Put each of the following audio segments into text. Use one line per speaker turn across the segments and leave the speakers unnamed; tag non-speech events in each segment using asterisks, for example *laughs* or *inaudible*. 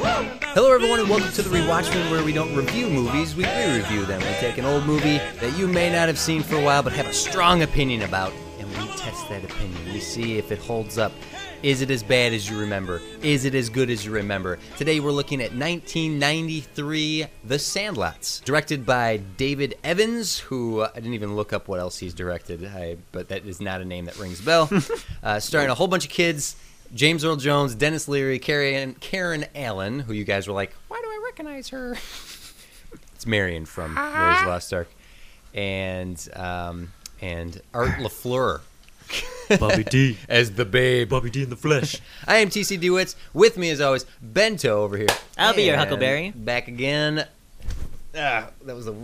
Hello, everyone, and welcome to the Rewatchmen, where we don't review movies, we re-review them. We take an old movie that you may not have seen for a while, but have a strong opinion about, and we test that opinion. We see if it holds up. Is it as bad as you remember? Is it as good as you remember? Today, we're looking at 1993, The Sandlots, directed by David Evans, who uh, I didn't even look up what else he's directed, I, but that is not a name that rings a bell. uh, starring a whole bunch of kids. James Earl Jones, Dennis Leary, Karen, Karen Allen, who you guys were like, why do I recognize her? *laughs* it's Marion from
Ah.
Mary's Lost Ark, and um, and Art
*laughs*
Lafleur
Bobby D.
*laughs* as the babe.
Bobby D in the flesh.
*laughs* I am TC DeWitz. With me, as always, Bento over here.
I'll be your
And
Huckleberry.
Back again. Ah, that was the.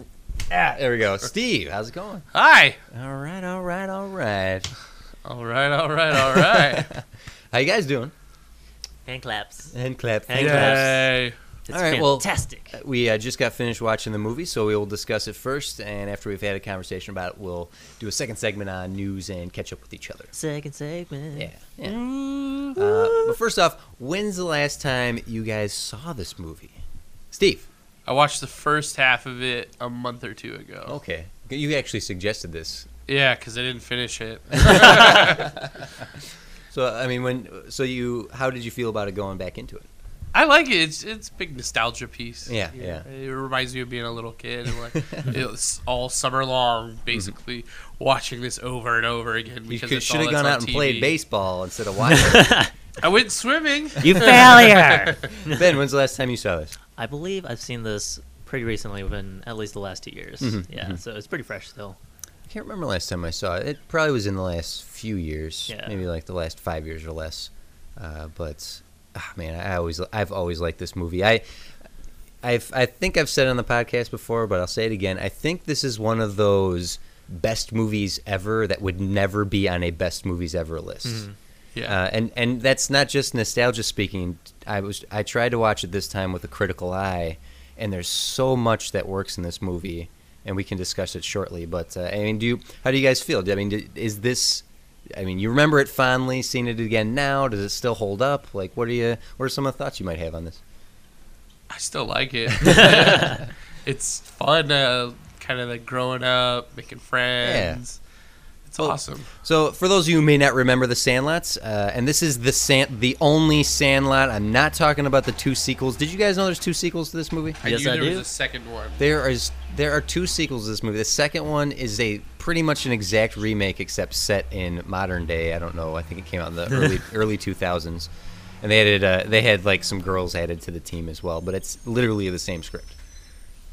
Ah, there
*laughs*
we go. Steve, how's it going?
Hi.
All right, all right, all right.
All right, all right,
*laughs*
all right.
How you guys doing?
Hand claps.
And clap.
Hand
Yay.
It's
All right, well-
fantastic.
We uh, just got finished watching the movie, so we will discuss it first. And after we've had a conversation about it, we'll do a second segment on news and catch up with each other.
Second segment. *laughs*
Yeah. yeah. Uh, but first off, when's the last time you guys saw this movie? Steve.
I watched the first half of it a month or two ago.
Okay. You actually suggested this.
Yeah, because I didn't finish it. *laughs*
So I mean, when so you, how did you feel about it going back into it?
I like it. It's it's a big nostalgia piece.
Yeah, yeah.
It reminds me of being a little kid
*laughs*
and like it was all summer long, basically watching this over and over again. Because
Mm-hmm. you
it's
should
all
have gone
that's on
out and played
TV.
baseball instead of watching.
I
*laughs*
went swimming. *laughs*
You failure.
ben, when's the last time you saw this?
I believe I've seen this pretty recently, within at least the last two years.
Mhm,
Yeah, so it's pretty
*laughs*
fresh still.
I can't remember last time I saw it. It probably was in the last few years,
Yeah.
maybe like the last five years or less. Uh, but ah, man, I always, I've always liked this movie. I, I've, I think I've said it on the podcast before, but I'll say it again. I think this is one of those best movies ever that would never be on a best movies ever list.
Yeah.
Uh, and and that's not just nostalgia speaking. I was I tried to watch it this time with a critical eye, and there's so much that works in this movie, and we can discuss it shortly. But uh, I mean, do you, how do you guys feel? Do- I mean, do- is this? I mean, you remember it fondly, seeing it again now. Does it still hold up? Like, what are you? What are some of the thoughts you might have on this?
I still like
*laughs*
it. *laughs* it's fun, uh, kind of like growing up, making friends. It's
Well,
awesome.
So, for those of you who may not remember the Sandlots, uh, and this is the san- the only Sandlot. I'm not talking about the two sequels. Did you guys know there's two sequels to this movie?
I
Yes,
knew
I
there
do.
was a second one.
There is there are two sequels to this movie. The second one is a pretty much an exact remake, except set in modern day. I don't know. I think it came out in the early early two thousands, and they added uh, they had like some girls added to the team as well. But it's literally the same script.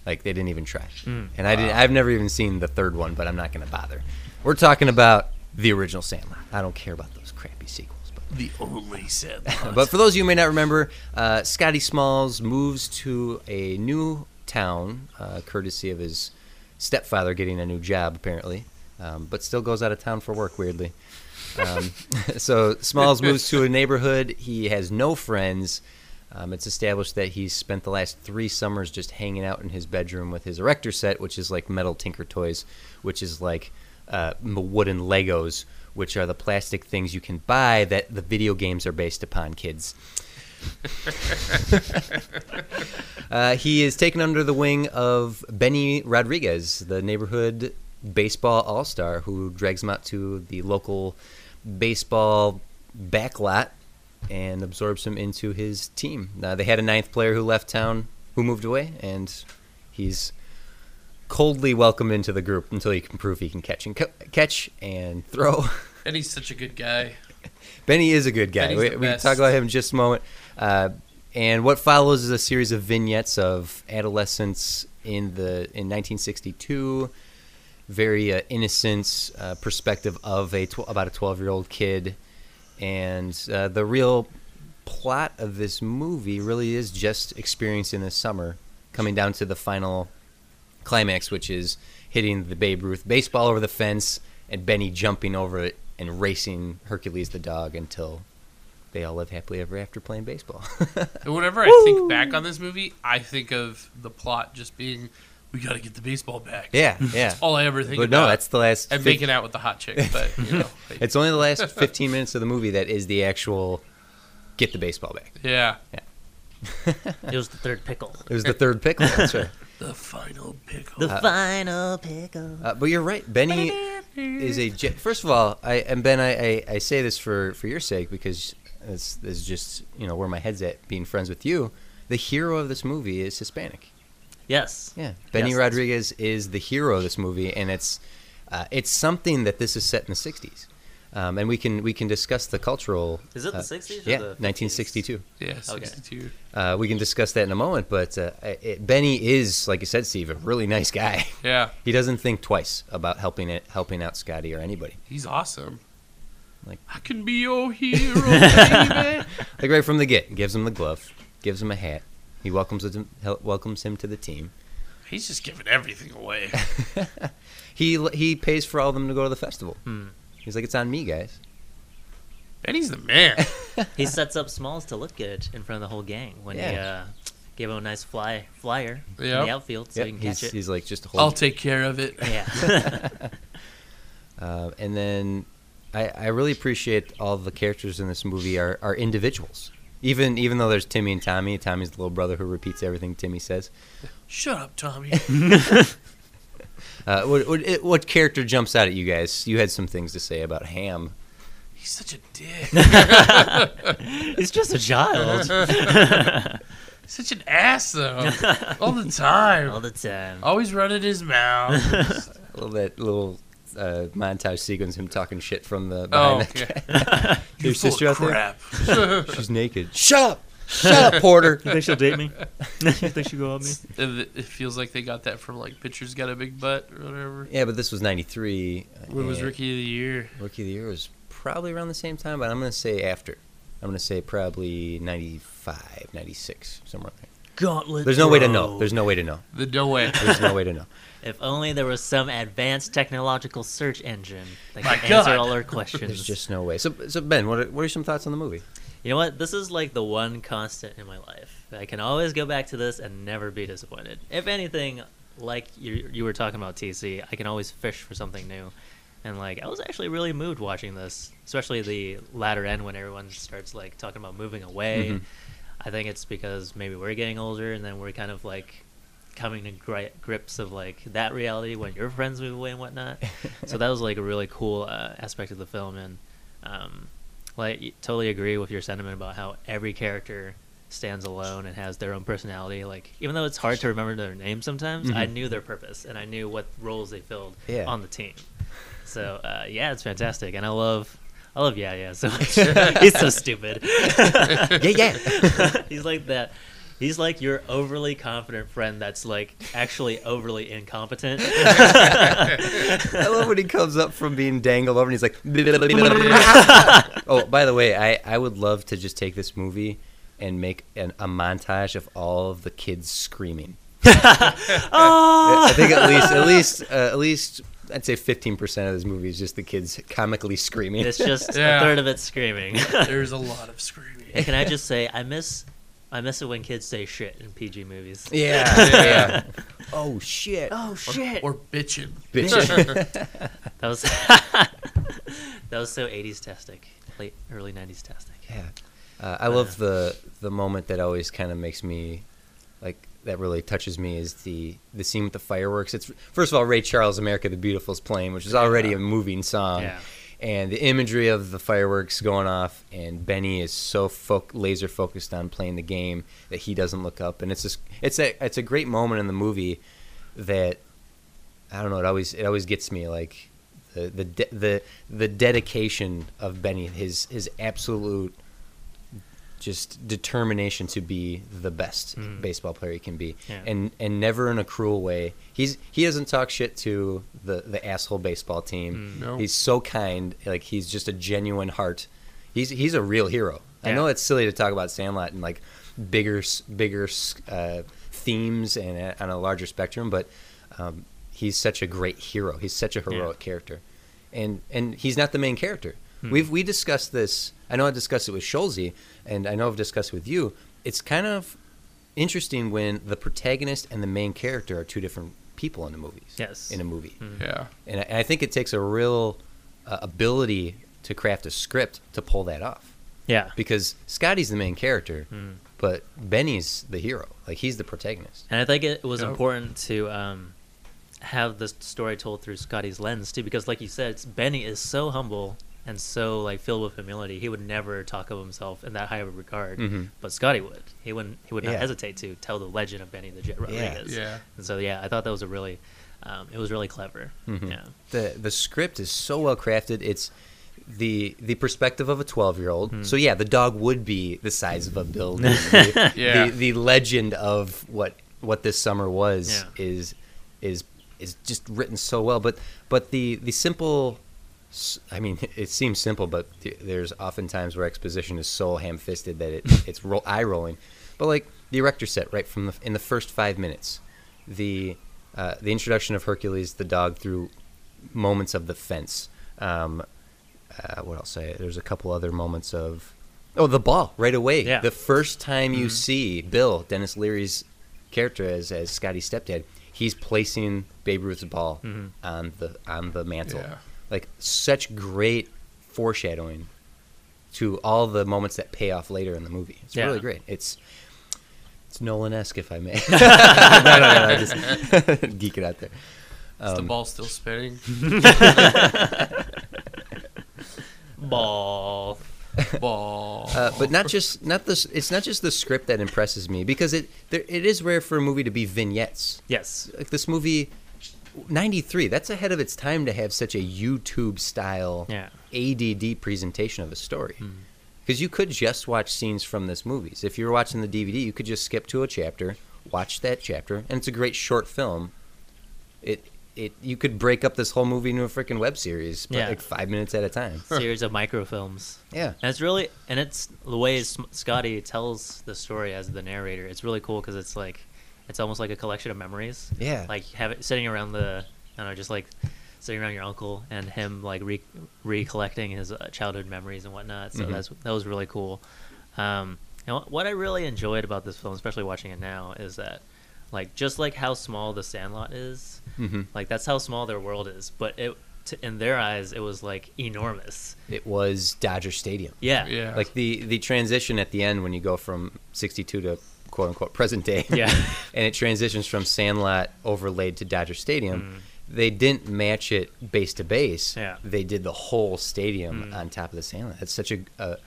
Like they didn't even try. and I didn't. I've never even seen the third one, but I'm not going to bother. We're talking about the original Sandlot. I don't care about those crappy sequels. But
The only said.
*laughs* but for those of you who may not remember, uh, Scotty Smalls moves to a new town, uh, courtesy of his stepfather getting a new job, apparently, um, but still goes out of town for work, weirdly. Um, *laughs* so Smalls moves to a neighborhood. He has no friends. Um, it's established that he's spent the last three summers just hanging out in his bedroom with his erector set, which is like metal Tinker Toys, which is like uh, m- wooden Legos, which are the plastic things you can buy that the video games are based upon, kids. Uh, he is taken under the wing of Benny Rodriguez, the neighborhood baseball all star, who drags him out to the local baseball backlot and absorbs him into his team. Now, they had a ninth player who left town, who moved away, and he's coldly welcomed into the group until he can prove he can catch and co- catch and throw. *laughs*
And he's such a good guy.
Benny is a good guy.
Benny's
We,
the
we can
best.
talk about him in just a moment. Uh, and what follows is a series of vignettes of adolescence in the in 1962, very uh, innocence uh, perspective of a tw- about a 12 year old kid, and uh, the real plot of this movie really is just experiencing this summer, coming down to the final climax, which is hitting the Babe Ruth baseball over the fence and Benny jumping over it and racing Hercules the dog until they all live happily ever after playing baseball. *laughs*
And whenever I think back on this movie, I think of the plot just being, we got to get the baseball back.
yeah, yeah.
All I ever think
But
about.
no, that's the last.
and
fif-
making out with the hot chick,
*laughs*
but you know, like,
It's only the *laughs* last 15 minutes of the movie that is the actual get the baseball back.
yeah.
Yeah.
It was the third pickle.
It was the third pickle. That's right.
The final pickle.
The final pickle.
*laughs* Uh, but you're right. Benny is a. Ge- First of all, I and Ben, I, I, I say this for, for your sake because this, this is just you know where my head's at. Being friends with you, the hero of this movie is Hispanic.
Yes.
Yeah, Benny
Yes.
Rodriguez is the hero of this movie, and it's uh, it's something that this is set in the '60s, um, and we can we can discuss the cultural.
Is it the
uh,
60s or
yeah,
the 50s?
1962.
Yeah,
Okay.
62.
Uh, we can discuss that in a moment, but uh, it, Benny is, like you said, Steve, a really nice guy. *laughs*
Yeah,
he doesn't think twice about helping it helping out Scotty or anybody.
he's awesome.
Like-
I can be your
*laughs*
hero, baby.
Like right from the get, gives him the glove, gives him a hat. He welcomes him, hel- welcomes him to the team.
*laughs*
He's just giving everything away.
He he pays for all of them to go to the festival.
Hmm.
He's like, it's on me, guys.
And he's the man.
He sets up Smalls to look good in front of the whole gang when he uh,
Yeah.
gave him a nice fly flyer in
Yep.
the outfield so
Yep,
he can
he's,
catch it.
he's like, just hold.
I'll take care of it.
*laughs*
Yeah. *laughs*
Uh, and then I, I really appreciate all the characters in this movie are, are individuals. Even even though there's Timmy and Tommy, Tommy's the little brother who repeats everything Timmy says.
Shut
*laughs*
up, Tommy.
Uh, what, what, it- what character jumps out at you guys? You had some things to say about Ham.
He's such a
*laughs*
dick.
He's just a child *laughs*
such an ass, though. All the time.
all the time.
Always running his mouth.
*laughs* I love that little uh, montage sequence, him talking shit from the behind
oh,
the-
okay.
*laughs* your
Full of
sister out there. *laughs*
crap. *laughs*
She's naked. Shut up! Shut up, Porter!
You think she'll date me? *laughs* you think she'll go on me?
It it feels like they got that from like Pitcher's Got a Big Butt or whatever.
Yeah, but this was '93.
When was Rookie of the Year?
Rookie of the Year was probably around the same time, but I'm going to say after. I'm going to say probably 95, 96, somewhere there.
Gauntlet.
There's no way to know.
Road.
There's no way to know.
The No Way.
There's no way to know.
If only there was some advanced technological search engine that
My
could
God.
answer all our questions.
There's *laughs* just no way. So, so Ben, what are, what are some thoughts on the movie?
You know what? This is like the one constant in my life. I can always go back to this and never be disappointed. If anything, like you, you were talking about TC, I can always fish for something new. And like I was actually really moved watching this, especially the latter end when everyone starts like talking about moving away.
Mhm.
I think it's because maybe we're getting older and then we're kind of like coming to gri- grips of like that reality when your friends move away and whatnot. so that was like a really cool uh, aspect of the film and um, like y- totally agree with your sentiment about how every character stands alone and has their own personality like even though it's hard to remember their names sometimes i
Mhm.
knew their purpose and i knew what roles they filled
Yeah.
on the team so uh, yeah it's fantastic and i love i love yeah yeah so much *laughs* he's so stupid
*laughs* Yeah, yeah.
*laughs* he's like that. He's like your overly confident friend that's like actually overly incompetent.
*laughs* I love when he comes up from being dangled over and he's like. *laughs* oh, by the way, I, I would love to just take this movie and make an, a montage of all of the kids screaming. *laughs* I I think at least at least uh, at least I'd say 15% of this movie is just the kids comically screaming.
*laughs* it's just a
Yeah.
third of it
*laughs*
screaming.
*laughs* There's a lot of screaming.
and can I just say I miss I miss it when kids say shit in PG movies.
yeah, *laughs* yeah. *laughs* oh shit.
Oh shit.
Or bitching.
*laughs* Bitch.
that was *laughs* That was so 80s tastic. Late early 90s tastic.
Yeah, uh, I love the the moment that always kind of makes me like that really touches me is the the scene with the fireworks. It's first of all Ray Charles, "America the Beautiful" is playing, which is already a moving song.
Yeah.
And the imagery of the fireworks going off, and Benny is so fo- laser focused on playing the game that he doesn't look up, and it's just it's a it's a great moment in the movie that I don't know. It always it always gets me like the the de- the the dedication of Benny, his his absolute just determination to be the best baseball player he can be,
Yeah.
and and never in a cruel way. He's he doesn't talk shit to the the asshole baseball team.
No.
He's so kind. Like he's just a genuine heart. He's he's a real hero. I
Yeah.
know it's silly to talk about Sandlot and like bigger s- bigger uh, themes and uh, on a larger spectrum, but um, he's such a great hero. He's such a heroic character, and and he's not the main character.
Hmm.
We've we discussed this. I know I discussed it with Schulze, and I know I've discussed it with you. It's kind of interesting when the protagonist and the main character are two different people in the movies.
Yes. Hmm.
in a movie,
*laughs* Yeah.
and I, and I think it takes a real uh, ability to craft a script to pull that off
Yeah. Hmm.
because Scotty's the main character, but Benny's the hero. Like he's the protagonist.
And I think it was
Yep.
important to um, have this story told through Scotty's lens too, because like you said, it's- Benny is so humble and so like filled with humility. He would never talk of himself in that high of a regard,
Mm-hmm.
Mhm.
but Scotty would. He wouldn't. He would not
Yeah.
hesitate to tell the legend of Benny the Jet Rodriguez.
Yeah.
And so yeah, I thought that was a really, um, it was really clever.
Mm-hmm.
Mhm.
Yeah.
the the script is so well crafted. It's the the perspective of a 12 year old. So yeah, the dog would be the size of a building. the,
Yeah.
the the legend of what what this summer was
Yeah.
is is is just written so well. But but the the simple. s- I mean, *laughs* it seems simple, but th- there's often times where exposition is so ham-fisted that it, it's ro- eye-rolling. But like the Erector set, right from the in the first five minutes, the uh, the introduction of Hercules the dog through moments of the fence. Um, uh, what else? I, there's a couple other moments of oh the ball right away.
Yeah.
The first time you see Bill Dennis Leary's character as as Scotty's stepdad, he's placing Babe Ruth's ball on the on the mantle.
Yeah.
Like such great foreshadowing to all the moments that pay off later in the movie. It's
Yeah.
really great. It's it's Nolan-esque, if I may. *laughs* no, no, no, no, just *laughs* geek it out there.
Is
Um,
the ball
*laughs*
still spinning?
Ball.
ball.
Uh, but not just not this. It's not just the script that impresses me because it there, it is rare for a movie to be vignettes.
Yes.
Like this movie, ninety three. That's ahead of its time to have such a YouTube style
Yeah. Hmm.
ADD presentation of a story. Because you could just watch scenes from this movies. If you were watching the DVD, you could just skip to a chapter, watch that chapter, and it's a great short film. It it you could break up this whole movie into a freaking web series, but
Yeah.
like five minutes at a time.
Series of microfilms.
Yeah.
And it's really, and it's the way S- Scotty tells the story as the narrator. It's really cool because it's like, it's almost like a collection of memories.
Yeah.
Like have it sitting around the, I don't know, just like sitting around your uncle and him like re- recollecting his uh, childhood memories and whatnot. So
Mhm.
that's that was really cool. Um, and wh- what I really enjoyed about this film, especially watching it now, is that like just like how small the Sandlot is,
hmm
like that's how small their world is. But it, t- in their eyes, it was like enormous.
It was Dodger Stadium.
Yeah.
yeah.
Like the the transition at the end when you go from sixty two to quote unquote present day.
*laughs* Yeah.
*laughs* and it transitions from Sandlot overlaid to Dodger Stadium. They didn't match it base to base.
Mm. Yeah. Mm.
They did the whole stadium on top of the Sandlot. That's such a, a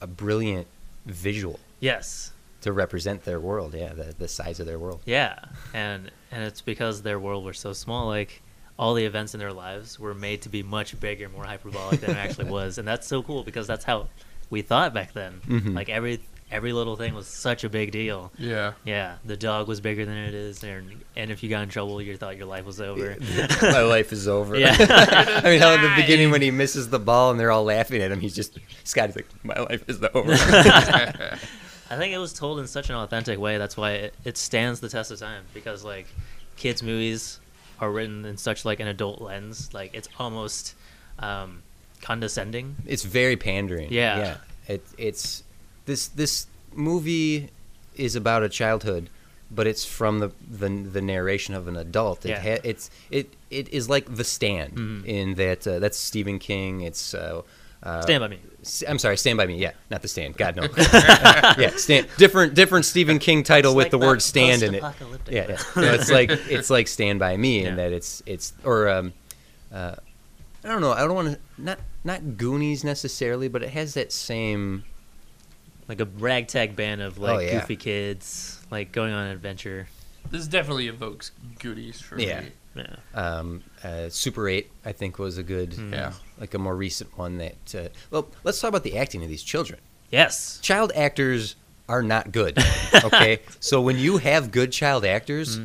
a brilliant visual
Yes.
to represent their world. Yeah, the, the size of their
*laughs*
world.
Yeah. And and it's because their world was so small, like all the events in their lives were made to be much bigger, more hyperbolic than
*laughs*
it actually was. And that's so cool because that's how we thought back then.
Mhm.
Like every every little thing was such a big deal.
yeah.
*laughs*
*laughs*
Yeah. The dog was bigger than it is and and if you got in trouble you thought your life was over.
My life is over.
yeah.
*laughs* I mean, how at the beginning when he misses the ball and they're all laughing at him, he's just Scotty's like, "My life is
*laughs*
over." *laughs*
I think it was told in such an authentic way. That's why it, it stands the test of time because like kids movies are written in such like an adult lens. Like it's almost um, condescending.
It's very pandering.
Yeah.
It, it's this this movie is about a childhood, but it's from the the, the narration of an adult. It
Yeah.
ha- it's it it is like The Stand
Mhm.
in that uh, that's Stephen King. It's uh, uh,
Stand by me.
S- I'm sorry, Stand by Me. Yeah, not The Stand. God
*laughs*
no. *laughs* yeah, stand, different different Stephen King title
It's
with
like
the
that
word stand in it.
post-apocalyptic
Yeah, yeah.
book. *laughs*
No, it's like it's like Stand by Me in
Yeah.
that it's it's or um, uh, I don't know. I don't want to not not Goonies necessarily, but it has that same
like a ragtag band of like
Oh, yeah.
goofy kids like going on an adventure.
This definitely evokes Goonies for
Yeah.
me.
Yeah.
um, uh, Super Eight. I think was a good
Yeah.
like a more recent one that. Uh, well, let's talk about the acting of these children.
Yes.
Child actors are not good. Okay, so when you have good child actors,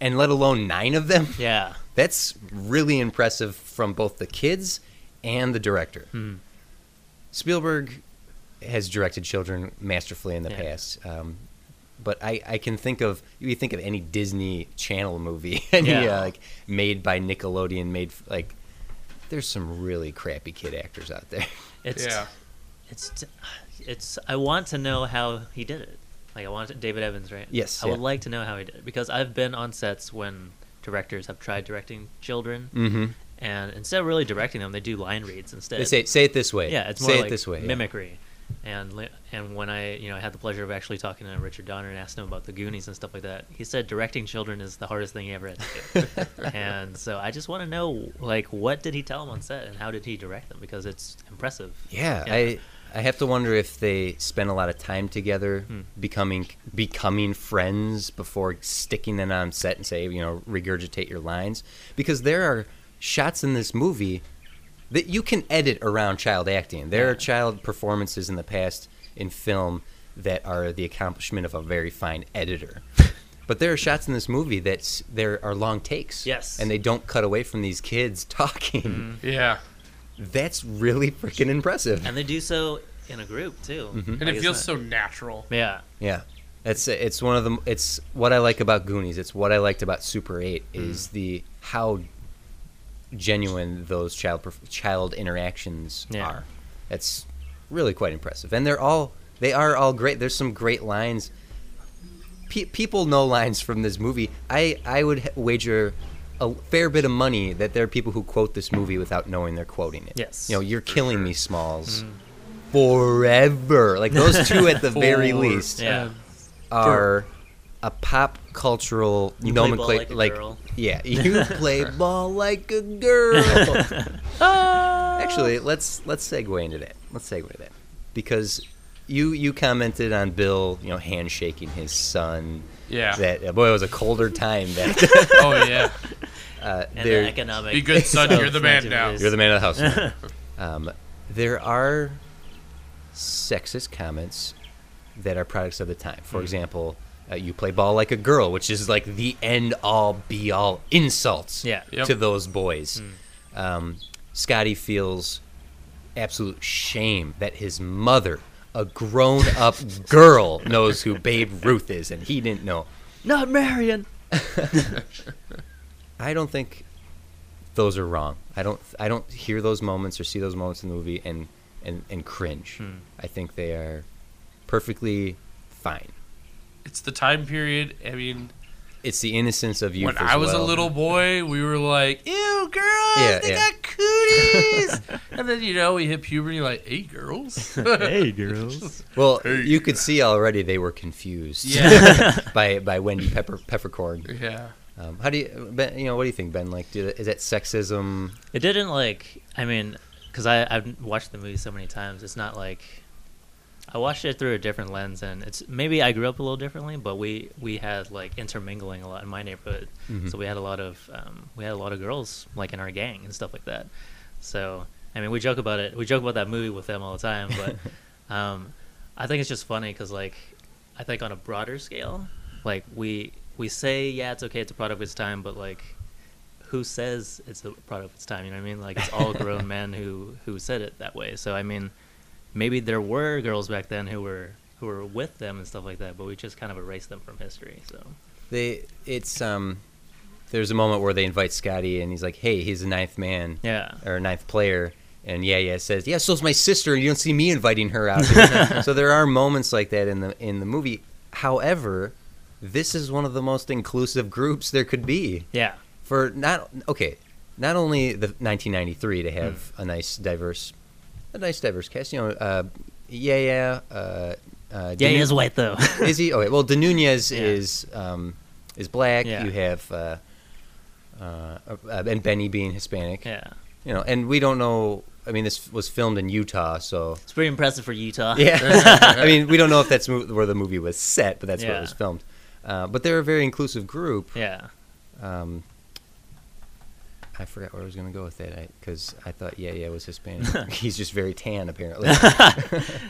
and let alone nine of them,
Yeah.
That's really impressive from both the kids and the director.
Hmm.
Spielberg has directed children masterfully in the
Yeah.
past, um, but I, I can think of you think of any Disney Channel movie, *laughs* any
Yeah.
uh, like made by Nickelodeon, made f- like there's some really crappy kid actors out
*laughs*
there.
It's
Yeah.
it's t- it's I want to know how he did it. Like I want to, David Evans, right?
Yes,
I would
yeah.
like to know how he did it because I've been on sets when directors have tried directing children
Mm-hmm.
and instead of really directing them, they do line reads instead.
They say say it this way.
yeah, it's more
say *laughs*
like
it this way. yeah.
mimicry. And li- and when I you know I had the pleasure of actually talking to Richard Donner and asked him about the Goonies and stuff like that, he said directing children is the hardest thing he ever had
*laughs*
to do. and so I just want to know like what did he tell them on set and how did he direct them because it's impressive.
Yeah,
Yeah.
I I have to wonder if they spent a lot of time together,
Hmm.
becoming becoming friends before sticking them on set and say, you know, regurgitate your lines, because there are shots in this movie that you can edit around child acting. There are
Yeah.
child performances in the past in film that are the accomplishment of a very fine
*laughs*
editor. But there are shots in this movie that s- there are long takes.
Yes. Hmm.
And they don't cut away from these kids *laughs* talking.
Yeah.
That's really freaking impressive.
And they do so in a group too.
Mm-hmm.
And it feels so natural.
so yeah.
Yeah, it's it's one of the it's what I like about Goonies. It's what I liked about Super Eight
Mm-hmm.
is the how genuine those child perf- child interactions
Yeah.
are. That's really quite impressive, and they're all they are all great. There's some great lines. Pe- people know lines from this movie. I I would h- wager. A fair bit of money that there are people who quote this movie without knowing they're quoting it.
Yes. Mm-hmm.
you know, you're killing me, Smalls, forever. Like those two at the
*laughs*
very
For-
least
Yeah.
are a pop cultural
You play ball like
nomenclature.
a girl. *laughs*
yeah, you play ball like a girl.
Ah.
Actually, let's let's segue into that. Let's segue into that because you you commented on Bill, you know, handshaking his son.
Yeah.
That uh, boy it was a colder time
*laughs*
back.
oh
*laughs*
yeah.
Uh,
And
there-
the economic
Be good, son.
of
You're the man now.
activities.
You're the man of the *laughs* house. now. um, there are sexist comments that are products of the time. For example, uh, you play ball like a girl, which is like the end all be all insults
Yeah.
Yep.
to those boys. Um, Scotty feels absolute shame that his mother, a grown up *laughs* girl, knows who Babe Ruth is, and he didn't know.
Not Marion.
I don't think those are wrong. I don't I don't hear those moments or see those moments in the movie and and, and cringe.
Hmm.
I think they are perfectly fine.
It's the time period. I mean,
It's the innocence of youth.
when
as
I was a
well.
little boy, we were like, "Ew, girls!
Yeah,
they
yeah.
got cooties!" *laughs* and then you know, we hit puberty, like,
*laughs*
"Hey,
*laughs*
girls!"
hey, girls.
well, you could see already they were confused
Yeah.
*laughs* by by Wendy Pepper Peppercorn.
*laughs* yeah.
Um, how do you ben, you know what do you think Ben? Like, do, is that sexism?
It didn't like. I mean, because I I've watched the movie so many times. It's not like I watched it through a different lens, and it's maybe I grew up a little differently, but we we had like intermingling a lot in my neighborhood.
Mm-hmm.
Mhm.
So we had a lot of um, we had a lot of girls like in our gang and stuff like that. So I mean, we joke about it. We joke about that movie with them all the time,
*laughs*
but um, I think it's just funny because like I think on a broader scale, like we we say yeah it's okay it's a product of its time, but like who says it's a product of its time? You know what I mean? Like it's all grown men who who said it that way. So I mean, maybe there were girls back then who were who were with them and stuff like that, but we just kind of erased them from history. So
*laughs* They it's um. There's a moment where they invite Scotty and he's like, "Hey, he's the ninth man."
yeah,
or ninth player, and yeah, yeah says, "Yeah, so's my sister, and you don't see me inviting her out."
*laughs*
here." so there are moments like that in the in the movie. However, this is one of the most inclusive groups there could be
yeah,
for not okay, not only the 1993 to have
Hmm.
a nice diverse, a nice diverse cast. You know, uh, yeah, yeah, uh, uh,
yeah. He
Danu-
is white though.
is he? Okay, well, Denunez
Yeah.
is um, is black.
Yeah.
You have. Uh, uh, uh, and Benny being Hispanic,
*laughs* yeah,
you know, and we don't know. I mean, this was filmed in Utah,
*laughs*
so
it's pretty impressive for Utah.
yeah. *laughs* I mean, we don't know if that's mo- where the movie was set, but that's where it
Yeah.
was filmed. Uh, but they're a very inclusive group.
*laughs* yeah.
Um, I forgot where I was going to go with that because I, thought, yeah, yeah, it was Hispanic. *laughs*
*laughs*
He's just very tan, apparently.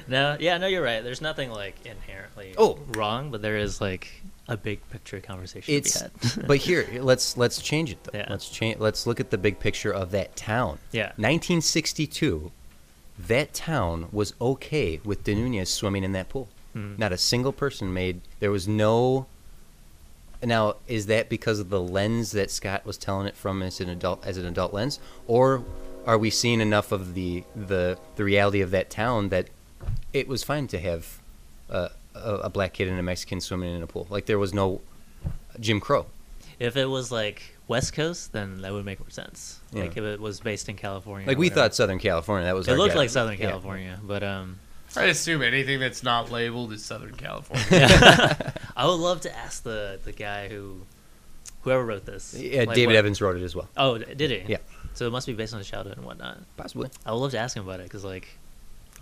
No, yeah, no, you're right. There's nothing like inherently
Oh.
wrong, but there is like a big picture conversation
it's
to be
*laughs*
had.
but here let's let's change it though.
Yeah.
Let's change. Let's look at the big picture of that town.
*laughs* yeah,
1962, that town was okay with De Nunez swimming in that pool.
Mm.
Not a single person made. There was no. Now, is that because of the lens that Scott was telling it from as an adult, as an adult lens, or are we seeing enough of the the the reality of that town that it was fine to have a, a, a black kid and a Mexican swimming in a pool? Like there was no Jim Crow.
If it was like West Coast, then that would make more sense.
Yeah.
Like if it was based in California.
Like
or
we
whatever.
thought Southern California, that was
it
our
looked
guy.
*laughs* like Southern
Yeah.
California, but um,
I assume anything that's not labeled is Southern California.
I would love to ask the the guy who, whoever wrote this.
Yeah,
like,
David
what-
Evans wrote it as well.
Oh, d- did he?
Yeah.
So it must be based on his childhood and whatnot.
Possibly.
I would love to ask him about it because, like,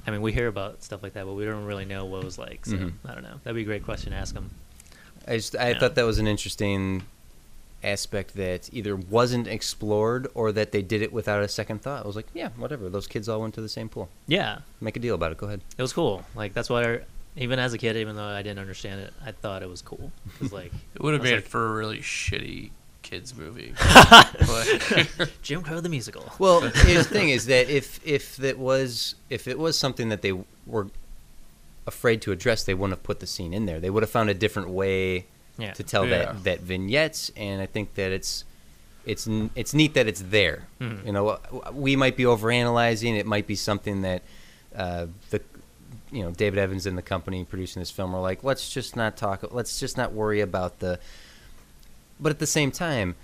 I mean, we hear about stuff like that, but we don't really know what it was like. So
Mhm.
I don't know. That'd be a great question to ask him.
I just I
Yeah.
thought that was an interesting aspect that either wasn't explored or that they did it without a second thought. I was like, yeah, whatever. Those kids all went to the same pool.
Yeah,
Make a deal about it. Go ahead.
it was cool. Like that's why, I- even as a kid, even though I didn't understand it, I thought it was cool. It's like
*laughs* It would have
I was
made
like-
for a really shitty kids movie. But-
Jim Crow the musical.
*laughs*
*laughs*
Well, here's the thing: is that if if that was if it was something that they were afraid to address, they wouldn't have put the scene in there. They would have found a different way
Yeah.
to tell
Yeah.
that that vignettes. And I think that it's it's n- it's neat that it's there.
Mhm.
You know, we might be overanalyzing. It might be something that uh, the you know David Evans and the company producing this film were like, let's just not talk. Let's just not worry about the. But at the same time,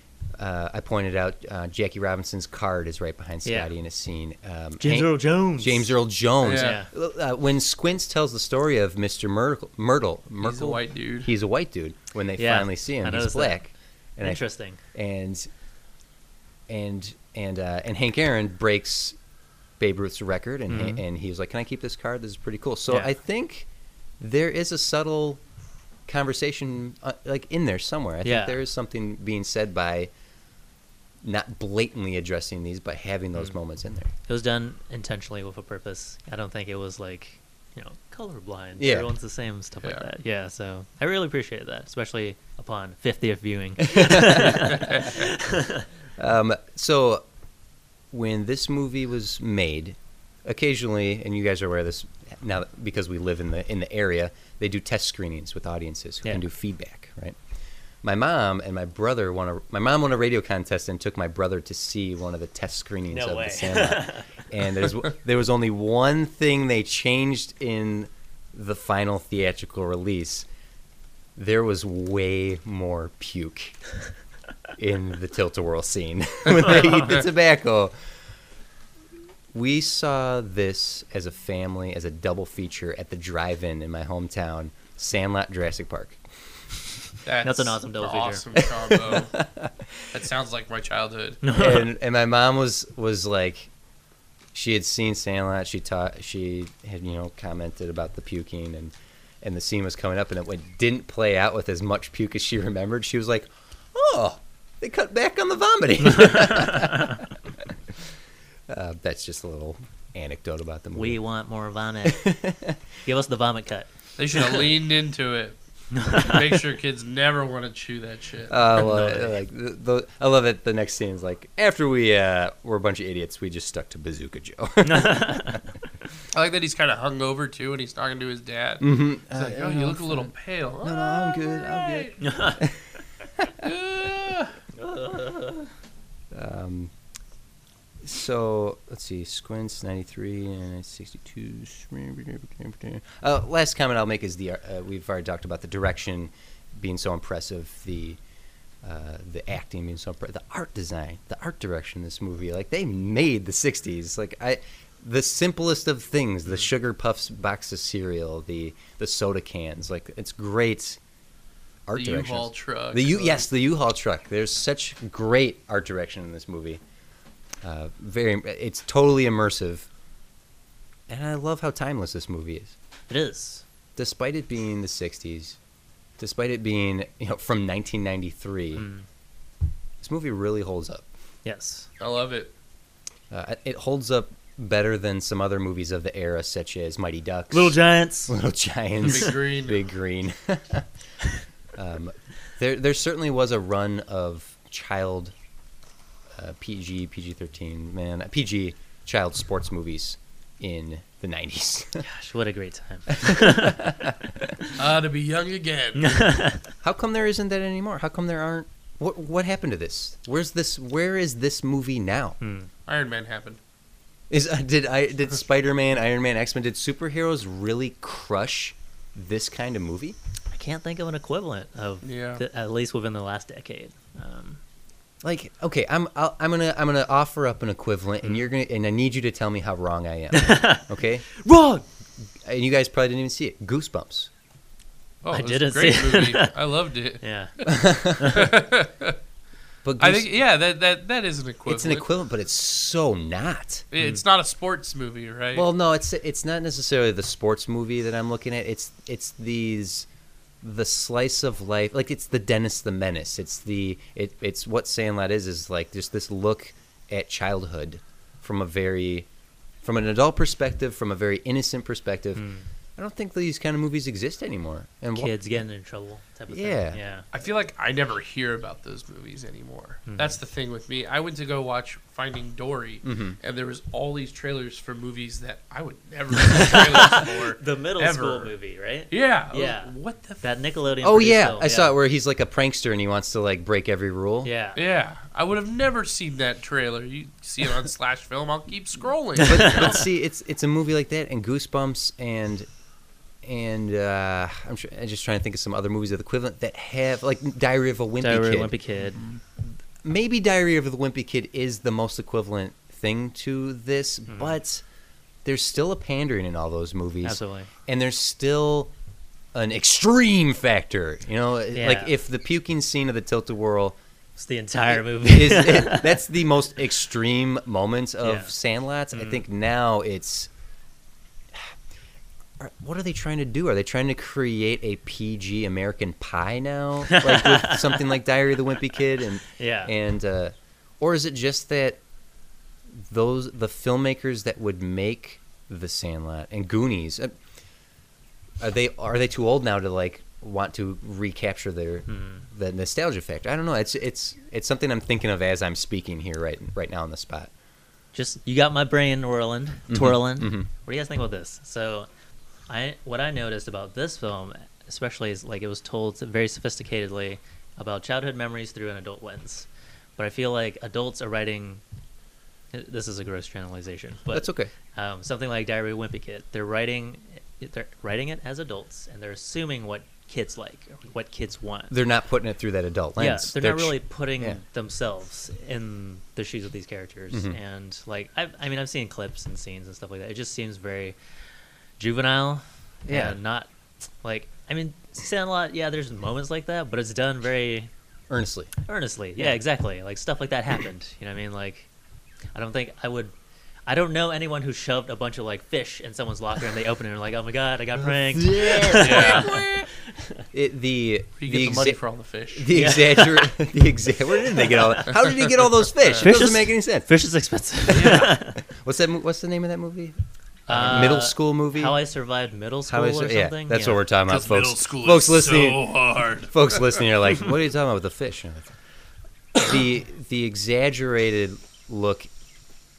uh, I pointed out uh, Jackie Robinson's card is right behind
Yeah.
Scotty in a scene. Um,
James
Hank-
Earl Jones.
James Earl Jones.
Yeah.
Uh, when Squints tells the story of Mr. Myrtle, Myrtle, Merkel,
He's a white dude.
he's a white dude. When they
Yeah,
finally see
I
him, he's
noticed that.
black. And I-
Interesting.
and and and uh, and Hank Aaron breaks Babe Ruth's record, and
Mhm.
and he was like, "Can I keep this card? This is pretty cool." So
Yeah.
I think there is a subtle conversation uh, like in there somewhere. I
Yeah.
think there is something being said by not blatantly addressing these, but having those
Mm.
moments in there.
It was done intentionally with a purpose. I don't think it was like, you know, colorblind.
Yeah.
Everyone's the same, stuff like
Yeah.
that. Yeah, so I really appreciate that, especially upon
*laughs*
50th viewing. *laughs*
Um, so when this movie was made, occasionally, and you guys are aware of this now that- because we live in the in the area, they do test screenings with audiences who
Yeah.
can do feedback, right? My mom and my brother won a my mom won a radio contest and took my brother to see one of the test screenings
No
of
way.
the Sandlot. and there's
*laughs*
there was only one thing they changed in the final theatrical release. There was way more puke in the tilt-a-whirl scene *laughs* when they eat the tobacco. We saw this as a family, as a double feature at the drive-in in my hometown, Sandlot Jurassic Park.
That's,
an awesome double
awesome combo. that sounds like my childhood.
and, and my mom was was like, she had seen Sandlot. She taught. She had you know commented about the puking and and the scene was coming up, and it went, didn't play out with as much puke as she remembered. She was like, oh, they cut back on the vomiting. uh, that's just a little anecdote about the
we
movie.
want more vomit.
*laughs*
Give us the vomit cut.
They should have leaned into it. Make sure kids never want to chew that shit.
Uh, well,
No.
like the, the, I love it. The next scene is like after we uh, were a bunch of idiots, we just stuck to Bazooka Joe. *laughs*
I like that he's kind of hungover too, and he's talking to his dad.
mm-hmm.
He's like, "Oh, you look a little pale."
No, no, I'm good. I'm good. Um, so let's see, squints ninety three and sixty two. Uh, last comment I'll make is the uh, we've already talked about the direction being so impressive, the uh, the acting being so impre- the art design, the art direction. in This movie, like they made the sixties. Like I, the simplest of things,
Mm-hmm.
the sugar puffs box of cereal, the the soda cans. Like it's great art
The
direction.
U-Haul truck.
The U yes, the U-Haul truck. There's such great art direction in this movie. Uh, very, it's totally immersive, and I love how timeless this movie is.
*laughs* It is.
Despite it being the '60s, despite it being you know from 1993,
Mm.
this movie really holds up.
Yes.
I love it.
Uh, it holds up better than some other movies of the era, such as Mighty Ducks,
Little Giants.
*laughs* Little Giants,
Big Green.
Big Green. *laughs* um, there, there certainly was a run of child uh, PG, PG thirteen, man, uh, PG child sports movies in the nineties. *laughs*
Gosh, what a great time. *laughs*
Ah, to be young again.
How come there isn't that anymore? How come there aren't? What what happened to this? Where's this? Where is this movie now?
Hmm.
Iron Man happened.
Is uh, did I did Spider Man, Iron Man, X Men, did superheroes really crush this kind of movie?
I can't think of an equivalent of
Yeah.
th- at least within the last decade. Um,
like okay i'm I'll, i'm gonna i'm gonna offer up an equivalent
Mm.
and you're gonna and i need you to tell me how wrong
*laughs*
i am okay
Wrong.
and you guys probably didn't even see it goosebumps
Oh,
I
it was a
didn't
great
see it.
movie. I loved it. *laughs*
Yeah.
but
I
Goose-
think yeah, that that that is an equivalent.
it's an equivalent but it's so not
It's not a sports movie, right?
well no it's it's not necessarily the sports movie that i'm looking at it's it's these the slice of life like it's the dennis the menace it's the it, it's what sandlot is is like just this look at childhood from a very from an adult perspective from a very innocent perspective i don't think these kind of movies exist anymore and wh-
Kids getting in trouble type of
Yeah.
thing. Yeah.
I feel like I never hear about those movies anymore. That's the thing with me. I went to go watch Finding Dory, and there was all these trailers for movies that I would never see trailers for.
*laughs* The middle
ever.
school movie, right?
Yeah.
Yeah.
What the? F-
That Nickelodeon.
oh
produced
yeah
film,
i saw it where he's like a prankster and he wants to like break every rule
Yeah.
yeah. I would have never seen that trailer. You see it on Slash Film. I'll keep scrolling.
but,
*laughs*
but see, it's it's a movie like that, and Goosebumps, and and uh, I'm, sure, I'm just trying to think of some other movies of the equivalent that have like Diary of a Wimpy
Diary of
Kid.
a Wimpy Kid. Mm-hmm.
Maybe Diary of the Wimpy Kid is the most equivalent thing to this,
Hmm.
but there's still a pandering in all those movies,
Absolutely.
and there's still an extreme factor. You know, like
Yeah.
if the puking scene of the Tilt a Whirl
*laughs* It's the entire movie.
is *laughs*
*laughs*
that's the most extreme moment of
Yeah. Hmm.
Sandlots. I think now it's Are- what are they trying to do? Are they trying to create a PG American Pie now, like
*laughs*
with something like Diary of the Wimpy Kid, and
yeah.
and uh, or is it just that those the filmmakers that would make The Sandlot and Goonies uh, are they are they too old now to like want to recapture their
Hmm.
the nostalgia factor? I don't know. It's it's it's something I'm thinking of as I'm speaking here right right now on the spot.
just you got my brain whirling, twirling.
mhm.
What do you guys think about this? So, I what I noticed about this film, especially, is like it was told very sophisticatedly about childhood memories through an adult lens. But I feel like adults are writing. This is a gross generalization, but
That's okay.
um, something like Diary of a Wimpy Kid. They're writing, they're writing it as adults, and they're assuming what kids like, or what kids want.
They're not putting it through that adult lens.
Yeah, they're, not
tr-
really putting
yeah.
themselves in the shoes of these characters,
Mhm.
and like I've, I mean, I've seen clips and scenes and stuff like that. It just seems very juvenile,
Yeah.
and not like I mean, Sandlot. Yeah, there's moments like that, but it's done very
earnestly.
earnestly. Yeah, exactly. Like stuff like that happened. You know what I mean? Like, I don't think I would. I don't know anyone who shoved a bunch of like fish in someone's locker and they open it and are like, oh my god, I got pranked. *laughs*
yeah.
It, the the
You get the money
exa-
for all the fish.
the
Yeah. *laughs*
exagger- the exa- Where did they get all? That? How did he get all those fish?
Fish
it doesn't
is-
make any sense.
Fish is expensive.
What's that? mo- What's the name of that movie?
Uh,
middle school movie.
How I survived middle school
How I Sur-
or
yeah,
something.
that's what we're talking about,
Because
folks.
middle school
folks
is
listening,
so hard.
folks listening, are like, what are you talking about with the fish? And I'm like, the the exaggerated look,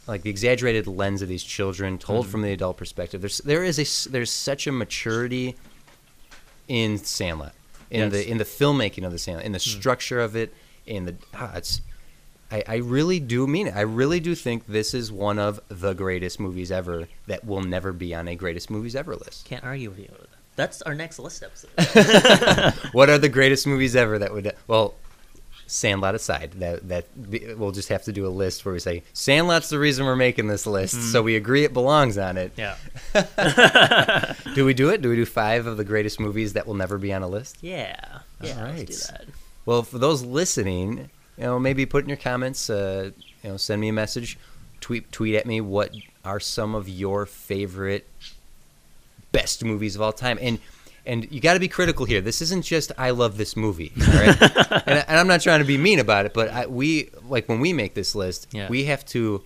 like the exaggerated lens of these children, told from the adult perspective. There's there is a s- there's such a maturity in Sandlot, in
Yes.
the in the filmmaking of the Sandlot, in the structure of it, in the ah, it's. I, I really do mean it. I really do think this is one of the greatest movies ever that will never be on a greatest movies ever list.
Can't argue with you. That's our next list
*laughs*
episode.
What are the greatest movies ever that would well Sandlot aside, that that we'll just have to do a list where we say Sandlot's the reason we're making this list, so we agree it belongs on it.
yeah.
Do we do it? Do we do five of the greatest movies that will never be on a list?
Yeah. Yeah.
right.
Let's do that.
Well, for those listening, you know, maybe put in your comments, uh, you know, send me a message, tweet tweet at me what are some of your favorite best movies of all time. And and you got to be critical here. This isn't just I love this movie, all right? and, I, and I'm not trying to be mean about it, but I, we like when we make this list,
Yeah.
we have to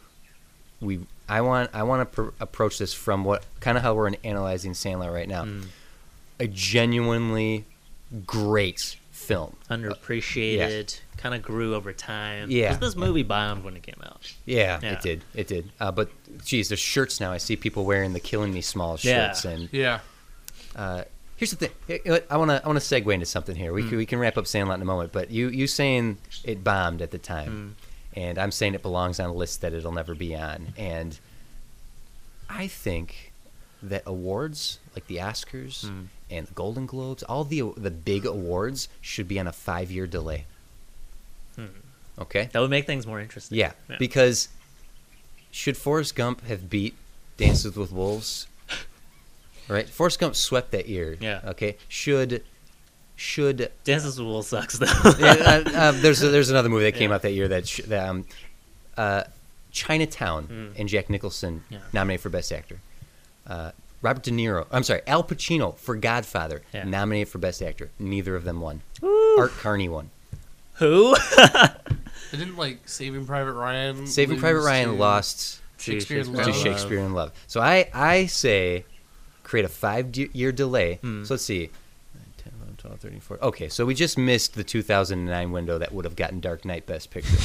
we I want I want to pr- approach this from what kind of how we're analyzing Sandlot right now. A genuinely great film.
Underappreciated. Kind of grew over time. 'Cause
Yeah.
This movie bombed when it came out.
Yeah,
Yeah.
it did. It did. Uh, but geez, there's shirts now. I see people wearing the "Killing Me Small"
Yeah.
shirts. And
Yeah.
uh, here's the thing. Here- you know what? I want to I want to segue into something here.
Mm.
We can, we can wrap up Sandlot in a moment. But you you saying it bombed at the time,
Mm.
and I'm saying it belongs on a list that it'll never be on. And I think that awards like the Oscars
Mm.
and the Golden
Hmm.
Globes, all the the big awards, should be on a five year delay. Okay.
That would make things more interesting.
Yeah, because should Forrest Gump have beat Dances with Wolves? Right, Forrest Gump swept that year.
Yeah.
Okay. Should
*laughs*
should
Dances with Wolves sucks though.
uh, uh, uh, there's there's another movie that came
Yeah.
out that year that, sh- that um, uh, Chinatown and Jack Nicholson
Mm. Yeah.
nominated for Best Actor. Uh, Robert De Niro, I'm sorry, Al Pacino for Godfather
Yeah.
nominated for Best Actor. Neither of them won. Art Carney won.
*laughs*
*laughs*
Who?
They didn't like Saving Private Ryan.
Saving
lose
Private Ryan
to
lost
Shakespeare in
To
Love.
to
Love.
Shakespeare in Love. So I I say create a five de- year delay.
Hmm.
So let's see. 10, 11, 12, 13, 14. Okay, so we just missed the 2009 window that would have gotten Dark Knight Best Picture.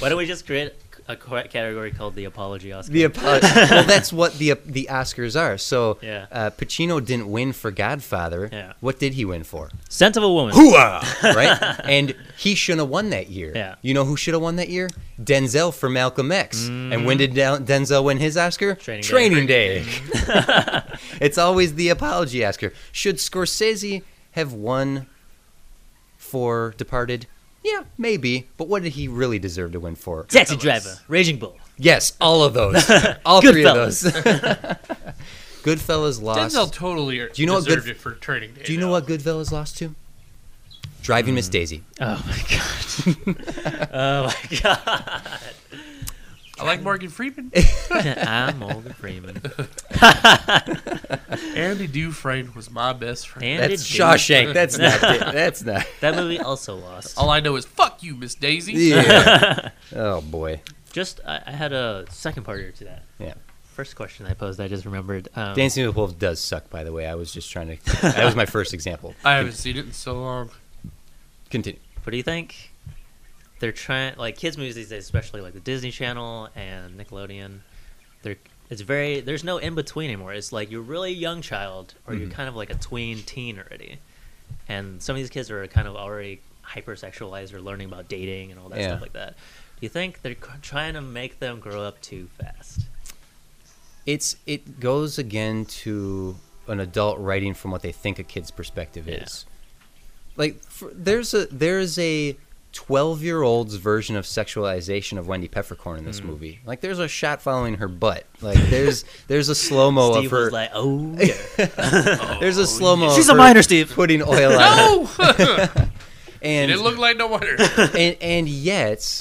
Why don't we just create a co- category called *laughs* the Apology Oscar?
The apo- well, that's what the the Oscars are. So
Yeah.
uh, Pacino didn't win for Godfather.
Yeah.
What did he win for?
Scent of a Woman.
*laughs* right? And he shouldn't have won that year.
Yeah.
You know who should have won that year? Denzel for Malcolm X. And when did Del- Denzel win his Oscar?
Training Day.
Day. *laughs* it's always the apology Oscar. Should Scorsese have won for Departed? Yeah, maybe. But what did he really deserve to win for?
Taxi Driver. Raging Bull.
Yes, all of those. All three of those. *laughs* Goodfellas lost.
Denzel totally er-
Do you know what
deserved
good-
it for Training Day.
Do you know
though.
what Goodfellas lost to? Driving Miss Daisy.
Oh my god. *laughs* oh my god.
I like Morgan
*laughs*
Freeman.
I'm Morgan Freeman.
Andy Dufresne was my best friend.
And
That's
it did.
Shawshank. That's
*laughs*
not. That's not.
That movie also lost.
All I know is fuck you, Miss Daisy.
*laughs* Yeah. *laughs* oh boy.
Just I, I had a second part here to that.
Yeah.
First question I posed, I just remembered. Um,
Dancing with Wolves does suck. By the way, I was just trying to.
*laughs*
That was my first example.
*laughs* I haven't seen it in so long.
Continue.
What do you think? They're trying like kids movies these days, especially like the Disney Channel and Nickelodeon. They're it's very there's no in between anymore. It's like you're really a young child or you're
Mhm.
kind of like a tween teen already. And some of these kids are kind of already hypersexualized or learning about dating and all that
Yeah.
stuff like that. Do you think they're c- trying to make them grow up too fast?
It's it goes again to an adult writing from what they think a kid's perspective
Yeah.
is. Like for, there's a there's a 12 year old's version of sexualization of Wendy Peppercorn in
Mm.
this movie. Like there's a shot following her butt. Like there's there's a slow mo of
Steve
her. *laughs*
was like, "Oh, yeah.
there's a slow mo.
She's a minor, Steve.
Putting oil
*laughs*
on. her.
No, *laughs* it
And
didn't look like
*laughs*
no wonder.
and and yet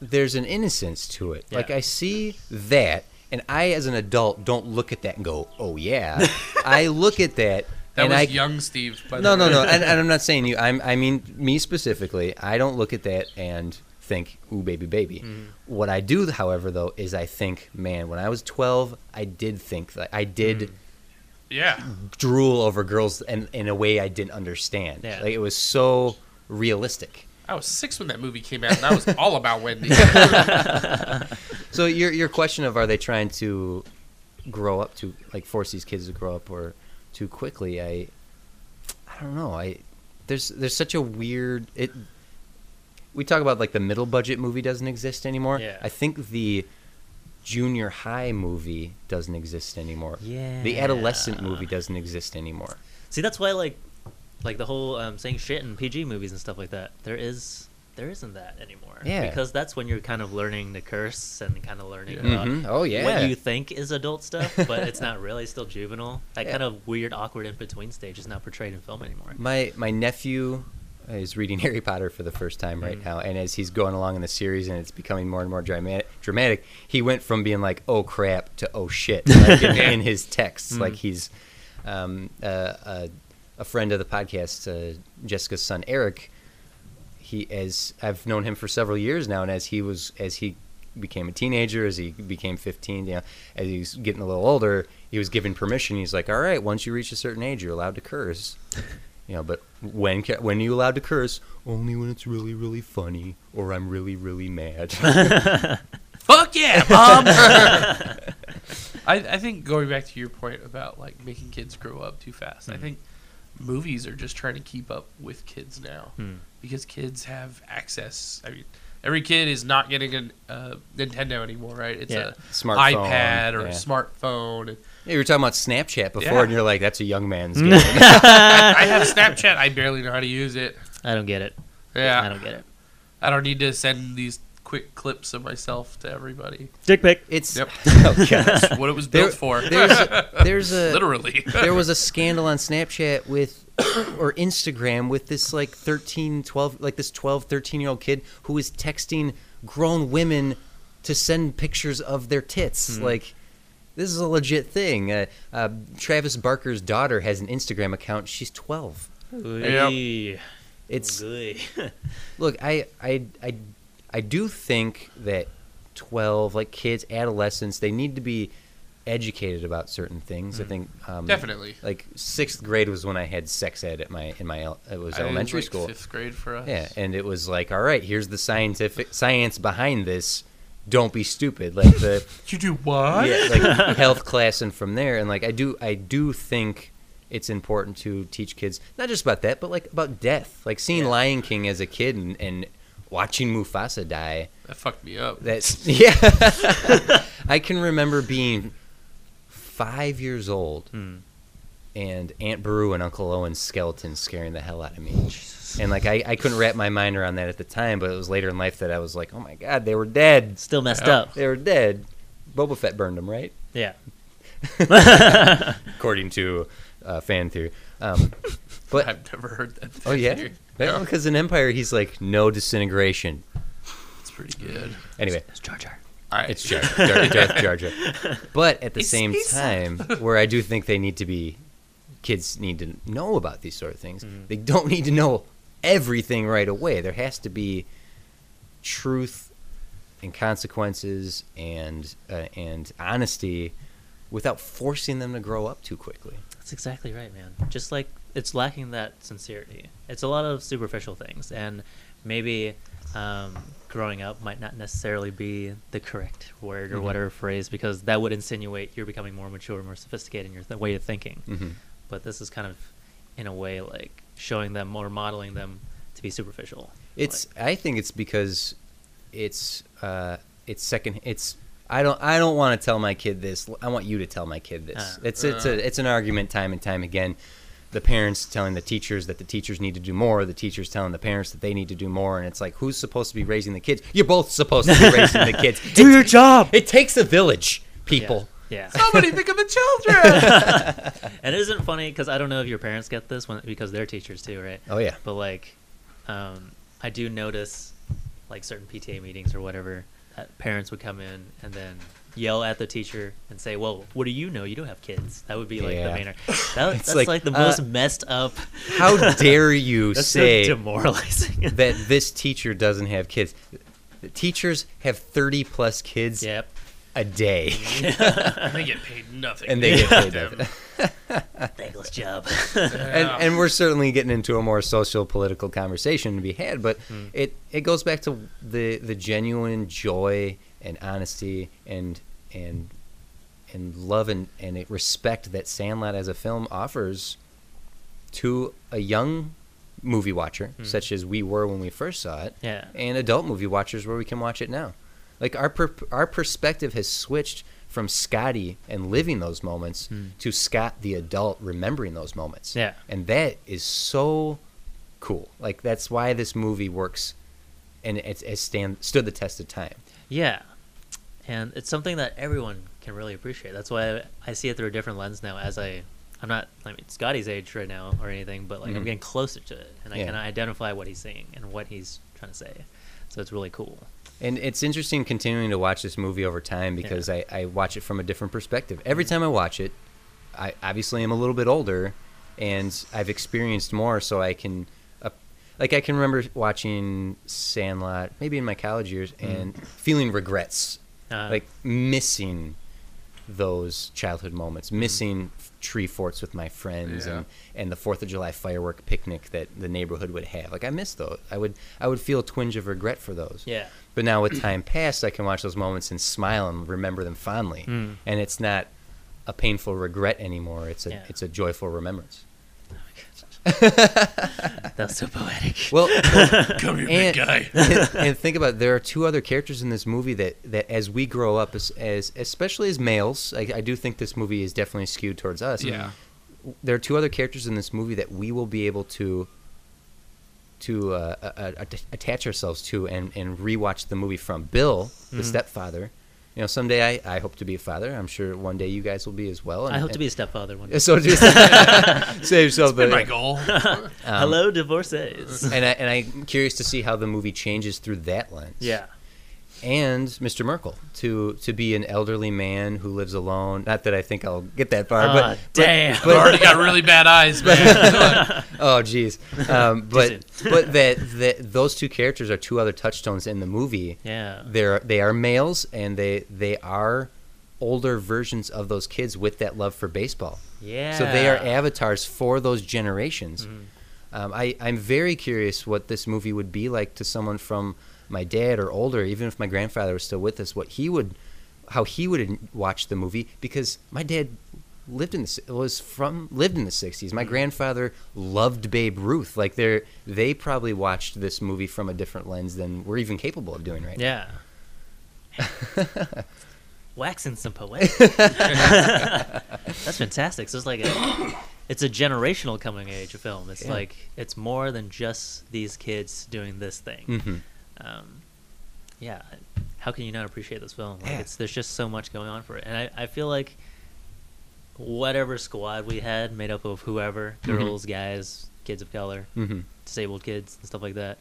there's an innocence to it. Like
Yeah.
I see that and I as an adult don't look at that and go, "Oh yeah." I look at that,
That
and
was
I
young Steve. By
No,
the
no,
way. *laughs*
no. And, and I'm not saying you. I'm I mean me specifically. I don't look at that and think, "Ooh, baby, baby." What I do, however, though, is I think, "Man, when I was 12, I did think that I did
Yeah,
drool over girls in, in a way I didn't understand.
Yeah.
Like it was so realistic."
I was six when that movie came out, and I was all about Wendy. *laughs*
So your your question of are they trying to grow up to like force these kids to grow up or too quickly? I I don't know. I there's there's such a weird it. We talk about like the middle budget movie doesn't exist anymore.
Yeah.
I think the junior high movie doesn't exist anymore. The
Yeah.
adolescent movie doesn't exist anymore.
See, that's why like, like the whole um, saying shit in PG movies and stuff like that. There is there isn't that anymore.
Yeah.
Because that's when you're kind of learning the curse and kind of learning
Yeah.
about
Mhm. Oh yeah.
what you think is
*laughs*
adult stuff, but it's not really still juvenile. That
Yeah.
kind of weird, awkward in between stage is not portrayed in film anymore.
Mm.
My my nephew is reading *laughs* Harry Potter for the first time right
Mm.
now, and as he's going along in the series, and it's becoming more and more dramatic. Dramatic. He went from being like "oh crap" to "oh shit" like in, in his texts.
Hmm.
Like he's um, uh, uh, a friend of the podcast, uh, Jessica's son Eric. He as I've known him for several years now, and as he was as he became a teenager, as he became fifteen, you know, as he was getting a little older, he was given permission. He's like, "All right, once you reach a certain age, you're allowed to curse." *laughs* You know, but when ca- when are you allowed to curse? Only when it's really really funny or I'm really really
*laughs*
mad.
Fuck yeah, mom. I, I think going back to your point about like making kids grow up too fast, I think movies are just trying to keep up with kids now because kids have access. I mean, every kid is not getting a uh, Nintendo anymore, right? It's
Yeah.
a
Smartphone,
iPad or
yeah.
a smartphone. And
you were talking about Snapchat before,
Yeah. Mm.
and you're
*laughs*
like, "That's a young man's game."
I have Snapchat. I barely know how to use it.
I don't get it.
Yeah.
I don't get it.
I don't need to send these quick clips of myself to everybody.
Dick pic.
It's *laughs*
Yep.
oh, God. *laughs*
That's what it was
There-
built for.
there's
*laughs*
a, there's a
Literally.
there *laughs* was a scandal on Snapchat with *coughs* or Instagram with this like 13 12 like this 12 13 year old kid who was texting grown women to send pictures of their tits
Hmm.
like this is a legit thing uh, uh, Travis Barker's daughter has an Instagram account she's 12
Ooh,
it's
ooh.
look I, I i i do think that 12 like kids adolescents they need to be educated about certain things i think um,
Hmm. Definitely.
like sixth grade was when i had sex ed at my in my el- it was
I think
elementary
like
school
Fifth grade for us.
yeah and it was like all right here's the scientific science behind this don't be stupid like the
*laughs* You do what?
yeah,
*laughs*
like health class and from there and like i do i do think it's important to teach kids not just about that but like about death like seeing lion king as a kid and, and watching mufasa die
That fucked me up.
that's *laughs* yeah i can remember being five years old
Hmm.
and aunt beru and uncle owen's skeletons scaring the hell out of me and like I, I couldn't wrap my mind around that at the time but it was later in life that i was like oh my god they were dead
*laughs* Still messed
Yeah.
up.
they were dead boba fett burned them right
Yeah.
according to uh, fan theory. *laughs* Um, but
I've never heard that.
oh yeah,
theory.
because in Empire he's like no disintegration.
It's pretty good.
Anyway,
It's Jar Jar.
All right. *laughs*
it's Jar Jar, Jar, Jar, Jar. But at the
It's
same
Lisa.
time, where I do think they need to be, kids need to know about these sort of things. They don't need to know everything right away. There has to be truth and consequences and uh, and honesty without forcing them to grow up too quickly.
That's exactly right, man. Just like it's lacking that sincerity. It's a lot of superficial things, and maybe um, growing up might not necessarily be the correct word or
Mhm.
whatever phrase because that would insinuate you're becoming more mature, more sophisticated in your th- way of thinking.
Mm-hmm.
But this is kind of, in a way, like showing them or modeling them to be superficial.
It's. I think it's because it's. Uh, it's second. It's. I don't. I don't want to tell my kid this. I want you to tell my kid this.
Ah.
it's. It's a. It's an argument time and time again. The parents telling the teachers that the teachers need to do more. The teachers telling the parents that they need to do more. And it's like, who's supposed to be raising the kids? You're both supposed to be raising the
*laughs*
kids.
Do
It,
your job.
it takes a village, people.
Yeah. yeah.
*laughs* Somebody think of the children.
and *laughs* it isn't funny because I don't know if your parents get this when, because they're teachers too, right?
Oh yeah.
but like um, i do notice like certain pta meetings or whatever that parents would come in and then yell at the teacher and say well what do you know you don't have kids that would be like
Yeah.
the main that,
*laughs* It's
that's
like,
like, the
uh,
most messed up
How dare you
*laughs* that's so
say?
demoralizing
that this teacher doesn't have kids. The Teachers have 30 plus kids
yep
a day,
they get paid nothing.
and they get
*laughs*
paid. nothing.
thankless job
*laughs* and, and we're certainly getting into a more social political conversation to be had but it, it goes back to the, the genuine joy and honesty and and and love and, and it respect that Sandlot as a film offers to a young movie watcher such as we were when we first saw it
yeah
*laughs* and adult movie watchers where we can watch it now. Like our per- our perspective has switched from Scotty and living those moments to Scott the adult remembering those moments.
Hmm. Yeah.
And that is so cool. Like that's why this movie works and it's it stand stood the test of time.
yeah and it's something that everyone can really appreciate that's why i, I see it through a different lens now as i i'm not i mean scotty's age right now or anything but like
Mhm.
i'm getting closer to it and i
Yeah.
can identify what he's saying and what he's trying to say so it's really cool
And it's interesting continuing to watch this movie over time because I, I watch it from a different perspective. Every time I watch it, I obviously am a little bit older and I've experienced more, so I can. Uh, like, I can remember watching Sandlot, maybe in my college years, and feeling regrets.
Uh,
like, missing those childhood moments, missing f tree forts with my friends
Yeah.
and, and the Fourth of July firework picnic that the neighborhood would have. Like I miss those. I would I would feel a twinge of regret for those.
yeah
But now with time past, I can watch those moments and smile and remember them fondly,
Mm.
and it's not a painful regret anymore. It's a
Yeah.
it's a joyful remembrance.
that's so poetic
*laughs*
Well,
Come here,
and,
big guy.
*laughs* and think about it, there are two other characters in this movie that, that as we grow up as, as especially as males, I, I do think this movie is definitely skewed towards us.
Yeah.
there are two other characters in this movie that we will be able to to uh, uh, uh, at- attach ourselves to and, and rewatch the movie from Bill, the
Mm-hmm.
stepfather. You know, someday I, I hope to be a father. I'm sure one day you guys will be as *laughs* well. and-
I hope to
and-
be a stepfather one day.
*laughs* So *laughs*
*laughs*
to be save yourself the
Been
*laughs*
my goal.
Hello, divorcees.
and I, and I'm curious to see how the movie changes through that lens.
*laughs* yeah.
And Mr. Merkel to to be an elderly man who lives alone. Not that I think I'll get that far,
Ah,
but
damn.
I've already got really
*laughs*
bad eyes, man. *laughs*
oh geez, um, but *laughs*
soon.
but that that those two characters are two other touchstones in the movie.
yeah.
They're they are males and they they are older versions of those kids with that love for baseball.
Yeah.
So they are avatars for those generations. Um, I, I'm very curious what this movie would be like to someone from my dad or older, even if my grandfather was still with us, what he would, how he would en- watch the movie because my dad lived in the si- was from lived in the 60s. My grandfather loved Babe Ruth. Like they they probably watched this movie from a different lens than we're even capable of doing right
Yeah. *laughs* Waxing
*laughs*
some poetic. That's fantastic. So it's like a, it's a generational coming age film. It's
Yeah.
like it's more than just these kids doing this thing.
now. Mhm.
Um, yeah, how can you not appreciate this film? Like,
Yeah.
it's, there's just so much going on for it, and I, I feel like whatever squad we had, made up of whoever,
Mm-hmm.
girls, guys, kids of color,
Mhm.
disabled kids, and stuff like that,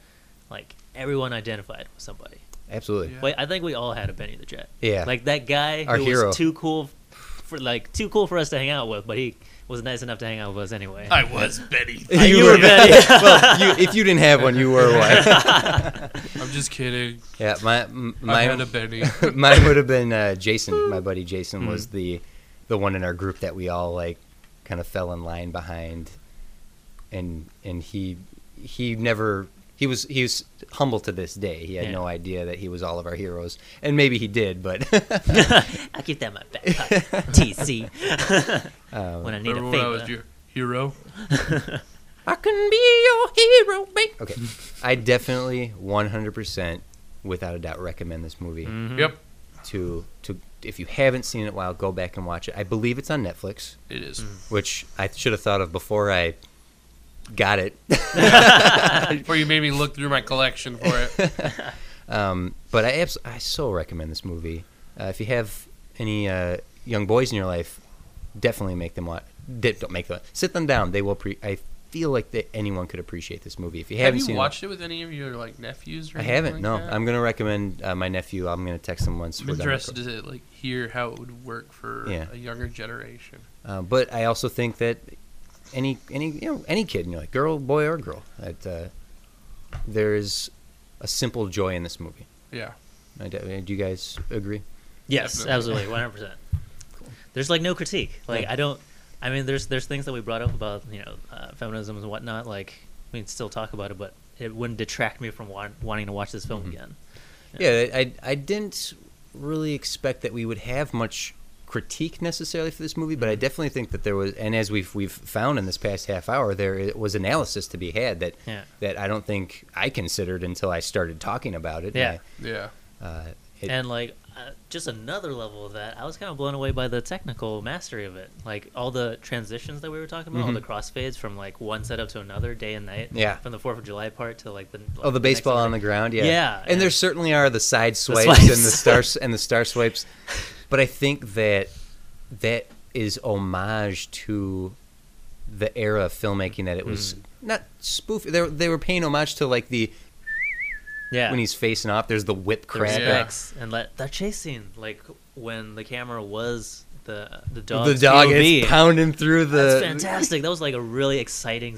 like everyone identified with somebody.
Absolutely.
Yeah.
Wait, I think we all had a Benny the Jet.
Yeah.
Like that guy
Our
who
hero.
was too cool for like too cool for us to hang out with, but he was nice enough to hang out with us anyway.
I was
*laughs*
Betty.
You,
*laughs* You
were
*laughs* were Betty.
*laughs* well, you, if you didn't have one, you were one.
I'm just kidding.
Yeah, my m-
I
mine
had
*laughs*
a Betty.
mine would have been uh, *laughs* Jason. My buddy Jason was the the one in our group that we all like kind of fell in line behind, and and he he never he was he was humble to this day. He had
Yeah.
no idea that he was all of our heroes, and maybe he did, *laughs* but
I'll keep that in my back pocket.
*laughs*
TC. *laughs* when I need
Remember
a
when I was
favor.
your hero?
I can be your hero, mate. Okay, I definitely one hundred percent, without a doubt, recommend this movie
Yep,
to to if you haven't seen it, while go back and watch it. I believe it's on Netflix. *laughs*
it is.
which I should have thought of before I got it.
Before you made me look through my collection for it.
Um, but I abs- I so recommend this movie. Uh, if you have any uh, young boys in your life, definitely make them watch. Don't make them sit them down. They will. Pre- I feel like that anyone could appreciate this movie. If you
Have
haven't
you
seen
watched it with any of your like nephews or
it, I
anything
haven't.
like
no,
that?
I'm gonna recommend uh, my nephew. I'm gonna text him once
I'm
we're done.
interested
recording.
to like hear how it would work for
Yeah.
a younger generation.
Uh, but I also think that any any you know any kid, you know, like girl, boy, or girl, that uh, there is a simple joy in this movie.
Yeah.
I de- do you guys agree?
Yes,
Definitely.
absolutely, one hundred
*laughs*
percent. There's like no critique. Like I don't. I mean, there's there's things that we brought up about you know uh, feminism and whatnot. Like we can still talk about it, but it wouldn't detract me from wa- wanting to watch this
Mm-hmm.
film again.
Yeah, I I didn't really expect that we would have much critique necessarily for this movie, but I
Mm-hmm.
definitely think that there was, and as we've we've found in this past half hour, there i- was analysis to be had that
Yeah.
that I don't think I considered until I started talking about it.
Yeah.
Yeah.
uh, it-
and like uh, just another level of that, I was kind of blown away by the technical mastery of it. Like all the transitions that we were talking about, all the crossfades from like one setup to another, day and night.
Mm-hmm. Yeah.
From the Fourth of July part to like the like,
Oh, the
next
baseball
one.
on the ground, yeah.
Yeah,
and there
and-
certainly are the side swipes, and the
swipes.
stars and the
*laughs*
star swipes, but I think that that is homage to the era of filmmaking that it was
Mm.
not spoof. They were, they were paying homage to like the
yeah.
when he's facing off. There's the whip
the
crack,
Yeah.
respects and let that chase scene, like when the camera was the the dog,
the dog
POV.
is pounding through the.
That's fantastic. That was like a really exciting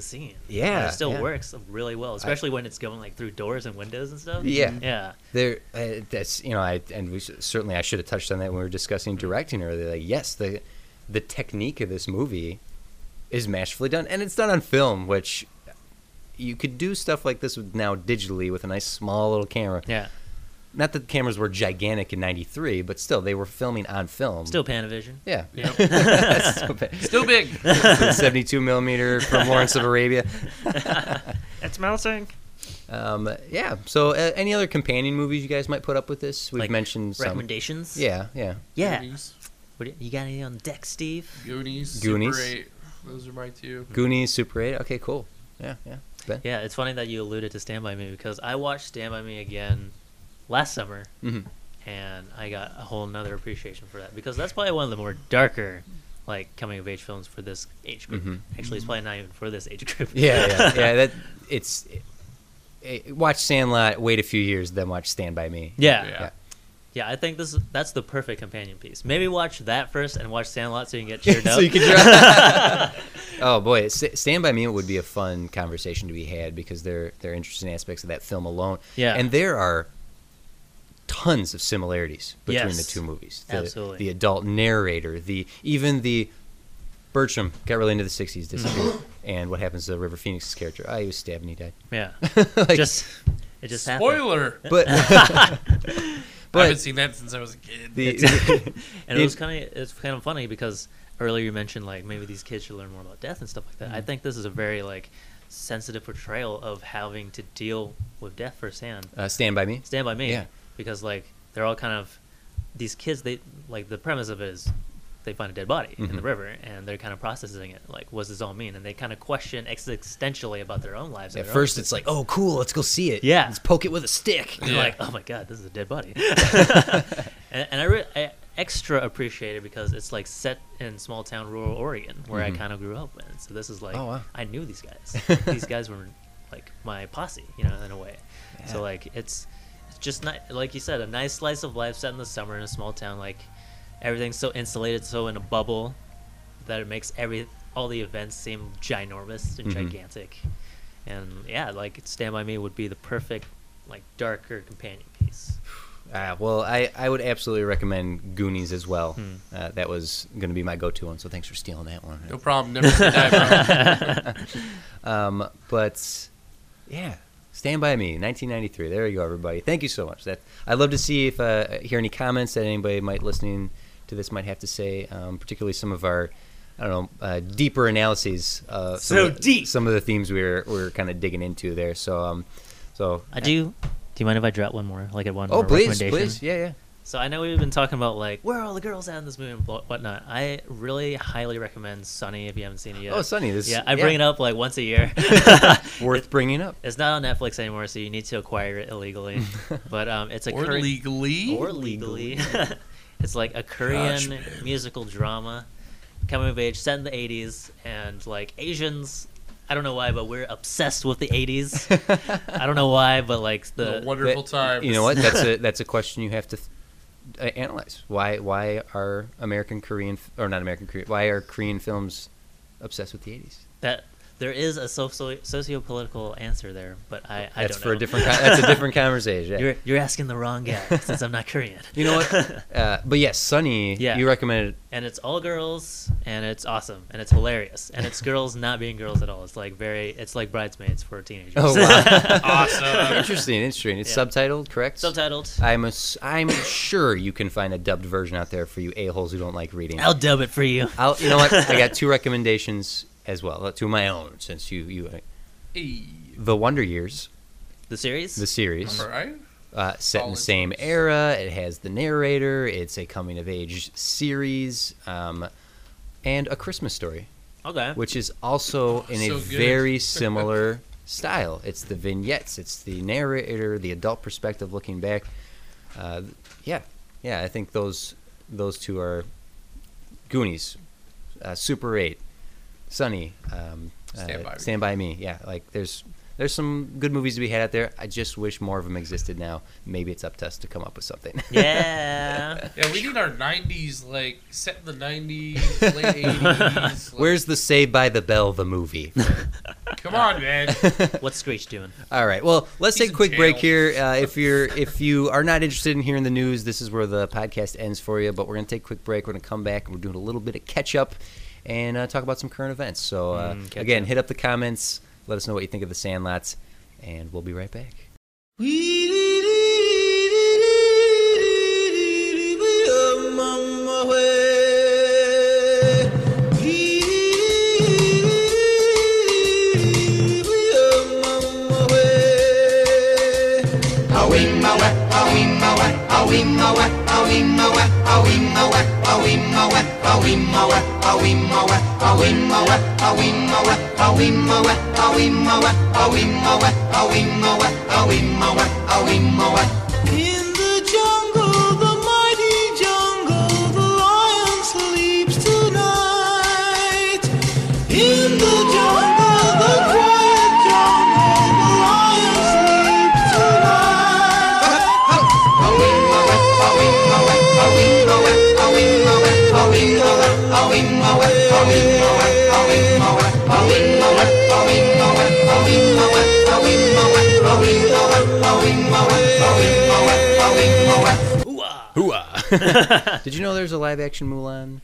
*laughs*
scene.
Yeah,
and it still
yeah.
works really well, especially when it's going like through doors and windows and stuff.
Yeah.
yeah,
There, uh, that's you know, I and we s- certainly I should have touched on that when we were discussing directing earlier. Like, yes, the the technique of this movie is masterfully done, and it's done on film, which you could do stuff like this with now digitally with a nice small little camera.
yeah.
Not that the cameras were gigantic in '93, but still they were filming on film.
Still Panavision.
yeah,
Yep.
That's so *laughs* bad.
Still big.
*laughs* It's a 72 millimeter from Lawrence of Arabia.
It's melting.
Um, yeah. So, uh, any other companion movies you guys might put up with this? We've
Like,
mentioned some.
Recommendations.
Yeah, yeah.
yeah.
Goonies.
What do- you got any on deck, Steve?
Goonies.
Goonies.
Super 8. Those are my two.
Goonies, Super 8. Okay, cool. Yeah, yeah. Ben?
Yeah, it's funny that you alluded to Stand By Me because I watched Stand By Me again last summer
Mhm.
and I got a whole nother appreciation for that because that's probably one of the more darker like coming of age films for this age group.
Mhm.
Actually, it's probably not even for this age group.
*laughs* Yeah,
*laughs*
yeah, yeah. That it's eh, watch Sandlot. Wait a few years, then watch Stand by Me.
yeah.
Yeah.
yeah. I think this is- that's the perfect companion piece. Maybe watch that first and watch Sandlot so you
*laughs*
can get cheered
so
up.
you can draw-
*laughs*
oh boy, S- Stand by Me would be a fun conversation to be had because there there are interesting aspects of that film alone.
Yeah.
and there are tons of similarities between
Yes.
the two movies. The,
Absolutely.
the adult narrator, the even the Bertram got really into the
*laughs*
'60s, disappeared, and what happens to River Phoenix's character? Ah, he was stabbed and he died.
yeah.
*laughs* Like,
just it just happened. *laughs*
Spoiler.
but *laughs*
I
but
haven't seen that since I was a kid.
the, *laughs*
And
It-
it was kind of it's kind of funny because earlier you mentioned like maybe these kids should learn more about death and stuff like that.
Mm-hmm.
I think this is a very like sensitive portrayal of having to deal with death firsthand.
uh, Stand by Me.
Stand by Me,
Yeah.
because like they're all kind of these kids. They like the premise of it is they find a dead body in the
Mhm.
river and they're kind of processing it. Like, what does this all mean? And they kind of question existentially about their own lives. and
At
their own
first, it's like, oh, cool, let's go see it.
Yeah.
let's poke it with a stick.
*laughs* and
Yeah.
you're like, oh my god, this is a
*laughs*
dead body. *laughs* and, and I, re- I extra appreciate it because it's like set in small town rural Oregon where
Mhm.
I kind of grew up in. So this is like,
Oh, wow.
I knew these
*laughs*
guys. these guys were like my posse, you know, in a way.
Yeah.
So like it's it's just not like you said, a nice slice of life set in the summer in a small town. Like everything's so insulated, so in a bubble that it makes every all the events seem ginormous and
Mhm.
gigantic. And yeah, like Stand by Me would be the perfect like darker companion *laughs*
*laughs*
piece.
Uh, well, I, I would absolutely recommend Goonies as well.
Hmm.
Uh, that was going to be my go-to one, so thanks for stealing that one.
No problem. Never seen that, bro.
*laughs* Um, but yeah, Stand by Me, 1993. There you go, everybody. Thank you so much. That I'd love to see if uh, hear any comments that anybody might listening to this might have to say, um, particularly some of our. I don't know, uh, deeper analyses. Uh, some
So
of the-
deep.
Some of the themes we were, we were kind of digging into there. So, um, so
I do. Do you mind if I drop one more? Like at one
Oh,
more
please,
recommendation?
please, yeah, yeah.
So I know we've been talking about like where are all the girls at in this movie and blah- whatnot. I really highly recommend Sunny if you haven't seen it yet.
Oh, Sunny, this
yeah, I bring it up like once a year. *laughs*
Worth bringing up.
it's not on Netflix anymore, so you need to acquire
*laughs*
it illegally. but um, it's a
or
Korean-
legally.
or legally. *laughs* it's like a Korean
Gosh, man.
musical drama, coming of age, set in the '80s, and like Asians. I don't know why, but we're obsessed with
*laughs*
the '80s. *laughs* I don't know why, but like
the
the
wonderful
That-
time.
You know what? That's
*laughs*
a that's a question you have to uh, analyze. Why why are American Korean f- or not American Korean? Why are Korean films obsessed with the eighties?
that there is a socio socio-political answer there, but I, I
That's
don't
for
know.
a different. Con- that's a
*laughs*
different conversation. yeah.
you're you're asking the wrong guy since I'm not Korean.
You know
*laughs*
what? Uh, but yes, Sunny.
Yeah.
You
*laughs*
recommended.
and it's all girls and it's awesome and it's hilarious and it's girls not being girls at all it's like very it's like bridesmaids for teenagers
Oh,
*laughs*
wow.
Awesome.
interesting, interesting. It's
Yeah.
subtitled, correct?
subtitled
I'm ass- I'm sure you can find a dubbed version out there for you a holes who don't like reading.
i'll dub it for you
I'll, you know what? I
*laughs*
got two recommendations as well, uh, two of my own. Since you, uh, you,
Hey,
The Wonder Years,
the series
the series,
all right.
uh, set in the
Solid
same
choice.
era. It has the narrator. It's a coming of age series, um, and a Christmas story,
okay
which is also in a
So good. *laughs*
very similar style. It's the vignettes. It's the narrator, the adult perspective looking back. Uh, yeah, yeah. I think those those two are Goonies, uh, Super Eight, Sunny, um, uh,
Stand By Me.
Stand by Me. Yeah, like there's there's some good movies to be had out there. I just wish more of them existed now. Maybe it's up to us to come up with something.
*laughs* yeah
Yeah, we need our '90s like set in the
*laughs*
'90s, late '80s.
*laughs*
Like,
Where's the Saved by the Bell the movie?
Come
*laughs*
on, man.
what's screech doing
All right. Well, let's
He's
take a
in
quick break
jail.
here. Uh, if you're if you are not interested in hearing the news, this is where the podcast ends for you. But we're gonna take a quick break. We're gonna come back. and We're doing a little bit of catch up and uh, talk about some current events. So uh,
Mm, catch
again,
up.
hit up the comments. Let us know what you think of the Sandlots, and we'll be right back.
I wing my In the jungle, the mighty jungle, the lion sleeps tonight. In the jungle, the quiet jungle, the lion sleeps tonight.
Did you know there's a live action Mulan?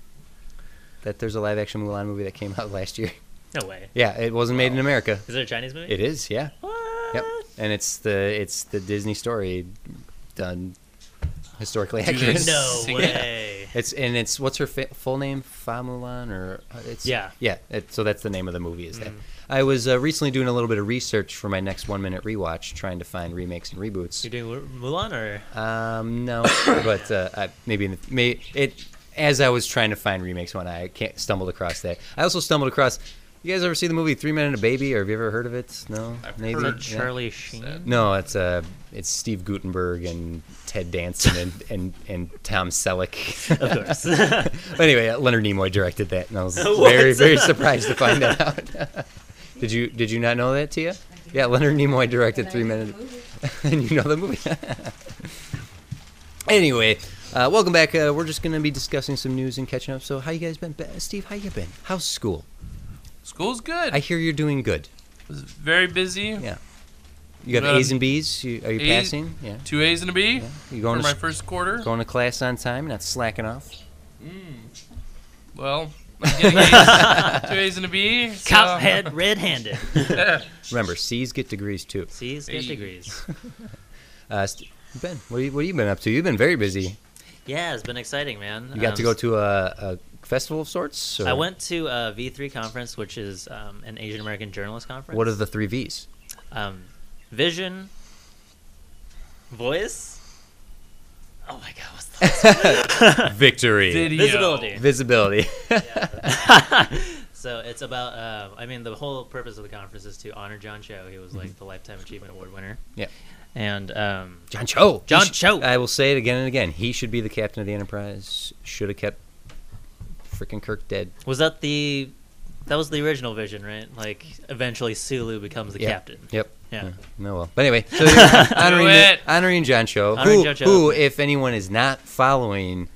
That there's a live action Mulan movie that came *laughs* out last year.
No way.
Yeah, it wasn't made in America.
Is it a Chinese movie?
It is, yeah.
What?
Yep. And it's the it's the Disney story done historically
Dude,
accurate.
it's-
*laughs*
*laughs*
No
Yeah.
way.
It's and it's what's her fa- full name? Fa Mulan or uh, it's
Yeah. Mm.
yeah. It, so that's the name of the movie. Is that I was uh, recently doing a little bit of research for my next one minute rewatch, trying to find remakes and reboots.
You're doing Mul- Mulan or
Um, no, but uh, I, maybe in the, may, it as I was trying to find remakes one, I can't, stumbled across that. I also stumbled across. You guys ever see the movie Three Men and a Baby, or have you ever heard of it? No,
I've
maybe
heard
Yeah. *laughs*
Charlie Sheen?
No, it's uh, it's Steve Gutenberg and Ted Danson and and, and Tom Selleck.
*laughs* Of course. I
But anyway, uh, Leonard Nimoy directed that, and I was
What?
very very surprised to find that out. *laughs* did you did you not know that, Tia? Yeah, Leonard Nimoy directed Three Men. And, *laughs* and you know the movie. anyway, uh, welcome back. Uh, we're just gonna be discussing some news and catching up. So, how you guys been, Be- Steve? How you been? How's school?
School's good.
I hear you're doing good.
was very busy.
Yeah. You got
Um,
A's and B's. You, are you
A's-
passing? Yeah.
Two A's and a B
You
for
going to
my
s-
first quarter.
going to class on time, not slacking off?
Well, I'm getting
*laughs*
A's, two A's and a B. So.
Cop
*laughs*
uh, *laughs*
head red-handed.
Remember, C's get degrees too.
C's get
Hey.
degrees.
Uh, St- ben, what, you, what have you been up to? You've been very busy.
Yeah, it's been exciting, man.
You got
Um,
to go to a, a festival of sorts. or
I went to a V3 conference, which is um, an Asian American journalist conference.
What are the three V's?
um, vision, voice? Oh my god, what's
*laughs*
that?
Victory.
Video.
Visibility.
Visibility. *laughs*
so it's about. Uh, I mean, the whole purpose of the conference is to honor John Cho. He was like the Lifetime Achievement Award winner.
Mm-hmm. Yeah.
And um,
John Cho.
John
He sh-
Cho.
I will say it again and again. He should be the captain of the Enterprise. Should have kept freaking Kirk dead.
was that the that was the original vision, right? Like eventually Sulu becomes the
Yeah.
captain.
Yep.
Yeah.
No, well. But anyway,
*laughs*
so *laughs* you're honoring,
it.
honoring John Cho,
Honoring
who,
John Cho.
who, if anyone is not following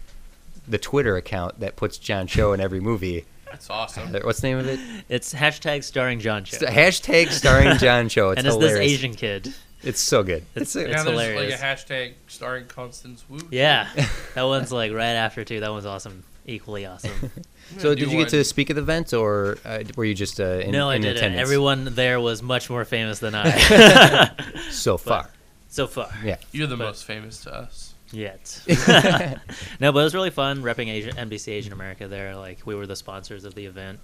the Twitter account that puts John Cho in every
*laughs*
movie, uh,
That's awesome.
what's the name of it?
It's hashtag starring John Cho.
St- hashtag starring John Cho. It's
and it's
hilarious.
this Asian kid.
It's so good. It's,
It's-
a-
now there's
hilarious.
like a hashtag starring Constance Wu.
*laughs*
Yeah, that one's like right after too. That one's awesome, equally awesome.
so,
do
did you get to
one.
speak at the event, or uh, were you just uh, *laughs* in,
no, I
in
didn't.
attendance?
Everyone there was much more famous
*laughs*
than I
so far.
so far. *laughs*
Yeah.
You're the
But-
most famous to us.
Yet.
*laughs*
no, but it was really fun repping Asia, NBC Asian America there. Like we were the sponsors of the event,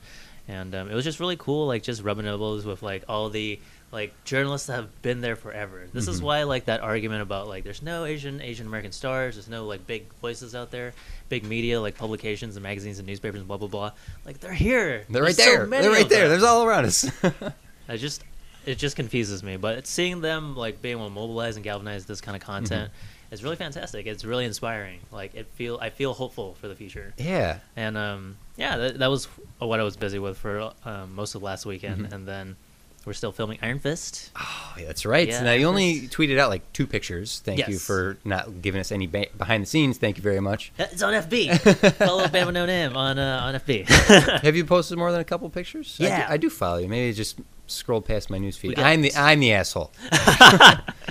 and um, it was just really cool. Like just rubbing elbows with like all the like journalists that have been there forever. This
Mm-hmm.
is why like that argument about like there's no Asian Asian American stars, there's no like big voices out there, big media like publications and magazines and newspapers and blah blah blah. Like they're here.
They're
There's
right
so
there.
many
They're right
of
there.
them.
There's all around
*laughs*
us. *laughs*
I just it just confuses me. But it's seeing them like being able to mobilize and galvanize this kind of
Mm-hmm.
content is really fantastic. It's really inspiring. Like it feel I feel hopeful for the future.
yeah.
And um, yeah, that, that was what I was busy with for um, most of last weekend,
Mm-hmm.
and then we're still filming Iron Fist.
Oh, yeah, that's right.
Yeah,
now you
it
only
was-
tweeted out like two pictures. Thank you
Yes.
for not giving us any ba- behind the scenes. Thank you very much.
It's on
*laughs*
FB. Follow Bama No Name on uh, on FB.
Have you posted more than a couple pictures? I do- I
Yeah.
do, follow you. Maybe I just scrolled past my news feed.
got-
I'm the I'm the
*laughs*
asshole. *laughs*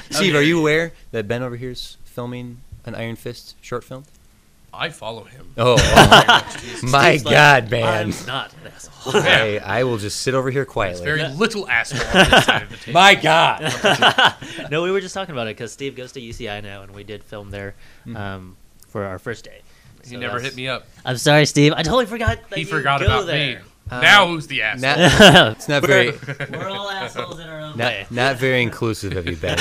Steve, are you aware that Ben over here is filming an Iron Fist short
*laughs*
film?
I follow him.
Oh, *laughs* my *laughs*
It's like,
God, man!
I'm not an asshole. *laughs*
I, I will just sit over here
It's
quietly.
very little asshole on this side of the table.
my God!
no, we were just talking about it because Steve goes to UCI now, and we did film there
Mm-hmm.
um, for our first day.
he
So
never
that's-
hit me up.
I'm sorry, Steve. I totally forgot. That
He
you
forgot
go
about
there.
me.
Uh,
now who's the asshole?
not,
*laughs*
*laughs*
it's not very
We're all assholes in our own way.
not, not very inclusive of you,
*laughs*
Ben.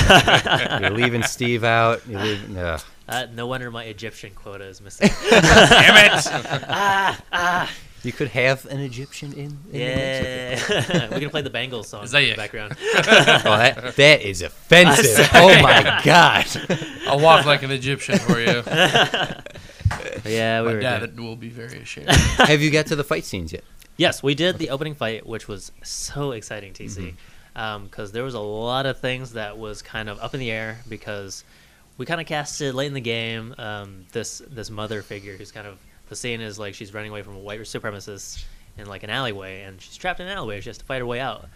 You're leaving Steve out. You're leaving, ugh.
Uh, no wonder my Egyptian quota is missing.
*laughs*
*laughs* Ah,
Damn it!
You could have an Egyptian in. in the mix with it.
yeah, we can play the Bengals song in the
Zayak. *laughs*
background.
*laughs* Oh, that, that is offensive. Oh
*laughs*
my god.
I'll walk like an Egyptian for you. Oh.
yeah, we
My
were. doing-
dad will be very ashamed.
*laughs*
Have you got to the fight scenes yet?
Yes, we did the opening fight, which was so exciting, TC,
Mm-hmm.
because there was a lot of things that was kind of up in the air because we kind of casted late in the game um, this this mother figure who's kind of the scene is like she's running away from a white supremacist in like an alleyway and she's trapped in an alleyway. She has to fight her way out,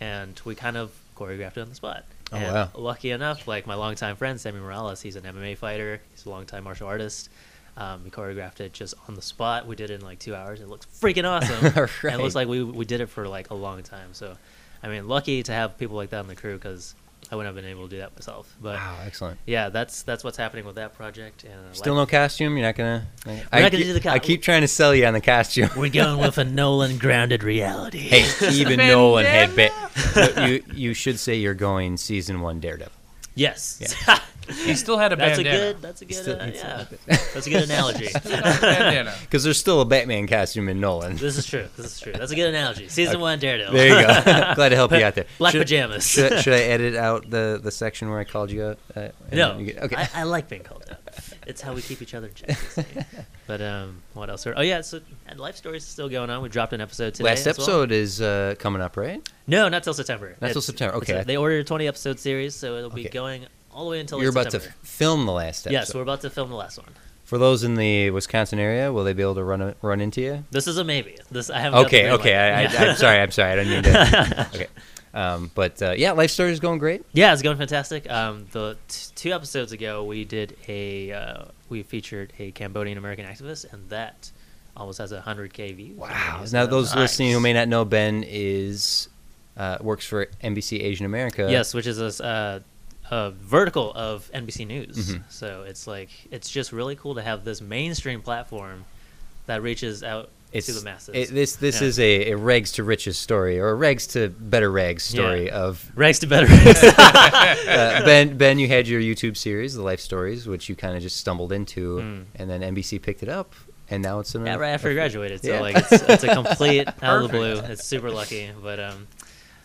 and we kind of choreographed it on the spot.
Oh,
and
wow.
Lucky enough, like my longtime friend Sammy Morales, he's an MMA fighter. He's a longtime martial artist. Um, we choreographed it just on the spot. We did it in like two hours. It looks freaking awesome. And
*laughs* Right.
it looks like we we did it for like a long time. So, I mean, lucky to have people like that on the crew because I wouldn't have been able to do that myself. But
Wow, excellent.
yeah, that's that's what's happening with that project. And uh,
Still
like-
no costume? You're not gonna. We're
not gonna do the co-
I keep trying to sell you on the
*laughs*
costume.
We're going with a Nolan grounded reality.
Hey, even Nolan had bit. You you should say you're going season one Daredevil.
Yes.
He still had
*laughs*
a
that's a
bandana.
good. That's a good.
Still-
uh,
it's-
yeah. That's a
*laughs*
good analogy.
Still had
*laughs*
a bandana.
Because there's still a Batman costume in Nolan.
this is true. This is true. That's a good analogy. Season one, Daredevil.
There you go.
*laughs*
Glad to help you out there.
Black
should, *laughs*
pajamas.
should, should I edit out the, the section where I called you out? Uh, and
No,
then you get- okay.
I, I like being called out. It's how we keep each other
*laughs*
in check. you see. But um, what else? Are, oh yeah, so and life stories is still going on. We dropped an episode today.
Last
as well.
episode is uh, coming up, right?
No, not till September.
till
It's-
September,
it's
okay.
a- they ordered a twenty episode series, so it'll be
Okay.
going all the way until
You're
like,
about to
September.
f- film the last episode.
Yes, we're about to film the last one.
For those in the Wisconsin area, will they be able to run uh, run into you?
This is a maybe. This I haven't. got the
Okay,
green
okay. I, I,
light. Yeah.
I'm sorry. I'm sorry. I don't mean
*laughs*
to. Okay. Um, but uh, yeah, life story is going great.
Yeah, it's going fantastic. Um, the t- two episodes ago, we did a uh, we featured a Cambodian American activist, and that almost has hundred k views.
Wow. Now, those listening who may not know, Ben is uh, works for NBC Asian America.
yes, which is a, s- uh, a vertical of NBC News.
Mhm.
So it's like it's just really cool to have this mainstream platform that reaches out
It's,
to the masses.
it- this this
Yeah.
is a, a rags to riches story, or a rags to better rags story
*laughs*
of
rags
*laughs*
to better. rags. *laughs*
uh, Ben. Ben, you had your YouTube series, The Life Stories, which you kind of just stumbled into,
Hmm.
and then NBC picked it up, and now it's an
yeah, right after I graduated. So
Yeah.
like it's, it's a
*laughs*
complete out of the blue. It's super lucky, but um,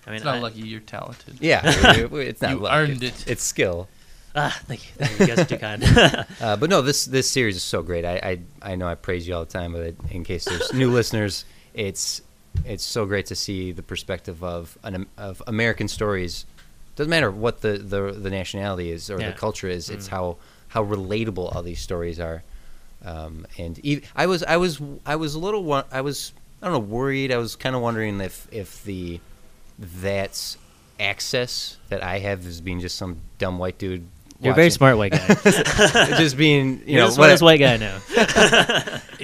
I mean,
It's not
I-
lucky you're talented.
Yeah, we- we- it's not
You
luck.
earned
it's-
it.
It's skill.
Ah, thank you. Thank you guys are too kind. *laughs*
Uh, but no, this this series is so great. I, I I know I praise you all the time, but in case there's new listeners, it's it's so great to see the perspective of an, Am- of American stories. Doesn't matter what the, the, the nationality is or
Yeah.
the culture is. It's how how relatable all these stories are. Um, and ev- I was I was I was a little wo- I was I don't know worried. I was kind of wondering if if the that's access that I have is being just some dumb white dude.
You're a very
watching-
smart white guy. *laughs*
*laughs*
You're
Just being you know
the smartest
what-
white guy I *laughs* know.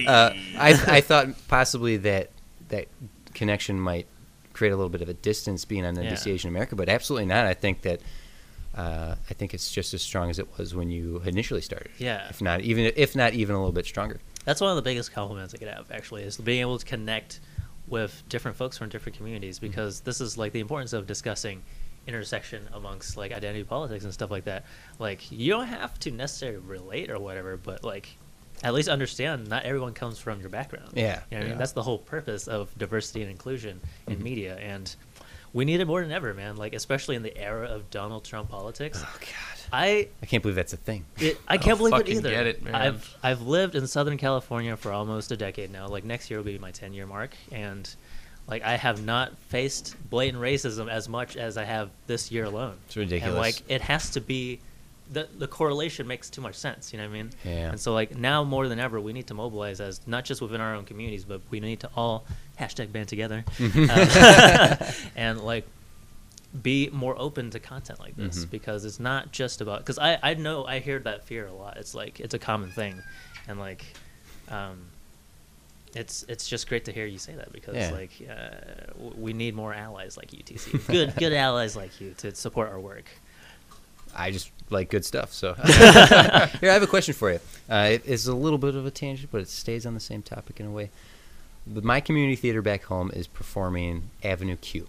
uh, I, I thought possibly that that connection might create a little bit of a distance being on NBC
Yeah.
Asian America, but absolutely not. I think that uh, I think it's just as strong as it was when you initially started.
Yeah.
if not even if not even a little bit stronger.
That's one of the biggest compliments I could have, actually, is being able to connect with different folks from different communities because this is like the importance of discussing intersection amongst like identity politics and stuff like that. Like, you don't have to necessarily relate or whatever, but like, at least understand not everyone comes from your background.
Yeah,
You know what I
yeah.
mean? That's the whole purpose of diversity and inclusion in media. And we need it more than ever, man. Like, especially in the era of Donald Trump politics.
Oh God,
I
I can't believe that's a thing.
it, I
don't
can't believe it
fucking
either.
get it, man.
I've I've lived in Southern California for almost a decade now. Like next year will be my ten year mark, and like I have not faced blatant racism as much as I have this year alone.
It's ridiculous.
And like it has to be, the the correlation makes too much sense. You know what I mean?
Yeah.
And so like now more than ever, we need to mobilize as not just within our own communities, but we need to all hashtag band
*laughs*
together, Um, *laughs* and like be more open to content like this
Mhm.
because it's not just about because I, I know I hear that fear a lot. It's like it's a common thing, and like, um, it's it's just great to hear you say that because
Yeah.
like uh, w- we need more allies like you, TC. Good good allies like you to support our work.
I just like good stuff. *laughs* So here, I have a question for you. Uh, it- it's a little bit of a tangent, but it stays on the same topic in a way. But my community theater back home is performing Avenue Q.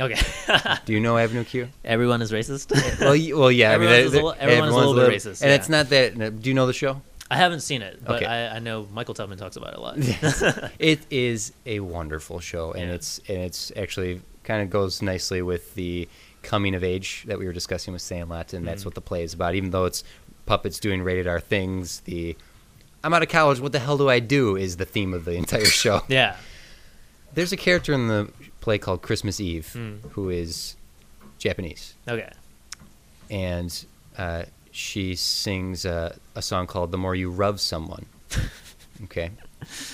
Okay. *laughs*
Do you know Avenue Q?
Everyone is racist.
*laughs* Well, y- well, yeah. I mean,
Everyone's
they're-
a little-
they're-
everyone's a little bit racist,
And
yeah.
it's not that. Do you know the show?
I haven't seen it, but
Okay.
I, I know Michael Tubman talks about it a lot.
*laughs*
*laughs*
it is a wonderful show, and
Yeah.
it's and it's actually kind of goes nicely with the coming of age that we were discussing with Sandlot, and
Mm-hmm.
that's what the play is about. Even though it's puppets doing rated R things, the I'm out of college. What the hell do I do? Is the theme of the entire *laughs* show.
yeah.
There's a character in the play called Christmas Eve
Mm.
who is Japanese,
Okay.
and uh, she sings uh, a song called "The More You Rub Someone." okay,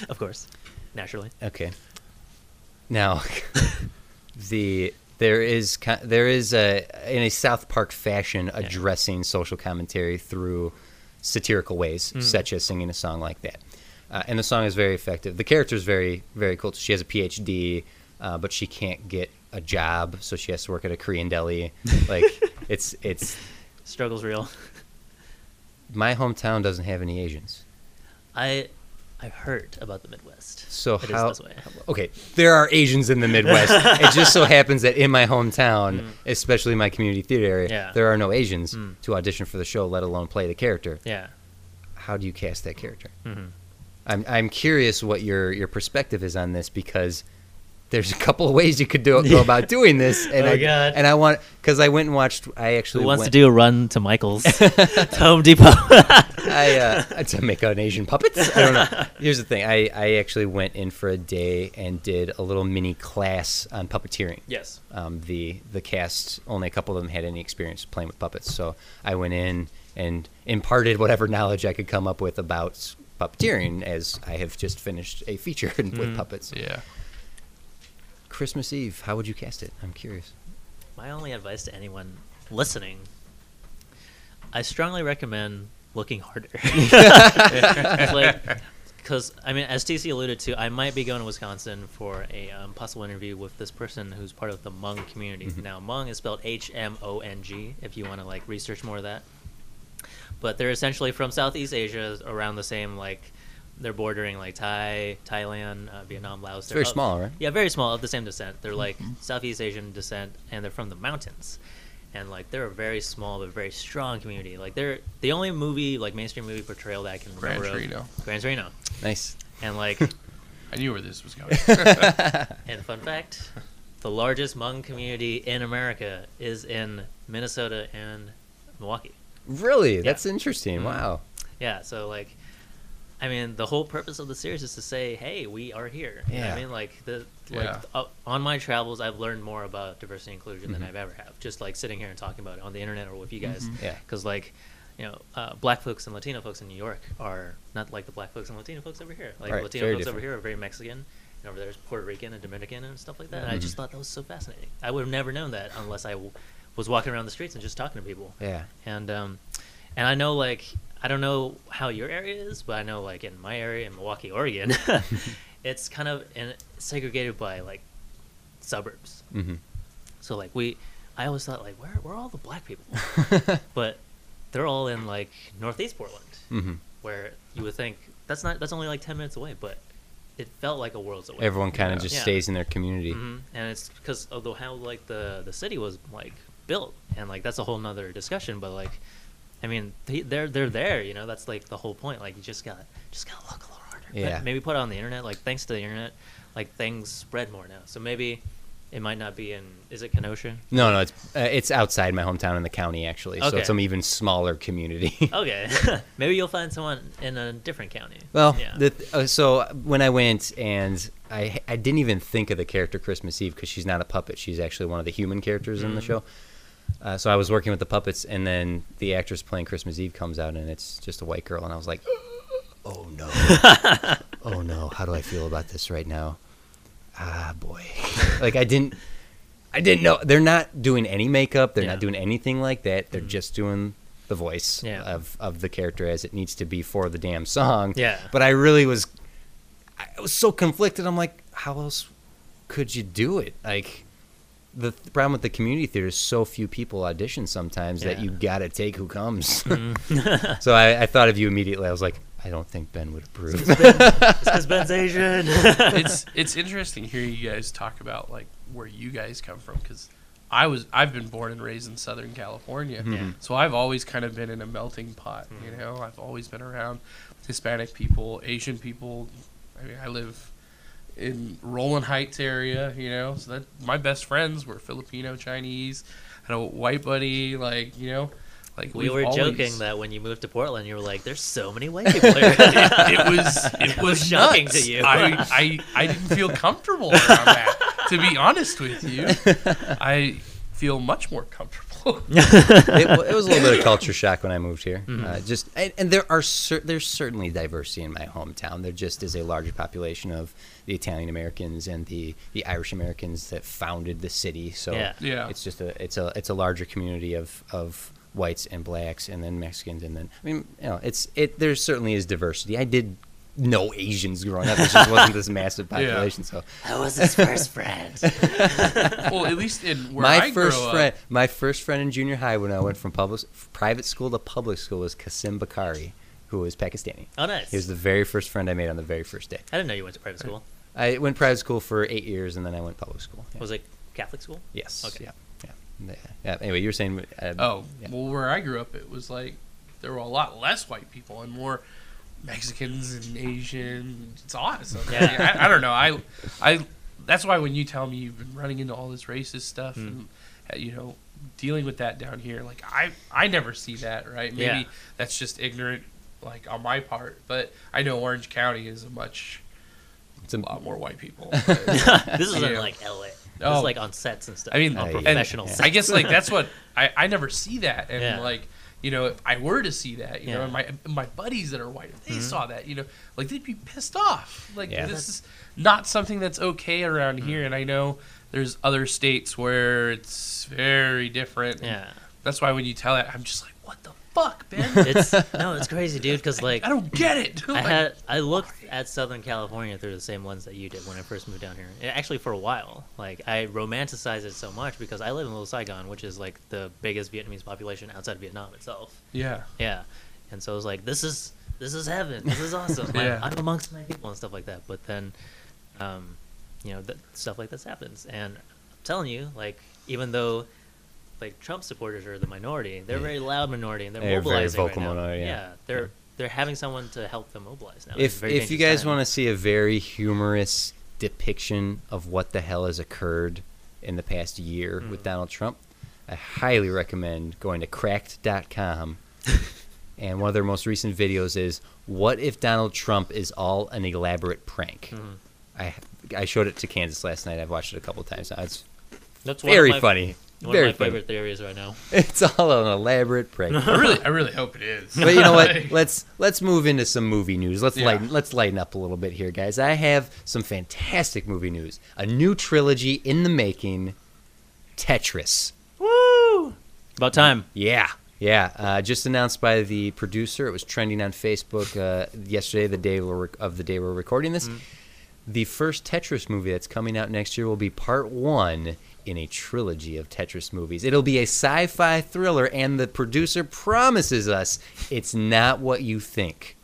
Of course. Naturally.
Okay. Now, *laughs* the there is ki- there is a in a South Park fashion addressing social commentary through satirical ways, such as singing a song like that. Uh, and the song is very effective. The character is very very cool. She has a PhD, uh, but she can't get a job, so she has to work at a Korean deli. Like it's it's
Struggle's real.
my hometown doesn't have any Asians.
I I've heard about the Midwest.
So
It is
how?
this way.
Okay, there are Asians in the
*laughs*
Midwest. it just so happens that in my hometown, especially my community theater area,
Mm. Yeah.
there are no Asians
Mm.
to audition for the show, let alone play the character.
Yeah.
How do you cast that character?
Mhm.
I'm I'm curious what your your perspective is on this because there's a couple of ways you could do,
*laughs*
go about doing this, and
Oh,
I
God.
and I want because I went and watched. I actually
Who wants to
went,
do a run to
*laughs*
Michael's *laughs* to Home Depot?
I uh, *laughs* to make out an Asian puppet. I don't know. Here's the thing. I, I actually went in for a day and did a little mini class on puppeteering.
yes.
um, the the cast only a couple of them had any experience playing with puppets so i went in and imparted whatever knowledge i could come up with about puppeteering as i have just finished a feature *laughs* in- with puppets
Yeah.
christmas eve how would you cast it i'm curious
My only advice to anyone listening, I strongly recommend looking
*laughs*
harder. Because, I mean, as TC alluded to, I might be going to Wisconsin for a um, possible interview with this person who's part of the Hmong community.
Mm-hmm.
Now, Hmong is spelled H M O N G, if you want to, like, research more of that. But they're essentially from Southeast Asia, around the same, like, they're bordering, like, Thai, Thailand, uh, Vietnam, Laos.
it's very
They're of-
small right Hmm.
yeah, very small, of the same descent. They're like Southeast Asian descent, and they're from the mountains, and like they're a very small but very strong community. Like they're the only movie, like mainstream movie portrayal that I can
Gran
remember. of-
Torino.
Gran Torino,
nice
and like,
I knew where this was going.
*laughs* and fun fact, the largest Hmong community in America is in Minnesota and Milwaukee.
*laughs* really that's interesting wow
Yeah, so like, I mean, the whole purpose of the series is to say, hey, we are here. You know what
Yeah.
I mean, like the like
Yeah.
uh, on my travels, I've learned more about diversity and inclusion
Mm-hmm.
than I've ever have. Just like sitting here and talking about it on the internet or with you guys,
Yeah.
Because like, you know, uh, black folks and Latino folks in New York are not like the black folks and Latino folks over here. Like
Right,
Latino
very
folks over
different.
here are very Mexican. And over there is Puerto Rican and Dominican and stuff like that.
Mm-hmm.
And I just thought that was so fascinating. I would have never known that unless I w- was walking around the streets and just talking to people
yeah
and um, and I know like I don't know how your area is, but I know like in my area in Milwaukee, Oregon, *laughs* it's kind of in, segregated by like suburbs.
mm-hmm.
So like we, I always thought like where where are all the black people? but they're all in like northeast Portland,
Mm-hmm.
where you would think that's not that's only like ten minutes away, but it felt like a world's away.
everyone kind of just
Yeah.
stays in their community
hmm And it's because of the, how like the the city was like built, and like that's a whole nother discussion. But like, I mean, they, they're they're there, you know. That's like the whole point. Like, you just got just gotta look a little harder. But
Yeah.
Maybe put it on the internet. Like, thanks to the internet, like things spread more now. So maybe it might not be in. Is it Kenosha?
no no it's uh, it's outside my hometown in the county actually so
Okay.
it's an even smaller community *laughs*
Okay. *laughs* maybe you'll find someone in a different county.
Well,
Yeah.
the, uh, so when I went and I I didn't even think of the character Christmas Eve because she's not a puppet. She's actually one of the human characters in the
Mm.
show. Uh, so I was working with the puppets, and then the actress playing Christmas Eve comes out, and it's just a white girl, and I was like, *gasps* "Oh
*laughs*
no, oh no, how do I feel about this right now?" Ah, boy, *laughs* like I didn't, I didn't know. They're not doing any makeup. They're
Yeah.
not
Mm.
doing anything like that. They're just doing the voice
Yeah.
of of the character as it needs to be for the damn song.
Yeah.
*laughs* But I really was, I was so conflicted. I'm like, how else could you do it? Like, the th- problem with the community theater is so few people audition sometimes that
Yeah.
*laughs*
Mm.
you gotta take who comes. so I, I thought of you immediately. I was like, I don't think Ben would
*laughs*
approve.
Because Ben's Asian.
*laughs*
it's it's interesting hearing you guys talk about like where you guys come from because I was I've been born and raised in Southern California,
Mhm.
so I've always kind of been in a melting pot. You know, I've always been around Hispanic people, Asian people. I mean, I live in Rolling Heights area. You know, so that my best friends were Filipino, Chinese, had a white buddy. Like you know, like
we
we've
were
always-
joking that when you moved to Portland, you were like, "There's so
*laughs*
many white people here." *laughs*
it was it
That
was
was shocking
nuts.
to you.
I, I I didn't feel comfortable around that. To be honest
*laughs*
with you, I feel much more comfortable.
it, wa- it was a little bit of culture shock when I moved here. Uh, just and, and there are cer- there's certainly diversity in my hometown. There just is a larger population of the Italian Americans and the, the Irish Americans that founded the city. So
Yeah.
Yeah.
it's just a it's a it's a larger community of of whites and blacks and then Mexicans and then I mean you know it's it there certainly is diversity. I did know Asians growing up. It just wasn't this massive
*laughs* Yeah.
population. So
I was his first friend.
Well, at least in where
my
I
first
grew
friend, my first friend in junior high when I went from public private school to public school was Kasim Bakari, who was Pakistani.
Oh, nice.
He was the very first friend I made on the very first day.
I didn't know you went to private school.
I went private school for eight years, and then I went public school. Yeah.
Was it Catholic school?
Yes.
Okay.
Yeah. Yeah. yeah. Anyway, you were saying. Uh,
up. Oh,
yeah.
well, where I grew up, it was like there were a lot less white people and more Mexicans and Asian. It's awesome.
Yeah.
I, mean, I, I don't know. I I that's why when you tell me you've been running into all this racist stuff
Hmm.
and uh, you know dealing with that down here, like I I never see that. Right? Maybe
Yeah.
that's just ignorant, like on my part. But I know Orange County is a much
It's a-
a lot more white
*laughs*
people.
this is in
Yeah.
like LA. This
Oh.
is like on sets and stuff.
I mean,
Oh,
on
yeah.
professional
and
sets.
I guess like
*laughs*
that's what I, I never see that, and
Yeah.
like you know, if I were to see that, you know,
Yeah. Mm-hmm.
and my my buddies that are white, if they saw that, you know, like they'd be pissed off. Like
Yeah.
this is not something that's okay around
Mm-hmm.
here, and I know there's other states where it's very different. and
Yeah.
that's why when you tell that, I'm just like, what the fuck, man? *laughs*
It's no, it's crazy, dude. Because like
I don't get it.
I
*laughs* Like,
had I looked at Southern California through the same lens that you did when I first moved down here. And actually, for a while, like I romanticized it so much because I live in Little Saigon, which is like the biggest Vietnamese population outside of Vietnam itself.
yeah,
Yeah, and so I was like, this is this is heaven. This
*laughs*
is awesome. Like,
Yeah.
I'm amongst my people and stuff like that. But then, um, you know, that stuff like this happens. And I'm telling you, like, even though like Trump supporters are the minority, they're a very loud minority and they're,
They're very
mobilizing right
vocal
now.
minority, yeah.
they're they're having someone to help them mobilize now.
if if you guys want to see a very humorous depiction of what the hell has occurred in the past year
Mm-hmm.
with Donald Trump, I highly recommend going to
*laughs*
cracked.com. and one of their most recent videos is what if Donald Trump is all an elaborate prank?
Mm-hmm.
I I showed it to Kansas last night. I've watched it a couple times. now. It's
to, that's one of
very
my-
funny.
One
very
of my
funny.
favorite theories right now.
*laughs* It's all an elaborate prank.
I really, I really hope it
*laughs*
is.
But you know what? Let's let's move into some movie news. Let's
Yeah.
lighten let's lighten up a little bit here, guys. I have some fantastic movie news. A new trilogy in the making, Tetris.
About time.
Yeah, yeah. Uh, just announced by the producer. It was trending on Facebook uh, yesterday, the day we're rec- of the day we're recording this. The first Tetris movie that's coming out next year will be part one in a trilogy of Tetris movies. It'll be a sci-fi thriller, and the producer promises us it's not what you think.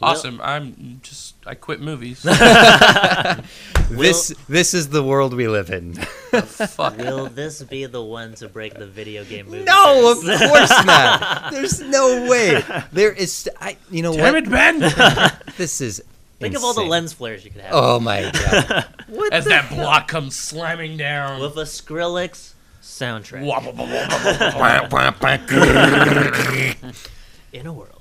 awesome. I'm just, I quit
*laughs*
movies.
This this is the world we live
*laughs*
in.
Fuck.
Will this be the one to break the
*laughs*
video game movie?
No, of
curse?
course
*laughs*
not. There's no way. There is. I. You know
Damn
what?
it, Ben!
*laughs*
This is.
Think of all the
insane.
lens flares you could have.
Oh
*laughs*
my god. What
As
the
that
hell?
block comes slamming down. *laughs*
with a Skrillex soundtrack in a world.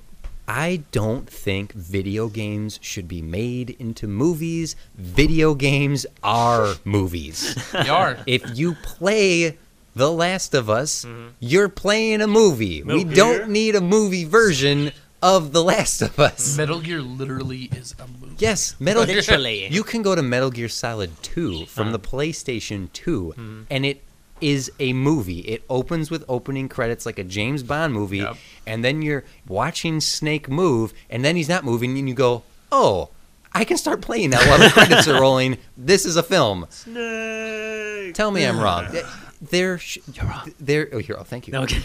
I don't think video games should be made into movies. Video games are
*laughs*
movies.
*laughs* They are.
If you play The Last of Us, you're playing a movie. we
Mm-hmm. Metal
don't
Gear.
need a movie version of The Last of Us.
Metal Gear literally is a movie.
Yes, Metal Gear.
Literally. Uh-huh.
You can go to Metal Gear Solid 2 from the PlayStation 2,
Mm-hmm.
and it is a movie. It opens with opening credits like a James Bond movie,
Yep.
and then you're watching Snake move, and then he's not moving, and you go, oh, I can start playing now while the credits are rolling. This is a film.
Snake.
Tell me I'm wrong. Th- *laughs* There, sh- you're there. Oh, you're. Oh, thank you.
Okay.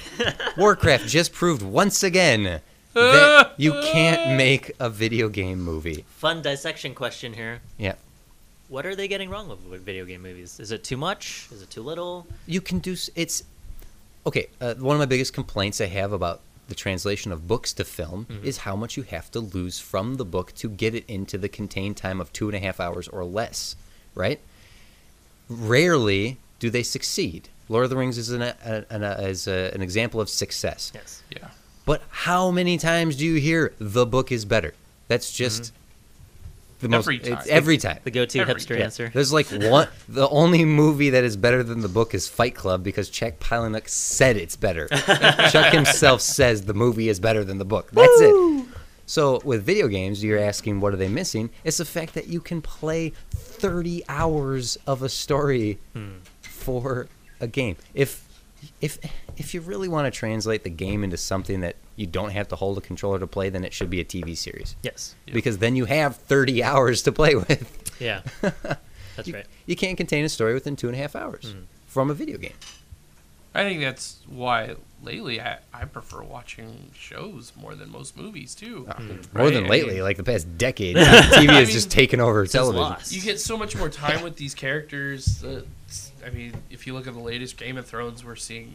Warcraft just proved once again that you
*laughs*
can't make a video game movie.
Fun dissection question here.
Yeah.
What are they getting wrong with with video game movies? Is it too much? Is it too little?
you can do s- it's okay uh, one of my biggest complaints i have about the translation of books to film
Mm-hmm.
is how much you have to lose from the book to get it into the contained time of two and a half hours or less right rarely do they succeed lord of the rings is an, a, an, a, is a, an example of success
Yes.
Yeah.
but how many times do you hear the book is better that's just the most
Mm-hmm. Every time.
it's every time
The go-to
Every-
hipster
yeah.
answer.
There's like one. The only movie that is better than the book is Fight Club because Chuck Palahniuk said it's better. Chuck himself says the movie is better than the book. That's it. So with video games, you're asking what are they missing? It's the fact that you can play 30 hours of a story
Hmm.
for a game. If if if you really want to translate the game into something that you don't have to hold a controller to play, then it should be a TV series
Yes.
because then you have 30 hours to play with.
Yeah. That's
You,
right. Mm-hmm.
you can't contain a story within two and a half hours from a video game.
I think that's why lately I, I prefer watching shows more than most movies too.
Ah. Hmm.
Mm-hmm.
More
Right,
than
I
lately,
mean-
like the past *laughs* decade, TV has
mean,
just taken over
Just
television.
lost.
You get so much more time with these characters. That, I mean, if you look at the latest Game of Thrones, we're seeing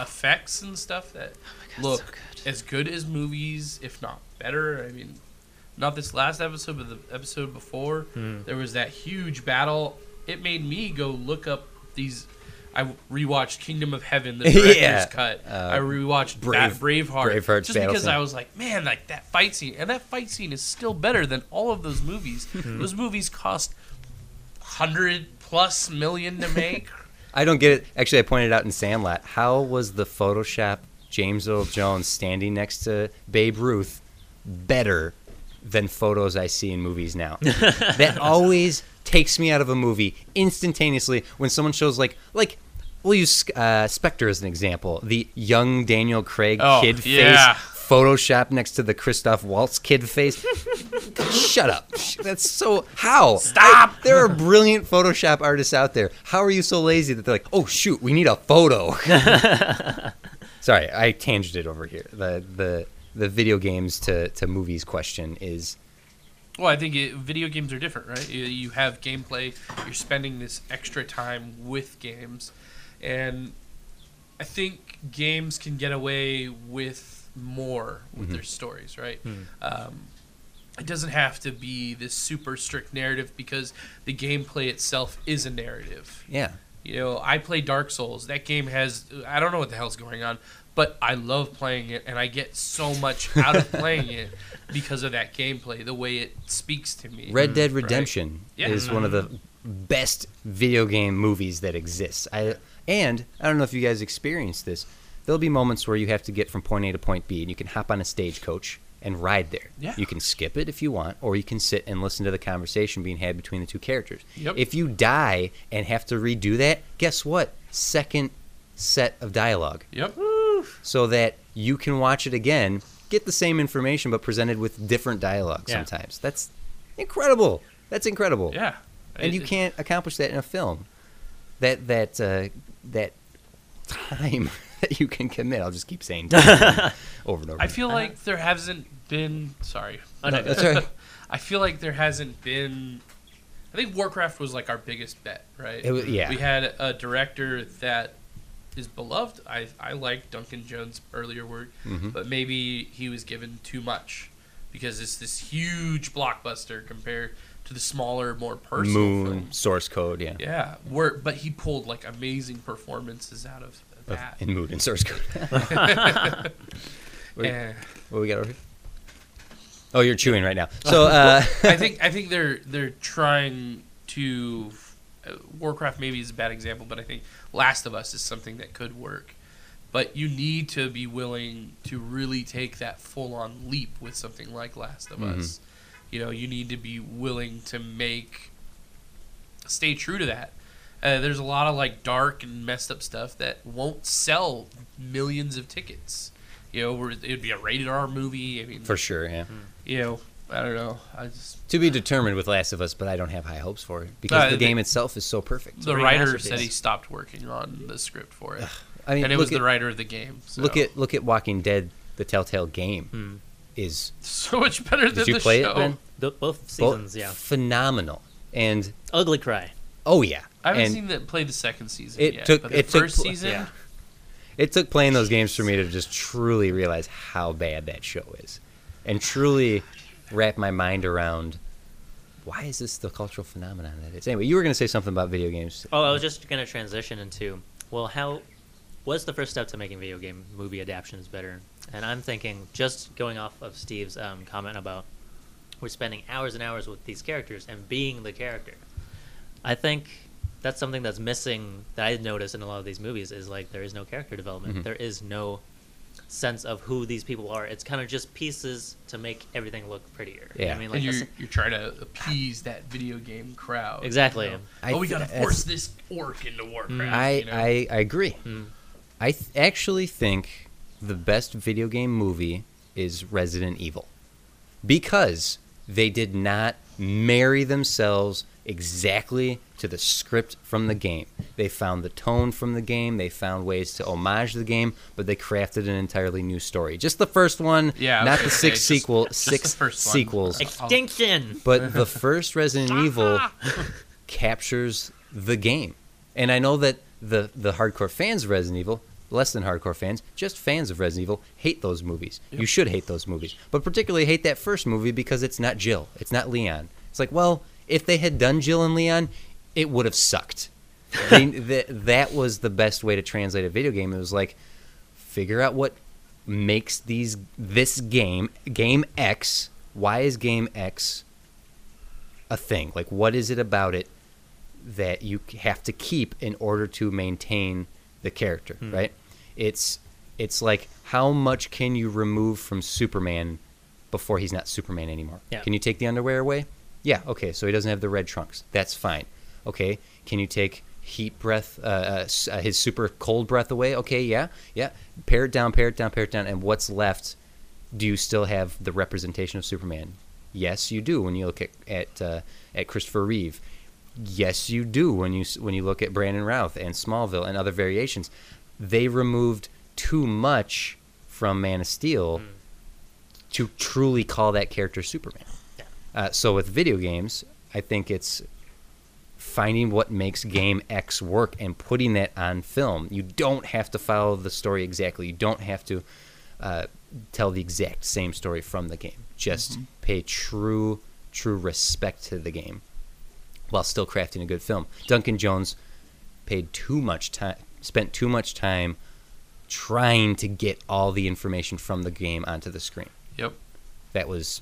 effects and stuff that
Oh God,
look
so good.
as good as movies, if not better. I mean, not this last episode, but the episode before, there was that huge battle. It made me go look up these. I rewatched Kingdom of
*laughs*
Heaven, the director's
Yeah.
cut.
Uh,
I rewatched Brave,
Brave-
Braveheart,
Braveheart's
just because
Battlefront.
I was like, man, like that fight scene, and that fight scene is still better than all of
*laughs*
those movies.
Hmm.
those movies cost hundred plus million to make.
*laughs* I don't get it. Actually, I pointed out in Sandlot how was the Photoshop James Earl Jones standing next to Babe Ruth better than photos I see in movies
*laughs*
now? that always takes me out of a movie instantaneously when someone shows like like. We'll use uh, Spectre as an example. The young Daniel Craig
Oh,
kid
yeah.
face, Photoshop next to the Christoph Waltz kid face. Shut up. That's so. How? Stop! there are brilliant Photoshop artists out there. How are you so lazy that they're like, oh, shoot, we need a photo? Sorry, I tangented over here. The, the, the video games to, to movies question is
Well, I think it, video games are different, right? You, you have gameplay. You're spending this extra time with games, and I think games can get away with more with
Mm-hmm.
their stories, right?
Hmm.
Um, it doesn't have to be this super strict narrative because the gameplay itself is a narrative.
yeah.
You know, I play Dark Souls. That game has I don't know what the hell's going on, but I love playing it and I get so much out
*laughs*
of playing it because of that gameplay, the way it speaks to me.
Red Dead Redemption
Yeah.
is one of the best video game movies that exists. I and I don't know if you guys experienced this. There'll be moments where you have to get from point A to point B, and you can hop on a stagecoach and ride there.
Yeah.
You can skip it if you want, or you can sit and listen to the conversation being had between the two characters.
Yep.
If you die and have to redo that, guess what? Second set of dialogue
Yep.
so that you can watch it again, get the same information but presented with different dialogue
Yeah.
sometimes. That's incredible. That's incredible.
Yeah.
And you
It-
can't accomplish that in a film. That that uh, that time *laughs* that you can commit. I'll just keep saying time over
*laughs*
and over.
I feel like there hasn't been sorry.
Oh, no,
Uh-huh. That's all right.
I feel like there hasn't been I think Warcraft was like our biggest bet, right?
It wa- yeah.
We had a director that is beloved. I I like Duncan Jones' earlier work,
Mm-hmm.
but maybe he was given too much because it's this huge blockbuster compared to the smaller, more personal
Moon
films.
source code. Yeah.
Yeah, where but he pulled like amazing performances out of
Of-
that.
in moon and source
*laughs*
code. *laughs* Wait.
And-
what we got over here? Oh, you're chewing right now.
*laughs*
So uh,
I think I think they're they're trying to. Uh, Warcraft maybe is a bad example, but I think Last of Us is something that could work. But you need to be willing to really take that full on leap with something like Last of Us. You know, you need to be willing to make stay true to that. Uh, there's a lot of like dark and messed up stuff that won't sell millions of tickets. You know, where it'd be a rated R movie. I
*laughs*
mean,
for sure, yeah.
you know, I don't know. I just
To be determined with Last of Us, but I don't have high hopes for it because
Uh,
the
the-
game itself is so perfect.
the
pretty
writer
masterpiece.
said he stopped working on the script for it,
I mean,
and it
look
was
at,
the writer of the game. So.
Look at look at Walking Dead the Telltale game
Hmm.
is
*laughs* So much better than
Did you
the
play it,
show.
Ben?
Th- both
bo-
seasons, yeah.
phenomenal. And
Ugly Cry.
oh yeah,
I haven't
and
seen that played the second season
It
yet.
took-
but the
it took
first
pl-
season.
yeah.
it took playing those games for me to just truly realize how bad that show is, and truly wrap my mind around why is this the cultural phenomenon that it is. Anyway, you were going to say something about video games.
Oh, I was just gonna transition into well, how what's the first step to making video game movie adaptations better? And I'm thinking just going off of Steve's um, comment about we're spending hours and hours with these characters and being the character. I think that's something that's missing that I notice in a lot of these movies is like there is no character development.
Mhm.
There is no sense of who these people are. It's kind of just pieces to make everything look prettier. You know what
Yeah.
I mean,
and
like
you're, you're trying to appease that video game crowd.
Exactly.
you know?
I
oh, we
thi-
gotta
that's-
force this orc into Warcraft.
I,
you know? Hmm.
I I agree.
Mm.
I th- actually think the best video game movie is Resident Evil because they did not marry themselves exactly to the script from the game. They found the tone from the game, they found ways to homage the game, but they crafted an entirely new story. Just the first one,
Yeah, I was
not
gonna
the
say,
six
just-
sequel,
just the
six
first one.
sequels.
Mm-hmm.
extinction.
But the first Resident Evil *laughs* captures the game. And I know that the, the hardcore fans of Resident Evil, less than hardcore fans, just fans of Resident Evil, hate those movies. You should hate those movies. But particularly hate that first movie because it's not Jill, it's not Leon. It's like, well, if they had done Jill and Leon, it would have sucked. they, th- that was the best way to translate a video game. It was like, figure out what makes these this game game X. Why is game X a thing? Like, what is it about it that you c- have to keep in order to maintain the character? Right? It's it's like how much can you remove from Superman before he's not Superman anymore?
Yeah.
Can you take the underwear away? Yeah. Okay. So he doesn't have the red trunks. That's fine. Okay. Can you take heat breath, uh, uh, s- uh, his super cold breath away? Okay. Yeah. Yeah. Pare it down. Pare it down. Pare it down. And what's left? Do you still have the representation of Superman? Yes, you do. When you look at at, uh, at Christopher Reeve, yes, you do. When you s- when you look at Brandon Routh and Smallville and other variations, they removed too much from Man of Steel to truly call that character Superman.
Yeah.
Uh, so with video games, I think it's finding what makes game X work and putting that on film. You don't have to follow the story exactly. You don't have to uh, tell the exact same story from the game. Just
Mm-hmm.
pay true, true respect to the game while still crafting a good film. Duncan Jones paid too much time, spent too much time trying to get all the information from the game onto the screen.
Yep.
That was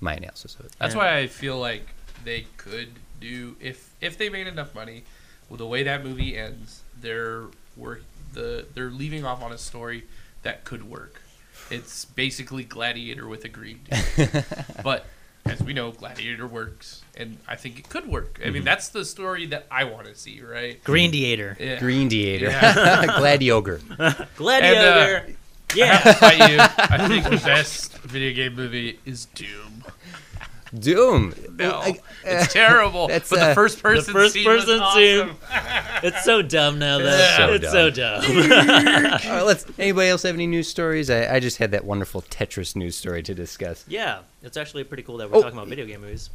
my analysis of it.
That's
Yeah.
why I feel like they could do if if they made enough money. Well, the way that movie ends, they're work the they're leaving off on a story that could work. It's basically Gladiator with a green dude. but as we know, Gladiator works, and I think it could work. I mean, that's the story that I want to see, right?
Green Theater.
Yeah.
Green Theater, *laughs*
Yeah.
Gladiogre.
Gladiator.
And,
yeah.
*laughs* uh, I fight you. I think the best video game movie is Doom.
Doom.
No,
I-
it's
*laughs*
terrible.
that's,
but
uh,
the first person,
first
scene was
person
awesome.
scene. It's so dumb now, though.
It's
so
it's so dumb.
*laughs* All right, let's. Anybody else have any news stories? I, I just had that wonderful Tetris news story to discuss.
*laughs* yeah, it's actually pretty cool that we're
Oh.
talking about video game movies.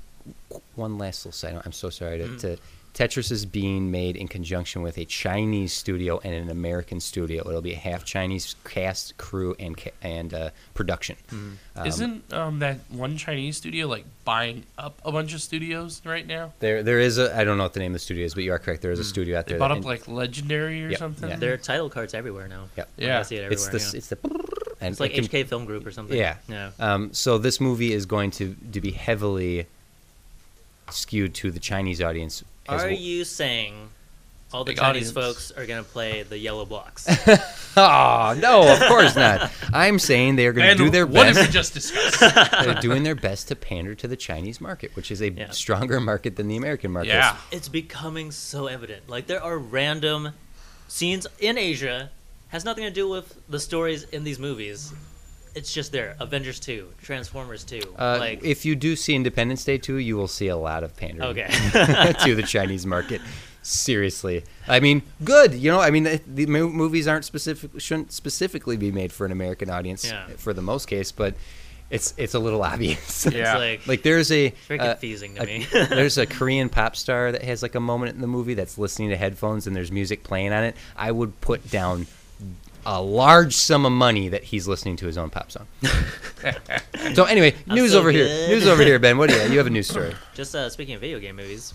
One last little side note. I'm so sorry to, to. Tetris is being made in conjunction with a Chinese studio and an American studio. It'll be a half Chinese cast, crew, and ca- and uh, production. Um,
Isn't um, that one Chinese studio like buying up a bunch of studios right now?
there? There is a. I don't know what the name of the studio is, but you are correct. There is a studio out
They
there.
bought
that-
up like Legendary or
Yeah,
something.
yeah.
There are title cards everywhere now.
Yep.
Like,
Yeah.
I see it everywhere.
it's the.
yeah.
It's the. And
It's like
it can-
HK Film Group or something.
Yeah.
Yeah.
Um, so this movie is going to, to be heavily skewed to the Chinese audience. as
Are
well. *laughs*
you saying all the
Big
Chinese
audience.
folks are going to play the
*laughs*
yellow blocks?
Oh no, of course not. I'm saying they are going
And
to do their
what have
best.
we
*laughs*
just discussed?
They're doing their best to pander to the Chinese market, which is a
Yeah.
stronger market than the American market.
yeah,
it's becoming so evident. Like, there are random scenes in Asia, has nothing to do with the stories in these movies. It's just there. Avengers 2, Transformers 2.
Uh, *laughs*
like,
if you do see Independence Day 2, you will see a lot of pandering
okay.
to the Chinese market. Seriously, I mean, good. You know, I mean, the, the mo- movies aren't specific shouldn't specifically be made for an American audience
Yeah.
for the most case, but it's it's a little *laughs* obvious.
Yeah.
It's like,
like there's a
very
uh, a-
confusing to me.
*laughs* there's
*laughs*
a Korean pop star that has like a moment in the movie that's listening to headphones and there's music playing on it. I would put down a large sum of money that he's listening to his own pop
*laughs*
song. so anyway,
I'm
news
so
over here.
good.
News over here, Ben. What do you? You have a
*laughs*
news story.
Just uh, speaking of video game movies,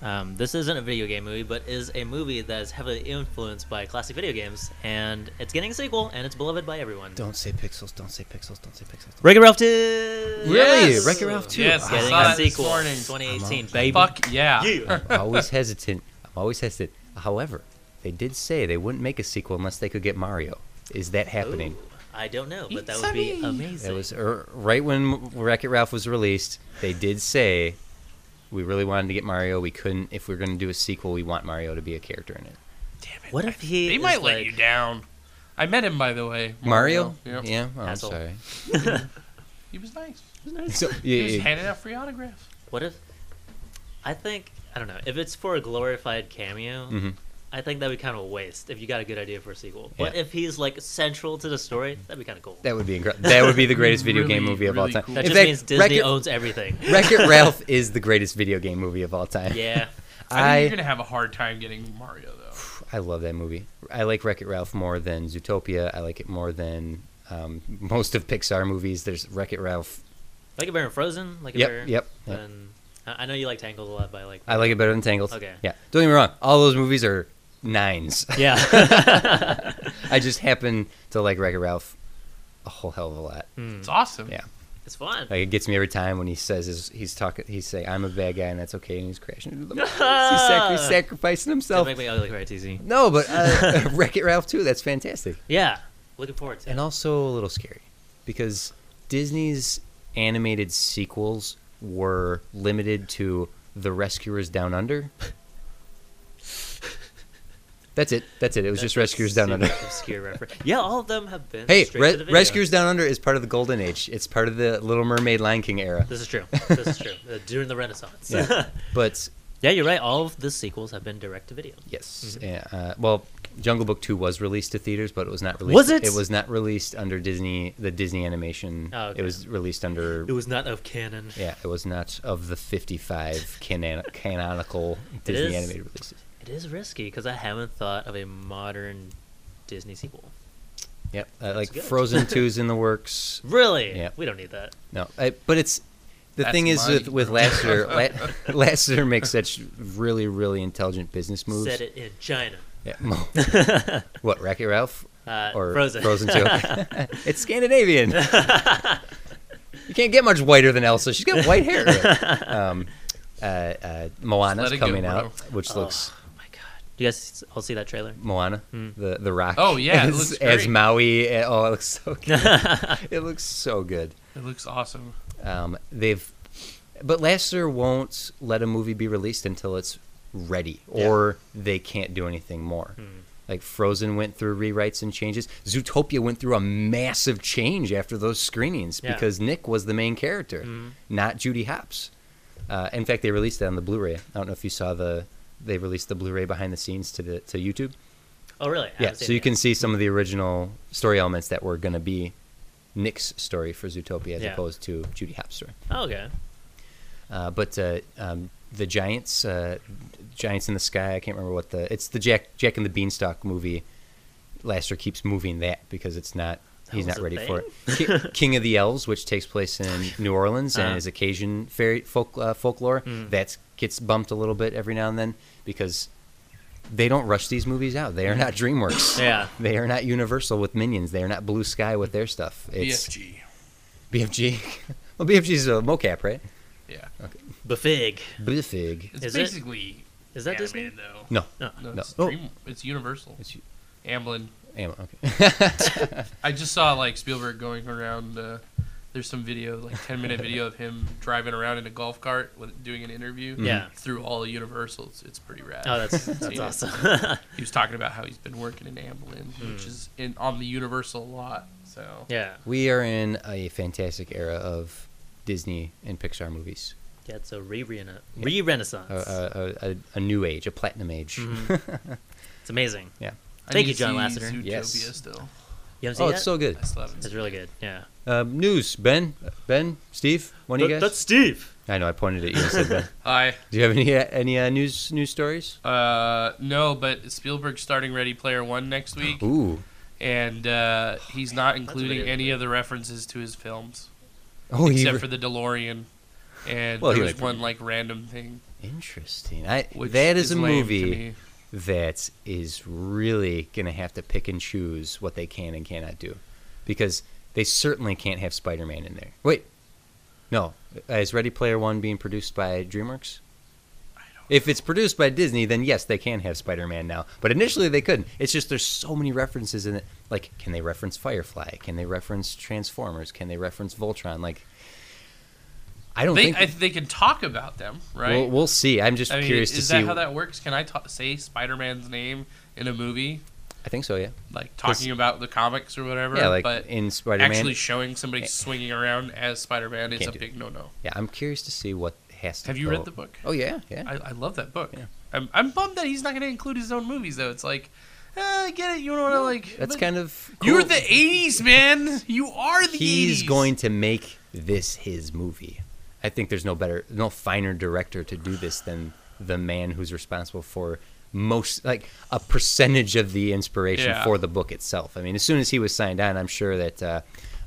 um, this isn't a video game movie, but is a movie that is heavily influenced by classic video games, and it's getting a sequel, and it's beloved by everyone.
Don't say pixels. Don't say pixels. Don't say pixels.
Wreck It Ralph 2!
Really?
Yes.
Wreck-It Ralph Ah. 2?
Yes, I
Getting
saw
a
that this
sequel in
morning.
2018,
I'm
baby.
Fuck yeah.
Yeah.
I'm always hesitant. I'm always hesitant. However, they did say they wouldn't make a sequel unless they could get Mario. Is that happening?
Ooh, I don't know, but that would be
Insane.
amazing.
It was er, right when Wreck It Ralph was released. They did say we really wanted to get Mario. We couldn't. If we are going to do a sequel, we want Mario to be a character in it.
Damn it.
What if he
They
is
might let
like-
you down. I met him, by the way.
Mario?
Yep.
Yeah. Oh, I'm
Asshole.
sorry.
He was nice.
So,
He was
yeah, yeah.
handing out free autographs.
What if? I think I don't know if it's for a glorified cameo.
Mhm.
I think that'd be kind of a waste if you got a good idea for a sequel. But
Yeah.
if he's like central to the story, that'd be kind of cool.
That would be incredible. That would be the greatest video game
Really,
movie of all
really
time.
cool.
That
In
just
fact,
means Disney
Wreck-It-
owns *laughs* everything.
*laughs* Wreck
*laughs*
It Ralph is the greatest video game movie of all time.
yeah,
I, think
I
you're gonna have a hard time getting Mario though.
I love that movie. I like Wreck It Ralph more than Zootopia. I like it more than um, most of Pixar movies. There's Wreck It Ralph.
like if we're in Frozen, like
Yep,
if we're,
yep, yep.
Then uh, I I know you like Tangled a lot, by like
I like it better than Tangled.
Okay.
Yeah. Don't get me wrong. All those movies are nines.
*laughs*
*laughs*
yeah.
I just happen to like Wreck It Ralph a whole hell of a lot.
Hmm,
It's awesome.
Yeah.
it's fun.
Like it gets me every time when he says his, he's talking. He's saying I'm a bad guy and that's okay, and he's crashing. Into the
*laughs*
he's, sac- he's sacrificing
Don't
himself.
make me ugly, right, TC?
No, but uh, *laughs* Wreck It Ralph too. That's fantastic.
Yeah, looking forward to. it.
and also a little scary because Disney's animated sequels were limited to The Rescuers Down Under. That's it. That's it. It was
That's
just Rescuers Down
super
Under.
obscure reference. Yeah, all of them have been.
Hey,
straight to the
Re-
video.
Rescuers Down Under is part of the Golden Age. It's part of the Little Mermaid, Lion King era.
This is true.
*laughs*
This is true. Uh, During the Renaissance.
Yeah. But
*laughs* Yeah, you're right. All of the sequels have been direct to video.
yes,
Mm-hmm.
uh, uh, well, Jungle Book Two was released to theaters, but it was not released.
Was it?
It was not released under Disney, the Disney Animation.
Oh, okay.
It was released under
It was not of canon.
Yeah, it was not of the 55 canon- canonical Disney
is.
animated releases.
It is risky because I haven't thought of a modern Disney sequel.
Yep, uh, like
good.
Frozen 2's in the works.
Really?
Yeah.
We don't need that.
No, I, but it's the
That's
thing is
money,
with, with
bro.
Lasseter, La- Lasseter makes such really really intelligent business moves.
Set it in China.
Yeah, mo- what Wreck It Ralph
Uh,
or
Frozen. *laughs*
Frozen 2? it's Scandinavian. you can't get much whiter than Elsa. She's got white hair. Um, uh, uh, Moana's
let it go,
coming
bro.
out, which
Oh.
looks
Oh my god. Do you guys all see
*laughs*
that trailer?
Moana,
Mm.
the the rock.
Oh, yeah, it
*laughs* as,
looks
as
great.
Maui. eh, Oh, it looks
*laughs*
so good. it looks so good.
It looks awesome.
Um, they've, but Lasseter won't let a movie be released until it's ready, or they can't do anything more.
Hmm.
Like Frozen went through rewrites and changes. Zootopia went through a massive change after those screenings
Yeah.
because Nick was the main character,
Hmm.
not Judy Hopps. Uh, in fact, they released that on the Blu-ray. I don't know if you saw the. They released the Blu-ray behind the scenes to the to YouTube.
*laughs* Oh really? I
Yeah,
haven't seen
so you
it
can see some of the original story elements that were going to be Nick's story for Zootopia as
Yeah.
opposed to Judy Hopps' story.
yet. Oh, okay.
Uh, but uh, um, the Giants, uh, Giants in the Sky, I can't remember what the it's the Jack Jack and the Beanstalk movie. Lasseter keeps moving that because it's not
That
he's
was
not
a
ready for it.
*laughs*
Ki- King of the Elves, which takes place in New Orleans and
Uh.
is occasion fairy folk uh, folklore,
Hmm.
that gets bumped a little bit every now and then because they don't rush these movies out. They are
Hmm.
not DreamWorks.
Yeah.
They are not Universal with Minions. They are not Blue Sky with their stuff. It's
BFG.
BFG. *laughs* well, BFG is a mocap, right?
Yeah.
Uh,
Befig.
Bfig.
It's
Is it-
basically
Is that
animated
Disney?
though.
No.
No.
No,
No.
It's,
Oh.
Dream, it's Universal.
It's u-
Amblin.
Am- okay. *laughs*
I just saw like Spielberg going around. Uh, there's some video, like
*laughs*
10 minute video of him driving around in a golf cart with, doing an interview.
Mm-hmm. Yeah.
Through all of Universal, it's, it's pretty rad.
Oh, that's
Seen
that's
it.
awesome. *laughs*
He was talking about how he's been working in Amblin, which is in on the Universal lot. So
Hmm. yeah.
we are in a fantastic era of Disney and Pixar movies.
Yeah, it's a re renaissance.
a, a, a, a new age, a platinum age. *laughs*
It's amazing.
Yeah.
I
Thank
need
you,
to
John
see
Lasseter.
Zootopia
Yes.
still.
You haven't seen
Oh,
it
it's so good.
I still haven't
It's really good. Yeah.
Uh, news, Ben, Ben, Steve, one of you
That-
guys.
That's Steve.
I know I pointed at you and said Ben. *laughs*
Hi.
Do you have any any uh, news news stories?
Uh, no, but Spielberg's starting Ready Player One next week,
Ooh,
and uh, he's not including
weird.
any of the references to his films
oh, he
except
re-
for the DeLorean. And
Well, he
there was
like-
one like random thing.
interesting. I,
Which
that is, a
lame to
movie
me.
that is really gonna have to pick and choose what they can and cannot do, because they certainly can't have Spider-Man in there. Wait, no, Uh, is Ready Player One being produced by DreamWorks? If it's produced by Disney, then yes, they can have Spider-Man now. But initially, they couldn't. It's just there's so many references in it. Like, can they reference Firefly? Can they reference Transformers? Can they reference Voltron? Like, I don't
They,
think
I, they can talk about them, right?
We'll, we'll see. I'm just
I mean,
curious
is
to
that
see.
how that works? Can I ta- say Spider-Man's name in a movie,
I think so. Yeah.
like talking about the comics or whatever?
Yeah, like
but
in Spider-Man. Eh.
actually showing somebody swinging around as Spider-Man is
Can't
a
do
big no-no.
yeah, I'm curious to see what has to.
Have you
go-
read the book?
Oh yeah, yeah.
I, I love that book.
Yeah.
I'm, I'm bummed that he's not going to include his own movies though. It's like, eh, I get it. You don't want to like.
That's
but
kind of.
You're
cool.
the '80s man. You are the
He's
80s.
going to make this his movie. I think there's no better, no finer director to do this than the man who's responsible for most, like a percentage of the inspiration
Yeah.
for the book itself. I mean, as soon as he was signed on, I'm sure that. Uh,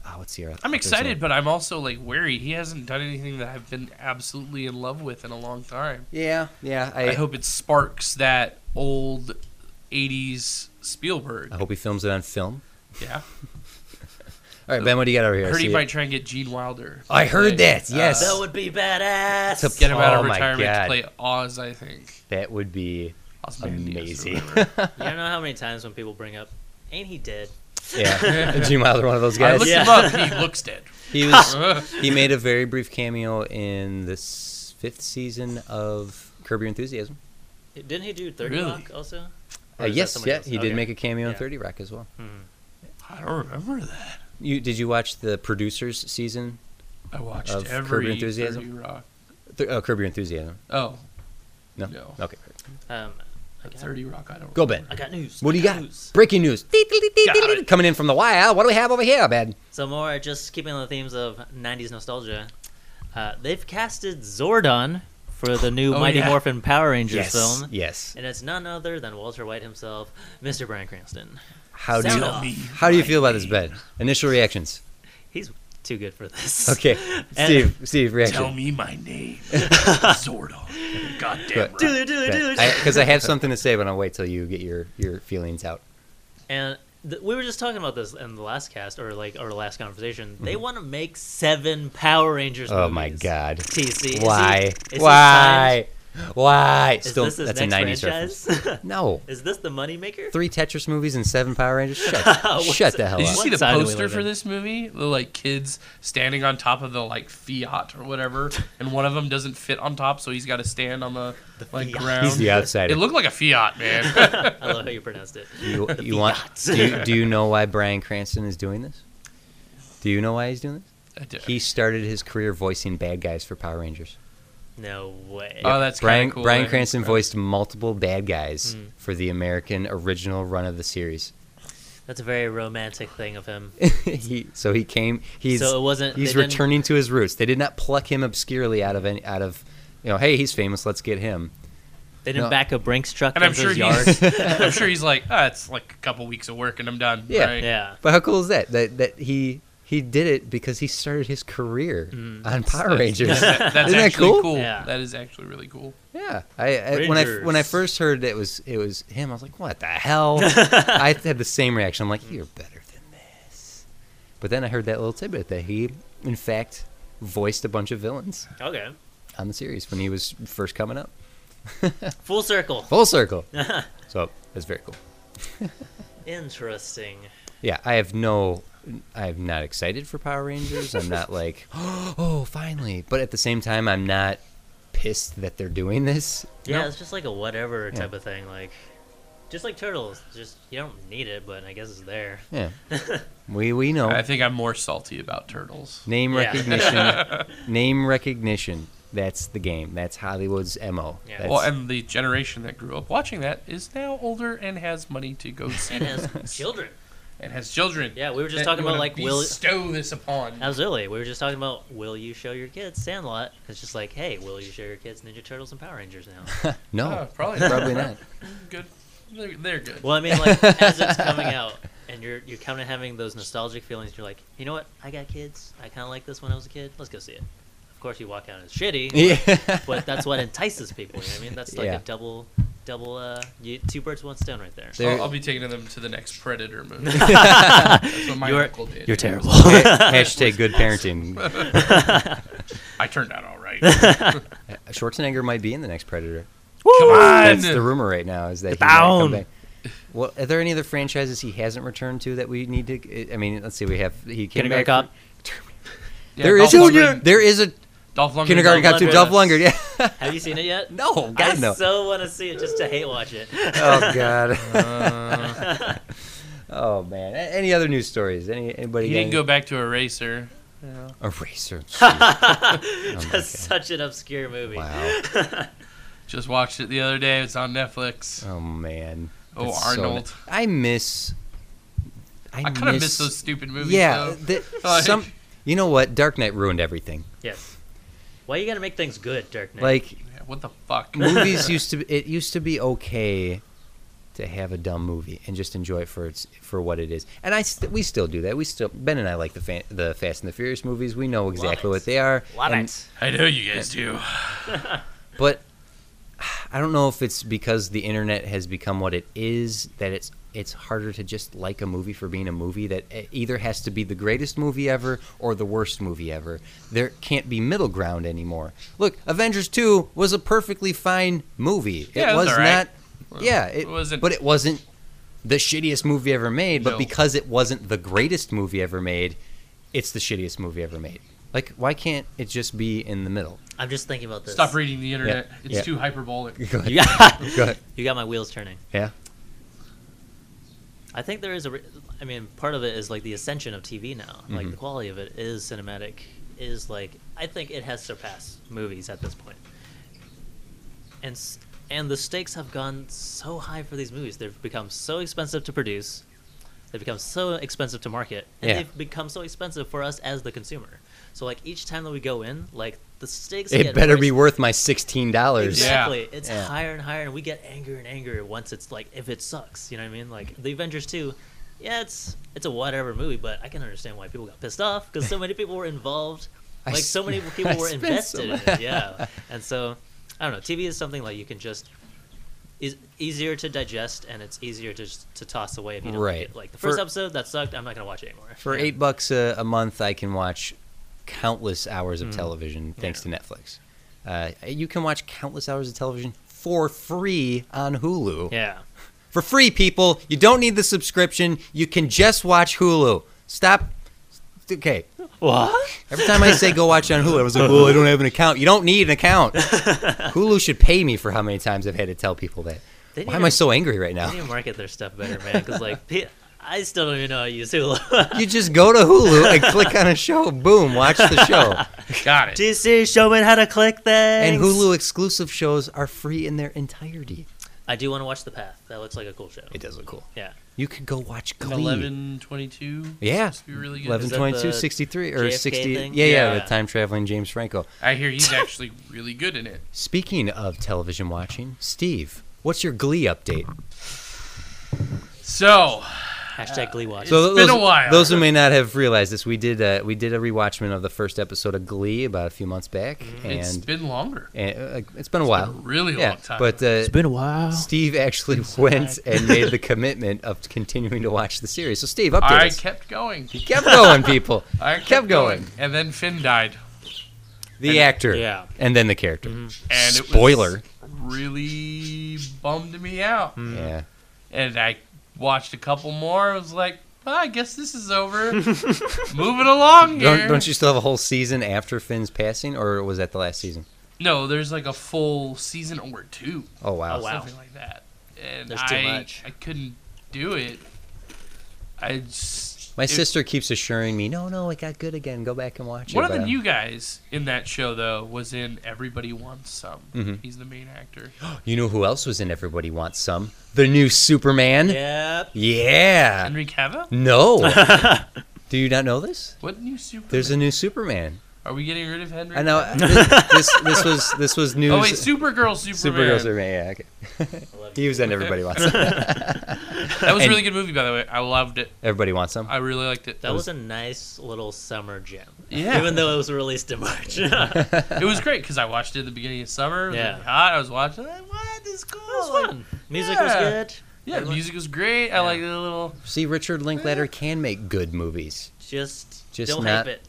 oh, what's the?
I'm excited, but I'm also like wary. He hasn't done anything that I've been absolutely in love with in a long time.
Yeah, yeah. I,
I hope it sparks that old '80s Spielberg.
I hope he films it on film.
Yeah,
All right, Ben, what do you got over here?
I Uh, heard he
See-
might try and get Gene Wilder.
I heard that.
Uh,
Yes.
That would be badass.
To
Get him out
Oh
of
my
retirement to
God.
play Oz. I think.
That would be
Ozymandias or
amazing. *laughs*
whatever.
you don't know how many times when people bring up, ain't he dead?
*laughs* yeah, Gene Wilder, one of those
I
guys.
looked
Yeah.
him up. He looks dead.
He was.
Ugh.
he made a very brief cameo in the s- fifth season of Curb Your Enthusiasm.
Didn't he do 30
Really?
Rock also?
Uh,
Or is that
yes,
somebody
yeah,
else?
he
Okay.
did make a cameo in
Yeah.
Thirty Rock as well.
I don't remember that.
You did you watch the producers season?
I watched
of Curb
every
Your Enthusiasm?
30 Rock.
Th- oh, Curb Your Enthusiasm.
Oh,
No.
No.
Okay.
Um, I got,
Thirty Rock. I don't.
Go,
remember.
Ben.
I got news.
What
I
do you got?
news.
Breaking news. Dee, dee, dee, dee,
Got
dee, dee.
it.
Coming in from the wild. What do we have over here, Ben?
Some more, just keeping on the themes of 90s nostalgia. Uh, they've casted Zordon for the new
Oh,
Mighty
yeah.
Morphin Power Rangers
Yes.
film.
Yes.
And it's none other than Walter White himself, Mr. Brian Cranston.
How do
Sound
you
off.
how do you feel about this, Ben? Initial reactions.
He's too good for this. *laughs*
*laughs*
Okay, Steve. Steve, reaction.
Tell me my name, Zordon. Goddamn
But-
right.
Do, do, do, do.
Because I, have something to say, but I'll wait till you get your, your feelings out.
And th- we were just talking about this in the last cast or like our last conversation. They want to make seven Power Rangers.
Mm-hmm. Oh my
movies.
God!
TC, is he-
Why?
is he
Why? Why?
Is
Still,
this his
that's a
next
'90s reference.
franchise? *laughs*
No,
is this the moneymaker?
three Tetris movies and seven Power Rangers.
*laughs*
Shut,
What's
shut
it-
the hell
Did
up!
you
What
see the
side do we
poster
live
for
in?
this movie? The like kids standing on top of the like Fiat
*laughs*
or whatever, and one of them doesn't fit on top, so he's got to stand on the,
Fiat.
like ground.
He's the outsider.
It looked like a
*laughs*
Fiat, man.
*laughs* I love how you pronounced it.
you,
*laughs* The
you want?
Fiat.
Do you, do you know why Brian Cranston is doing this? Do you know why he's doing this?
I did.
He started his career voicing bad guys for Power Rangers.
*laughs* No way.
oh, that's
Brian
kinda cool. Hmm.
Brian
man.
Cranston voiced multiple bad guys for the American original run of the series.
That's a very romantic thing of him.
*laughs* he so he came. He's
So it wasn't-
He's
they didn't-
returning to his roots. They did not pluck him obscurely out of any out of you know. Hey, he's famous. Let's get him.
They didn't
No.
back a Brinks truck
And I'm
into
sure
his yard.
*laughs*
he's, *laughs* I'm sure he's like, ah, it's like a couple weeks of work and I'm done.
Yeah.
right?
*laughs* yeah.
But how cool is that? That that he he did it because he started his career
Mm.
on Power *laughs* Rangers.
*laughs*
That- that's
Isn't that
actually
cool?
Yeah.
That is actually really cool.
Yeah, I, I when I when I
Rangers.
first heard it was it was him, I was like, what the
*laughs*
hell? I had the same reaction. I'm like, you're better than this. But then I heard that little tidbit that he, in fact, voiced a bunch of villains
Okay.
on the series when he was first coming up.
Full circle.
Full circle. so that's very cool.
*laughs* Interesting.
Yeah, I have no. I'm not excited for Power Rangers. I'm
*laughs*
not like, *gasps* oh, finally. But at the same time, I'm not pissed that they're doing this.
Yeah,
No.
it's just like a whatever
Yeah.
type of thing. Like, just like turtles. Just you don't need it, but I guess it's there.
Yeah. we we know.
I think I'm more salty about turtles.
Name
Yeah. *laughs*
recognition. name recognition. That's the game. That's Hollywood's mo.
Yeah.
That's,
well, and the generation that grew up watching that is now older and has money to go see
*laughs*
and as
movies.
children.
and has children.
Yeah, we were just
that
talking
you
about,
wanna
like, will-
bestow this upon.
That was early. We were just talking about will you show your kids Sandlot? It's just like, hey, will you show your kids Ninja Turtles and Power Rangers now?
no,
Oh, probably not.
probably not.
Good. They're, they're good.
well, I mean, like as
*laughs*
it's coming out, and you're you're kind of having those nostalgic feelings. You're like, you know what? I got kids. I kind of like this when I was a kid. Let's go see it. Of course, you walk out and it's shitty,
Yeah.
*laughs*
*laughs*
but that's what entices people. You know what I mean, that's like
Yeah.
a double, double, uh, you, two birds, with one stone,
*laughs*
right there. *laughs*
There-
I'll, I'll be taking them to the next
*laughs*
Predator movie. That's what my
You're-
uncle did.
You're terrible.
Hashtag good
*laughs*
parenting.
I turned out all right.
*laughs* Uh, Schwarzenegger might be in the next Predator.
Come on.
That's the rumor right now. Is that he might come
Bound.
back. Well, are there any other franchises he hasn't returned to that we need to? uh, I mean, let's see. We have he came
Kindergarten
back.
Cop.
Yeah,
There is
Dolph
a,
Lundgren.
there is a
Dolph Lundgren.
kindergarten
Dolph
cop to
Lundgren.
Dolph Lundgren. Yeah.
Have you seen it
*laughs*
yet?
no,
I
God no.
so want to see it just to hate watch it.
*laughs* oh
*laughs*
God.
Uh,
*laughs* oh man. A- Any other news stories? Any anybody?
he
got
didn't
any-
go back to Eraser.
Eraser.
*laughs*
That's such an obscure movie.
wow.
Just watched it the other day. It's on Netflix.
Oh man.
Oh,
That's so-
Arnold.
I miss. I,
I kind of miss those stupid movies.
Yeah.
though.
the-
*laughs* Like-
some. You know what? Dark Knight ruined everything.
*laughs* Yes. Why you gotta make things good, Dark Knight?
Like
Yeah, what the fuck?
movies used to it used to be okay to have a dumb movie and just enjoy it for its for what it is. And I st- we still do that. We still Ben and I like the fa- the Fast and the Furious movies. We know exactly
it.
what they are.
love
and-
it.
*laughs* I know you guys do.
But I don't know if it's because the internet has become what it is that it's it's harder to just like a movie for being a movie that e- either has to be the greatest movie ever or the worst movie ever. There can't be middle ground anymore. Look, Avengers 2 was a perfectly fine movie.
Yeah,
it
it
was
was all right.
not Yeah, it,
it wasn't-
but it wasn't the shittiest movie ever made, but
No.
because it wasn't the greatest movie ever made, it's the shittiest movie ever made. Like why can't it just be in the middle? *laughs*
I'm just thinking about this.
Stop reading the internet. It's
yeah. *laughs*
too hyperbolic.
Go ahead.
*laughs* You
Go ahead.
got, you got my wheels turning.
Yeah.
*laughs*
I think there is a. Re- I mean, part of it is like the ascension of TV now. Like
Mhm.
the quality of it is cinematic. Is like I think it has surpassed movies at this point. And s- and the stakes have gone so high for these movies. They've become so expensive to produce. They've become so expensive to market, and
Yeah.
they've become so expensive for us as the consumer. So like each time that we go in, like the stakes.
It
get
better
worse.
be worth my sixteen dollars.
Yeah.
Exactly. It's
Yeah.
higher and higher, and we get angrier and angrier once it's like if it sucks. You know what I mean? Like the Avengers two, yeah, it's it's a whatever movie, but I can understand why people got pissed off because so many people were involved.
*laughs* I
Like so many
s- *laughs*
people
I
were
spent
invested
so
in
much.
it. Yeah, and so I don't know. TV is something like you can just is easier to digest and it's easier to just- to toss away if you don't
Right.
like it. Like the first
For-
episode that sucked, I'm not gonna watch it anymore.
For
Yeah.
eight bucks a, a month, I can watch countless hours of television thanks to Netflix. Uh, you can watch countless hours of television for free on Hulu.
Yeah.
For free, people. You don't need the subscription. You can just watch Hulu. Stop. Okay.
What?
Every time I say go watch on Hulu, I was like, "Well, I don't have an account." You don't need an account. Hulu should pay me for how many times I've had to tell people that.
They
Why
need
am I
to-
so angry right now?
They need to market their stuff better, man. Because like, pe- I still don't even know how to use Hulu. *laughs*
You just go to Hulu and click on a show. Boom, watch the show.
Got it.
DC showing how to click things.
And Hulu exclusive shows are free in their entirety.
I do want to watch The Path. That looks like a cool show.
It does look cool.
Yeah.
You could go watch Glee.
11, 22.
Yeah.
Must be really good.
11,
that
22,
the
63, or
JFK
60.
thing?
Yeah, yeah,
Yeah.
the time traveling James Franco.
I hear
*laughs*
he's actually really good in it.
Speaking of television watching, Steve, what's your Glee update?
So,
Hashtag Glee Watch.
So
been
those,
a while.
Those who may not have realized this, we did a, we did a rewatchment of the first episode of Glee about a few months back,
Mm-hmm. it's
and,
been longer.
and, uh, it's been a while.
A really
yeah,
long time.
but uh,
been a while.
Steve actually went and made the commitment of continuing to watch the series. So Steve, update
I
us.
kept going.
He kept going, people.
I
kept going.
And then Finn died.
The
And- Mm-hmm,
actor,
yeah.
and then the character.
And it was
Spoiler. Hmm.
really bummed me out.
Yeah,
And I watched a couple more. I was like, well, I guess this
*laughs*
is over. Moving along here.
don't, don't you still have a whole season after Finn's passing, or was that the last season?
No, there's like a full season or two.
Oh wow,
Oh, wow.
something like that. And
There's too
I,
much.
I couldn't do it. I just,
My
It-
sister keeps assuring me, no, no, it got good again. Go back and watch
One
it.
of the
but, um,
new guys in that show though was in Everybody Wants Some.
Mhm.
He's the main actor.
You know who else was in Everybody Wants Some? The new Superman.
Yep.
Yeah.
Henry Cavill.
No.
*laughs*
Do you not know this?
What new Superman?
There's a new Superman.
Are we getting rid of Henry?
I know. This, this, this was this was news.
Oh wait, Supergirl, Superman.
Supergirl Superman. Yeah. Okay. he was in Everybody
*laughs*
Wants Some.
That was a
And-
really good movie, by the way. I loved it.
Everybody Wants Some.
I really liked it.
That was a nice little summer gem.
Yeah.
Even though it was released in March. *laughs*
*laughs*
it
*laughs* it was great because I watched it at the beginning of summer. It was
Yeah. Oh,
really hot. I was watching it. What? This is cool.
was fun. Music was
Yeah.
good.
Yeah, the music was great. I liked the little.
See, Richard Linklater can make good movies,
Just,
Just
don't
not-
hype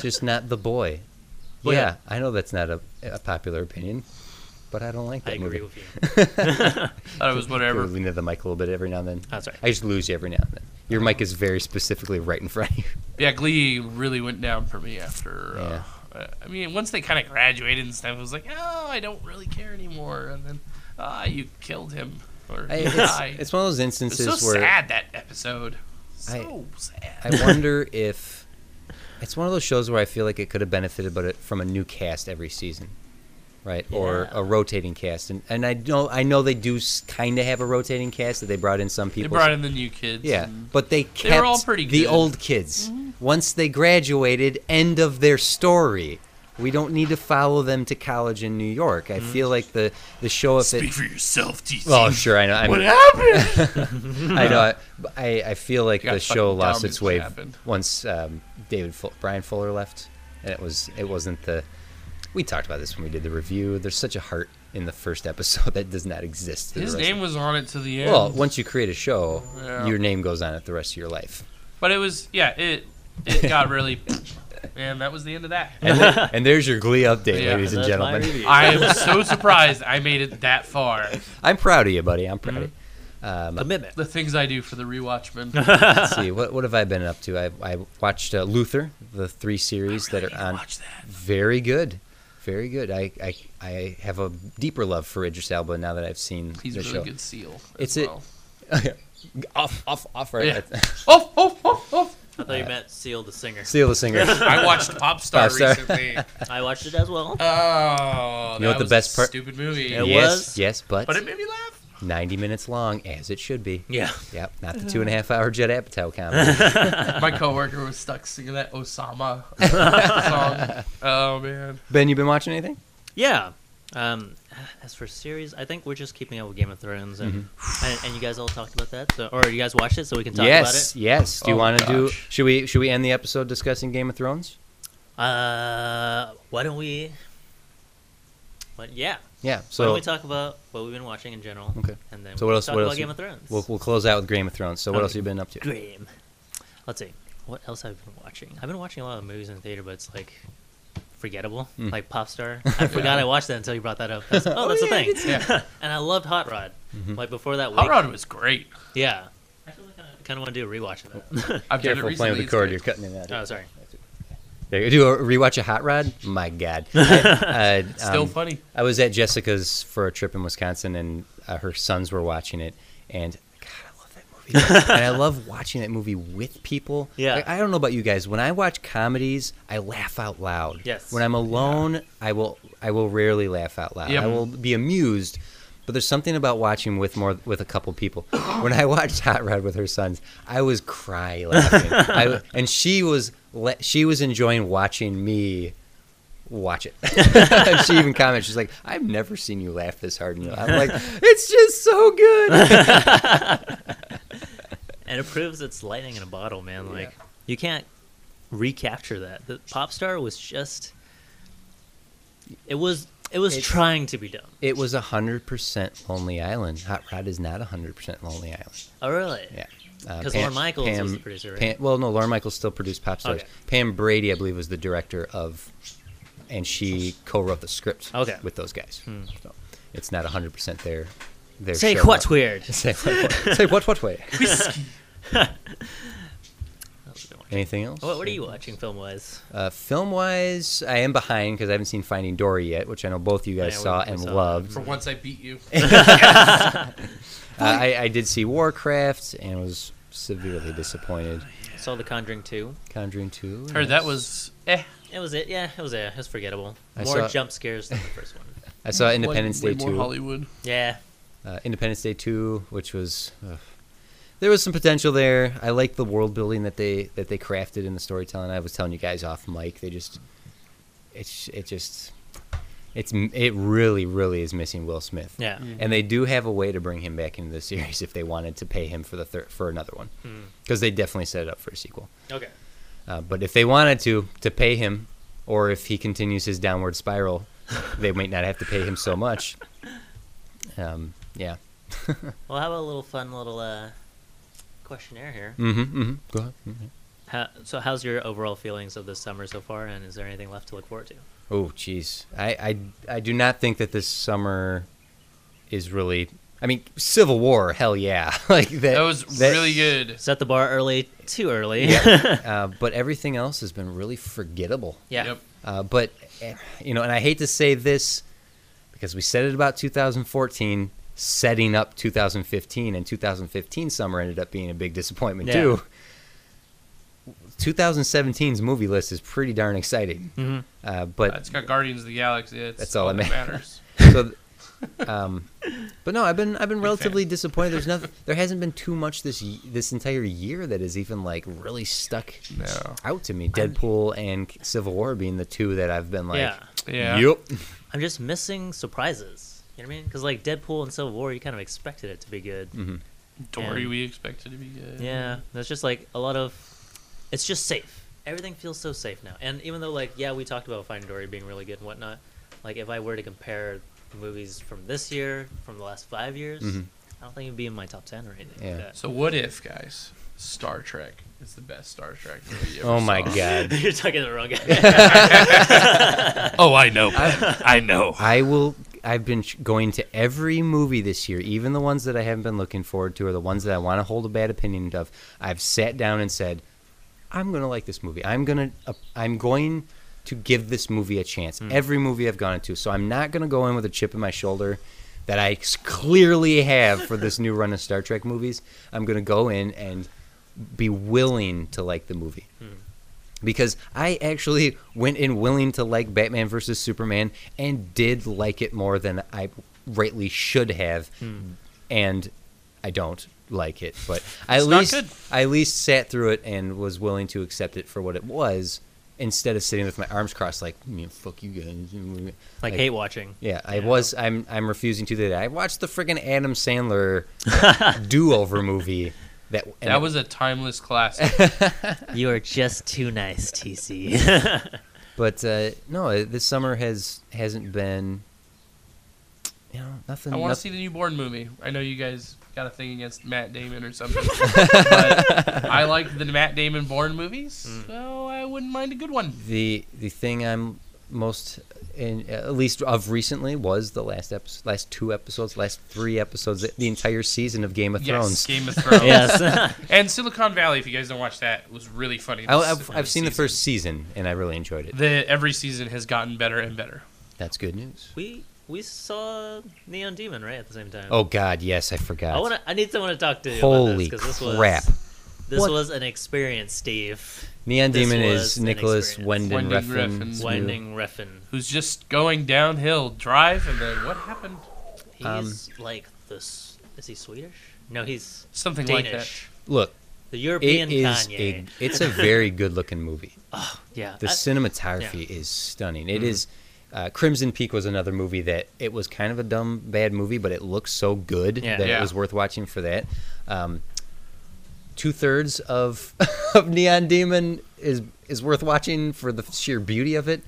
*laughs*
*laughs*
just not The Boy.
Well,
yeah, I know that's not a, a popular opinion, but I don't like
I
that movie.
agree
*laughs*
with you.
*laughs* Thought it was
Go
whatever. Oh,
lean to the mic a little bit every now and then.
That's right.
I just lose you every now and then. Your mic is very specifically right in front of you.
Yeah, Glee really went down for me after. Uh, uh, I mean, once they kind of graduated and stuff, it was like, oh, I don't really care anymore. And then, ah, you killed him or "Ah,
I,
he *laughs*
it's,
died.
it's one of those
It's
instances
so
where
sad that episode. So sad.
I wonder *laughs* if it's one of those shows where I feel like it could have benefited but it, from a new cast every season, right? Or
Yeah.
a rotating cast. And and I know I know they do kind of have a rotating cast that they brought in some
They
people.
brought in the new kids.
yeah,
and-
but they
They
kept
were all pretty
the
good. Mm-hmm.
old kids. Once they graduated, end of their story. We don't need to follow them to college in New York. I feel like the the show if it
Mm-hmm. Speak for yourself, DC.
Well, sure, I know. I
what
mean, *laughs*
happened?
I
*laughs*
know. I, I, I feel like
You got
the show
fucking
lost
dumb,
its
it
way
happened.
once um, David Ful- Brian Fuller left, and it was it wasn't the. We talked about this when we did the review. There's such a heart in the first episode *laughs* that does not exist. through the
His
rest
name
of-
was on it to the end.
Well, once you create a show,
Yeah.
your name goes on it the rest of your
*laughs*
life.
but it was yeah. It it got really. Man, that was the end of that.
*laughs* And, there- and there's your Glee update,
Yeah,
ladies and
That's my
gentlemen.
review.
I am so surprised I made it that far.
I'm proud of you, buddy. I'm proud. of you. Um,
Commitment.
The things I do for the rewatchmen. *laughs*
let's see what what have I been up to? I I watched uh, Luther, the three series
Really
that are on
watch that.
Very good. Very good. I, I, I have a deeper love for Idris Elba now that I've seen
He's a
the
really
show.
good seal.
It's
It's
a-
well.
Off, off, off, right?
Yeah. Oh, oh, oh, oh.
I thought you meant Seal the
*laughs*
Singer.
Seal the singer.
*laughs*
you *laughs*
I watched Popstar
Popstar.
recently.
I watched it as well.
Oh,
You know what
that
the
was
best
a
part-
Stupid movie.
It
yes,
was?
yes, but,
But it made me laugh.
90 minutes long, as it should be.
Yeah.
Yep, not the two and a half hour Judd Apatow comedy.
My coworker was stuck singing that Osama
*laughs*
song. Oh man.
ben, you been watching anything?
Yeah. Um, as for series, I think we're just keeping up with Game of Thrones, and
Mm-hmm.
*sighs* and, and you guys all talked about that, so, or you guys watched it, so we can talk
yes, yes. Do you
Oh,
want to do?
gosh.
Should we? Should we end the episode discussing Game of Thrones?
about it. Uh, why don't we? But yeah,
Yeah.
why don't
So
we talk about what we've been watching in general?
Okay.
And then
So what
we can
else-
Talk
what
about
else
Game
you-
of Thrones.
we'll we'll close out with Game of Thrones. So what
Okay.
else have you been up to?
Dream. Let's see. What else I've been watching? I've been watching a lot of movies in the theater, but it's like forgettable.
Mm. *laughs*
Like Popstar. I forgot I watched that until you brought that up. That's- oh, that's the thing. *laughs* and I loved Hot Rod.
Mm-hmm.
Like before that week.
Hot Rod was great.
Yeah. I kind of want to do a rewatch of *laughs* that.
I've done
Careful playing
it
with the
recently,
cord. You're
it's
cutting it out.
oh, sorry.
There you do a rewatch of Hot Rod. My
*laughs*
God, I, I,
good. Still
um,
funny.
I was at Jessica's for a trip in Wisconsin, and uh, her sons were watching it, and God, I love that movie. and I
*laughs*
love watching that movie with people.
Yeah.
Like, I don't know about you guys. When I watch comedies, I laugh out loud.
Yes.
When I'm alone, I will. I will rarely laugh out loud.
Yep.
I will be amused. But there's something about watching with more with a couple people. When I watched Hot Rod with her sons, I was cry laughing, I, and she was la- she was enjoying watching me watch it. she even commented, she's like, I've never seen you laugh this hard. And I'm like, it's just so
*laughs*
good.
*laughs* And it proves it's lightning in a bottle, man. Like you can't recapture that. The Popstar was just. It was. It was
It's-
trying to be dumb.
it was 100% Lonely Island. Hot Rod is not 100% Lonely Island.
Oh, really?
Yeah. Uh,
'Cause
Pam-
Lorne Michaels was the producer, right?
Pam- well, no, Lauren Michaels still produced Pop Stars.
Okay.
Pam Brady, I believe, was the director of, and she co-wrote the script
Okay. Hmm.
with those guys. So it's not 100% their, their
Say
show.
what's weird.
*laughs* Say what, what? Say what, what way?
*laughs* That was a good one.
Anything else?
What, what are you watching film wise?
Uh, film wise, I am behind because I haven't seen Finding Dory yet, which I know both you guys
Yeah, we-
saw
we
and
saw that.
loved.
For once, I beat you.
Uh, I, I did see Warcraft and was severely disappointed.
Saw The Conjuring 2.
Conjuring 2.
Heard
yes.
that was eh.
It was it. Yeah, it was it. It was forgettable.
I
More
saw-
jump scares than the first
*laughs*
one.
I saw Independence
way,
Day
way more
2.
Hollywood.
Yeah.
Uh, Independence Day 2, which was. ugh. There was some potential there. I like the world building that they that they crafted in the storytelling. I was telling you guys off mic. They just, it's it just, it's m- it really really is missing Will Smith.
Yeah.
And they do have a way to bring him back into the *laughs* series if they wanted to pay him for the thir- for another one,
Mm.
because they definitely set it up for a sequel.
Okay.
Uh, but if they wanted to to pay him, or if he continues his downward spiral, they might not have to pay him so much. Um, yeah.
Well, how about a little fun little uh, questionnaire here?
Mm-hmm. mm-hmm. Go ahead. Mhm.
How, so, how's your overall feelings of this summer so far, and is there anything left to look forward to?
Oh, jeez. I, I I do not think that this summer is really. I mean, Civil War. Hell yeah. *laughs* like Eh, that.
That was really good.
Set the bar early, too early.
Uh, but everything else has been really forgettable.
*laughs* yeah.
Yep.
Uh, but eh, you know, and I hate to say this because we said it about 2014, setting up 2015, and 2015 summer ended up being a big disappointment
Yeah.
too. 2017's movie list is pretty darn exciting,
Mm-hmm.
hmm
uh, but
it's got Guardians of the Galaxy. It's
That's all that matters. *laughs*
matters.
so, th- um, but no, I've been I've been relatively disappointed. There's nothing.
*laughs*
There hasn't been too much this y- this entire year that is even like really stuck
No.
out to me. Deadpool and Civil War being the two that I've been like,
yeah.
Yeah.
yep,
I'm just missing surprises. You know what I mean? Because, like, Deadpool and Civil War, you kind of expected it to be good.
Mm-hmm.
Dory,
And-
we expected to be good.
Yeah, that's just like a lot of. It's just safe. Everything feels so safe now. And even though, like, yeah, we talked about Finding Dory being really good and whatnot. Like, if I were to compare movies from this year, from the last five years,
Mhm.
I don't think it'd be in my top ten or anything.
Yeah.
Like that.
So what if, guys? Star Trek is the best Star Trek movie. Ever
oh my
saw.
god.
*laughs* You're talking to the wrong guy.
Oh, I know. Ben. I know.
I will. I've been sh- going to every movie this year, even the ones that I haven't been looking forward to or the ones that I want to hold a bad opinion of. I've sat down and said, "I'm going to like this movie. I'm going to. Uh, I'm going to give this movie a chance." Every movie I've gone into, so I'm not going to go in with a chip in my shoulder that I s- clearly have for this new run of Star Trek movies. I'm going to go in and be willing to like the movie because I actually went in willing to like Batman versus Superman and did like it more than I rightly should have,
Hmm.
and I don't like it.
*laughs*
But I at
It's not
least
good.
I at least sat through it and was willing to accept it for what it was, instead of sitting with my arms crossed like, "Man, fuck you guys.
like hate watching.
Yeah, I
Yeah.
was. I'm. I'm refusing to do that. I watched the friggin' Adam
*laughs*
Sandler do-over movie. That and
That was a timeless classic.
*laughs*
You are just too nice, *laughs* TC.
But uh, no, uh, this summer has hasn't been. You know, nothing.
I want to
noth-
see the new Bourne movie. I know you guys got a thing against Matt Damon or something.
*laughs*
but I like the Matt Damon Bourne movies, so I wouldn't mind a good one.
the the thing I'm most in, at least of recently was the last episode, last two episodes, last three episodes, the- the entire season of Game of
Yes,
Thrones. *laughs*
Game of Thrones.
yes.
And Silicon Valley, if you guys don't watch that, was really funny.
I,
this
I've, I've seen the
season.
first season and I really enjoyed it.
The every season has gotten better and better.
That's good news.
*laughs* we we saw Neon Demon right at the same time.
Oh God, yes, I forgot.
I want to. I need someone to talk to.
Holy
about this, 'cause
crap!
This was, this
What?
was an experience, Steve.
Neon
this
Demon
was
is
an
Nicholas
experience.
Wendon
Wendon
Refn.
Refn.
Smoo.
Winding Refn.
Who's just going downhill drive, and then what happened?
He's
Um,
like this. Is he Swedish? No, he's
Something like that.
Danish.
Look,
The
it
European
is
Kanye.
a it's a
*laughs*
very good looking movie.
yeah.
The
I-
cinematography is stunning. It is. Uh, Crimson Peak was another movie that it was kind of a dumb, bad movie, but it looked so good
Yeah.
that it
Yeah.
was worth watching for that. Um, Two thirds of, *laughs* of Neon Demon is is worth watching for the sheer beauty of it.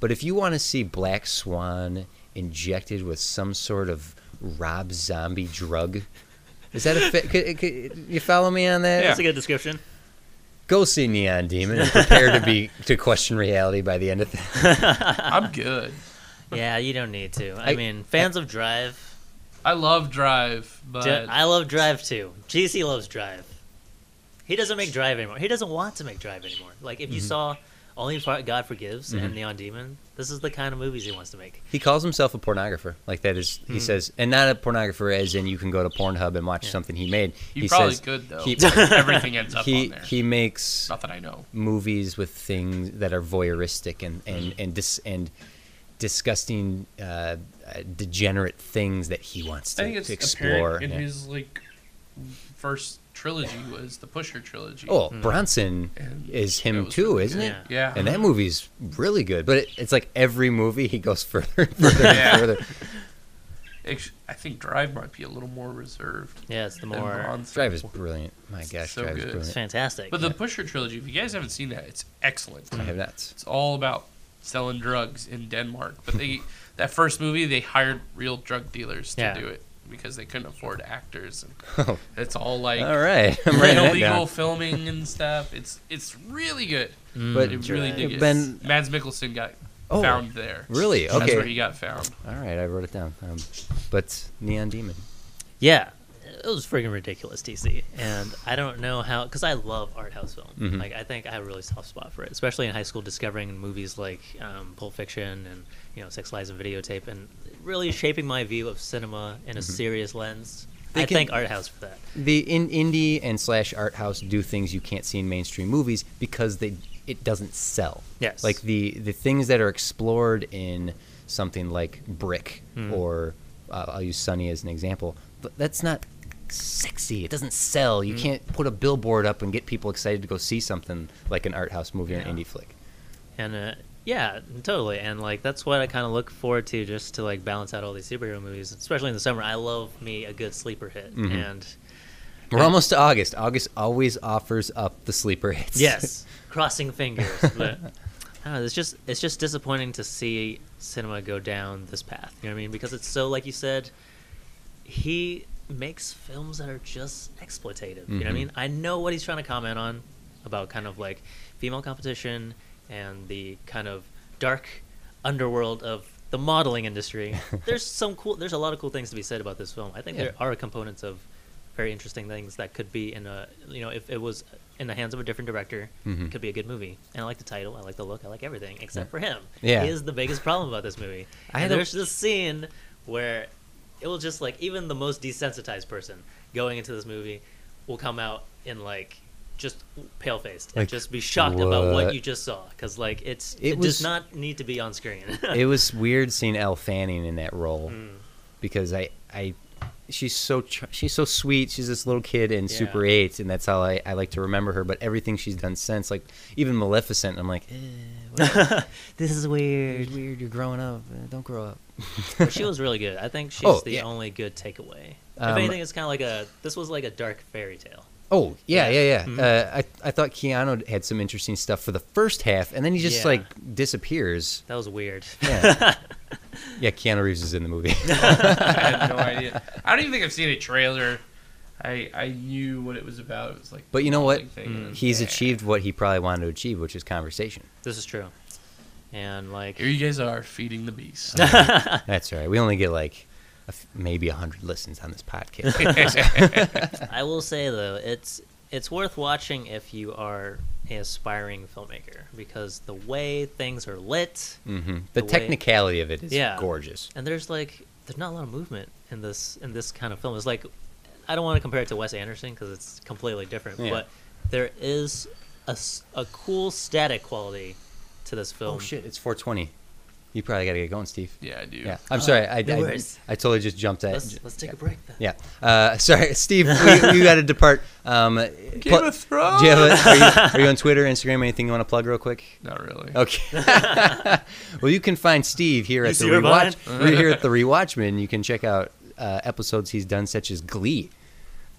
But if you want to see Black Swan injected with some sort of Rob Zombie drug, is that a fit? Could, could, you follow me on that?
that's a good description. *laughs*
go see Neon Demon and prepare to be to question reality by the end of the *laughs*
I'm good.
Yeah, you don't need to. I,
I-
mean, fans of Drive.
I love Drive,
Ju-
but
I love Drive too. GC
Mm-hmm.
loves Drive. He doesn't make Drive anymore. He doesn't want to make Drive anymore. Like if you saw Only for God forgives and Neon Demon. This is the kind of movies he wants to make.
He calls himself a pornographer. Like that is,
Hmm.
he says, and not a pornographer as in you can go to Pornhub and watch
Yeah.
something he made.
You
he
probably
says
could though.
*laughs* he-
Everything ends up on
he
there.
he makes
Not that I know.
movies with things that are voyeuristic and
Hmm.
and and dis, and disgusting, uh, uh, degenerate things that he wants to,
I think it's
to explore.
apparent in
Yeah.
his like first trilogy was the Pusher trilogy.
oh, Bronson
Hmm. And
is
it
him
was
too,
really
isn't
good.
it?
Yeah.
And that movie's really good, but it, it's like every movie he goes further,
*laughs*
and further,
Yeah.
and further.
Actu- I think Drive might be a little more reserved.
Yeah, it's the
than
more.
Bronson.
Drive is brilliant. My gosh,
so
Drive
good.
is
It's
brilliant.
fantastic.
But the Pusher trilogy, if you guys haven't seen that, it's excellent.
I have not. *laughs*
It's all about selling drugs in Denmark.
*laughs*
But they that first movie they hired real drug dealers to
Yeah.
do it because they couldn't afford actors. And
Oh,
it's all like
all right. *laughs* I'm writing that
illegal
down.
filming and stuff. It's it's really good.
But
I really dig it.
Ben-
Mads Mikkelsen got
Oh,
found there.
really?
That's
Okay.
where he got found. *laughs*
All right, I wrote it down. Um, but Neon Demon.
Yeah, it was freaking ridiculous, DC. And I don't know how, because I love art house film.
Mhm.
Like, I think I have a really soft spot for it, especially in high school, discovering movies like um, Pulp Fiction and you know Six Lies and Videotape, and really shaping my view of cinema in a serious lens.
Mm-hmm. They
I
can-
thank art house for that.
The in, indie and slash art house do things you can't see in mainstream movies because they it doesn't sell.
Yes.
Like the the things that are explored in something like Brick
Hmm.
or uh, I'll use Sunny as an example. But that's not sexy. It doesn't sell.
Hmm.
You can't put a billboard up and get people excited to go see something like an art house movie or an indie flick.
and uh, yeah, totally. And like that's what I kind of look forward to, just to like balance out all these superhero movies, especially in the summer. I love me a good sleeper hit,
Mhm.
and
We're almost to August. August always offers up the sleeper hits.
yes, *laughs* crossing fingers. But I don't know, it's just it's just disappointing to see cinema go down this path. You know what I mean? Because it's so like you said, he makes films that are just exploitative. You know what I
Mhm.
mean? I know what he's trying to comment on about kind of like female competition and the kind of dark underworld of the modeling industry. there's some cool there's a lot of cool things to be said about this film. I think
Yeah.
there are components of very interesting things that could be in a you know if it was in the hands of a different director
Mhm.
it could be a good movie and i like the title i like the look i like everything except for him
Yeah.
he is the biggest problem about this movie
*laughs* I
and
don't-
there's this scene where it will just like even the most desensitized person going into this movie will come out in like just pale faced
Like,
and just be shocked about
what?
what you just saw because like it's
It
it,
was-
does not need to be on screen
*laughs*
Mm.
it
*laughs*
was weird seeing Elle Fanning in that role because I, I, she's so ch- she's so sweet. She's this little kid in
Yeah.
Super Eight, and that's how I, I like to remember her. But everything she's done since, like even Maleficent, I'm like, eh, *laughs*
this is weird
it's weird. You're growing up. Eh, Don't grow up.
But she was really good. I think she's
Oh,
the
yeah.
only good takeaway.
Um,
if anything, it's kind of like a this was like a dark fairy tale.
Oh yeah, yeah, yeah.
Yeah. Mhm.
Uh, I I thought Keanu had some interesting stuff for the first half, and then he just
Yeah.
like disappears.
*laughs* That was weird.
Yeah. yeah, Keanu Reeves is in the
*laughs*
movie.
I had no idea. I don't even think I've seen a trailer. I I knew what it was about. It was like
But you know what?
Thing.
Mm.
He's
Yeah.
achieved what he probably wanted to achieve, which is conversation.
this is true. And like,
Here you guys are feeding the
*laughs*
beast.
Ah.
That's all right. We only get like a f- maybe a hundred listens on this
*laughs*
podcast. *laughs*
I will say though, it's it's worth watching if you are an aspiring filmmaker because the way things are lit
hmm The
The way-
technicality of it is
Yeah.
gorgeous.
and there's like there's not a lot of movement in this in this kind of film. It's like I don't want to compare it to Wes Anderson because it's completely different,
Yeah.
but there is a, s- a cool static quality to this film.
Oh shit! It's 4:20. You probably gotta get going, Steve.
yeah, I do.
Yeah, I'm sorry. I,
no
I,
worries.
I totally just jumped at.
Let's, let's take a break then.
yeah, uh, sorry, *laughs* Steve.
*laughs*
We, you got to depart. Um, Game
of Thrones!
Do you have a, are,
*laughs*
you, are you on Twitter, Instagram, anything you want to plug real quick?
Not really.
Okay. *laughs* well, you can find Steve here at the
see her
rewatch. We're here at the rewatchman. You can check out uh, episodes he's done, such as Glee.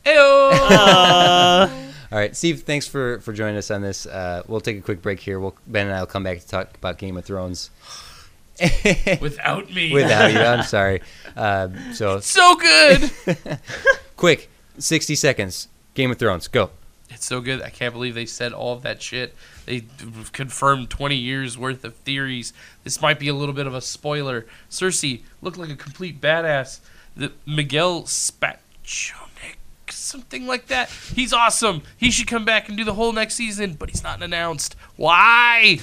Uh.
All right, Steve. Thanks for for joining us on this. Uh, we'll take a quick break here. We'll Ben and I'll come back to talk about Game of Thrones.
Without me.
Without you, I'm sorry. Uh, so
so good.
quick, 60 seconds. Game of Thrones. Go.
It's so good. I can't believe they said all of that shit. They d- confirmed 20 years worth of theories. This might be a little bit of a spoiler. Cersei looked like a complete badass. The Miguel Spachonik something like that. He's awesome. He should come back and do the whole next season, but he's not announced. Why?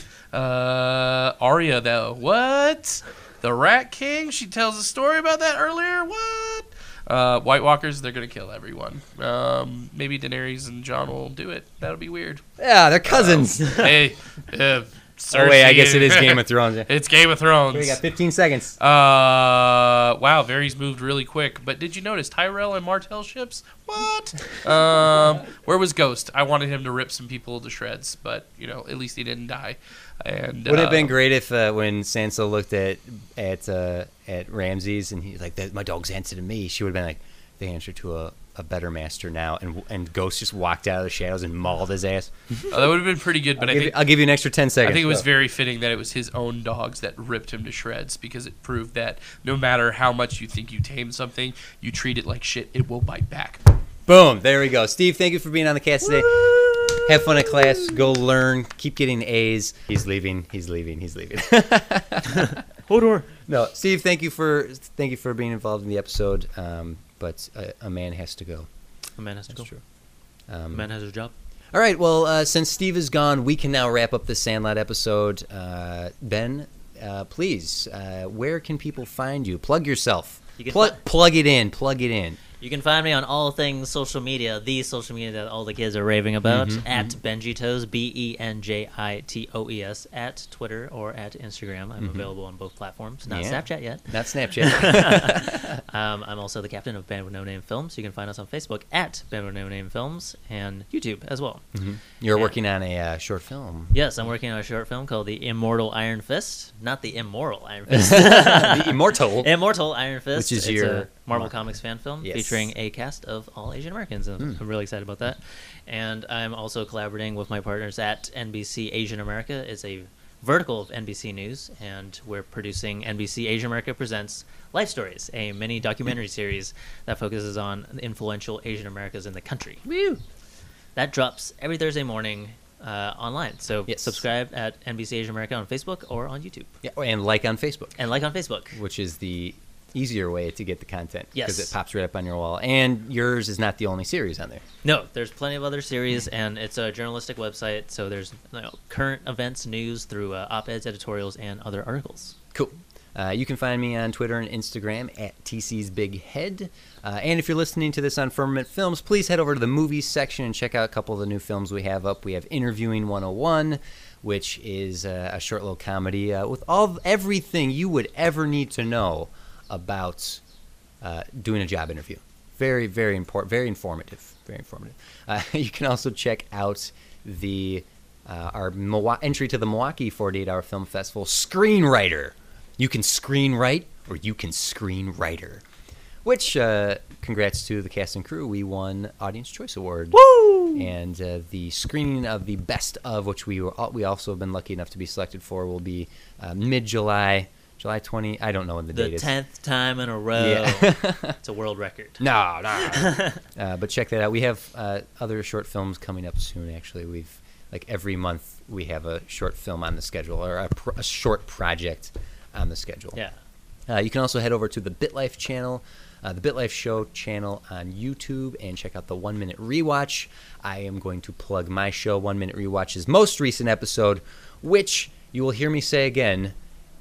Uh, Arya though. What? The Rat King? She tells a story about that earlier. What? Uh, White Walkers, they're gonna kill everyone. Um, maybe Daenerys and John will do it. That would
*laughs*
be weird.
Yeah, they're cousins. Oh,
hey, uh, Cersei.
wait, I guess it is
*laughs*
Game of *laughs* Thrones. Yeah.
it's Game of Thrones.
We got 15 seconds.
Uh, wow, Varys moved really quick. But did you notice Tyrell and Martell ships? What?
*laughs*
Um, where was Ghost? I wanted him to rip some people to shreds, but you know, at least he didn't die. And
Would it have
uh,
been great if uh, when Sansa looked at at uh, at Ramses and he's like, "That my dog's answer to me," she would have been like, "They answer to a, a better master now." And and Ghost just walked out of the shadows and mauled his ass.
oh, that would have been pretty good. But
I'll,
I
give,
think
you, I'll give you an extra ten seconds.
I think it was
Go.
very fitting that it was his own dogs that ripped him to shreds because it proved that no matter how much you think you tame something, you treat it like shit, it will bite back.
boom. There we go. Steve, thank you for being on the cast today. Have fun at class. Go learn. Keep getting A's. He's leaving. He's leaving. He's leaving. *laughs*
Hodor.
no, Steve, thank you for thank you for being involved in the episode. Um, but a, a man has to go.
A man has to go.
Um,
A man has a job.
All right. Well, uh, since Steve is gone, we can now wrap up this Sandlot episode. Uh, ben, uh, please, uh, where can people find you? Plug yourself.
You can
plug,
fi-
plug it in. Plug it in.
You can find me on all things social media, the social media that all the kids are raving about,
Mm-hmm,
at Benji Toes, B E N J I T O E S, at Twitter or at Instagram. I'm available on both platforms, not
Mm-hmm. Yeah.
Snapchat yet.
Not
*laughs*
Snapchat.
Um, I'm also the captain of Band with No Name Films. You can find us on Facebook at Band with No Name Films and YouTube as well.
Mm-hmm. You're
Yeah.
working on a uh, short film.
*laughs* Yes, I'm working on a short film called The Immortal Iron Fist. Not the immoral Iron Fist.
the Immortal.
Immortal Iron Fist,
Which is
it's
your-
a Marvel Comics fan film
Yes. Hmm.
featuring a cast of all Asian Americans. and I'm really excited about that. And I'm also collaborating with my partners at NBC Asian America. It's a vertical of NBC News, and we're producing NBC Asian America Presents Life Stories, a mini documentary series that focuses on the influential Asian Americans in the country. That drops every Thursday morning uh, online. So
Yes.
subscribe at NBC Asian America on Facebook or on YouTube.
Yeah, and like on Facebook,
And like on Facebook.
which is the easier way to get the content because
Yes.
it pops right up on your wall. And yours is not the only series on there.
No, there's plenty of other series, and it's a journalistic website, so there's you know, current events, news through uh, op eds, editorials, and other articles.
Cool. Uh, you can find me on Twitter and Instagram at TC's Big Head. Uh, and if you're listening to this on Firmament Films, please head over to the movies section and check out a couple of the new films we have up. We have Interviewing 101, which is uh, a short little comedy uh, with all everything you would ever need to know about uh, doing a job interview. Very, very important, very informative, very informative. Uh, *laughs* you can also check out the uh, our Milwa- entry to the Milwaukee 48 Hour Film Festival screenwriter. You can screenwrite or you can screenwriter. Which, uh, congrats to the cast and crew. We won Audience Choice Award. Woo! And uh, the screening of the best of, which we were al- we also have been lucky enough to be selected for, will be uh, mid July, July 20. I don't know when the,
The
date is.
10th time in a row. *laughs* it's a world record.
No, no. *laughs* uh, but check that out. We have uh, other short films coming up soon. Actually, we've like every month we have a short film on the schedule or a, pro- a short project on the schedule.
Yeah.
Uh, you can also head over to the BitLife channel, uh, the BitLife Show channel on YouTube, and check out the One Minute Rewatch. I am going to plug my show, One Minute Rewatch's most recent episode, which you will hear me say again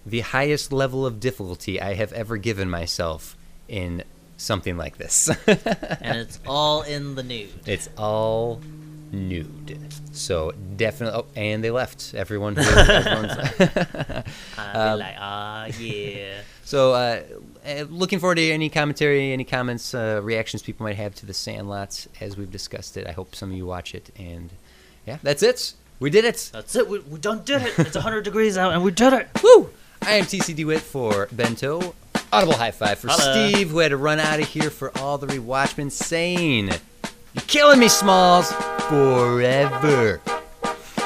the highest level of difficulty I have ever given myself in something like this. *laughs*
And it's all in the nude.
It's all nude. So definitely, oh, and they left.
*laughs*
Everyone, who, everyone's, *laughs*
I'll be like, ah, yeah.
so uh, uh, looking forward to any commentary, any comments, uh, reactions people might have to the Sandlots as we've discussed it. I hope some of you watch it, and yeah, that's it. We did it.
That's it. We, we done did it. It's 100 degrees out, and we did it.
Woo! I am TC DeWitt for Bento. Audible high five for
Holla.
Steve, who had to run out of here for all the rewatchmen. Sane, you're killing me, Smalls, forever.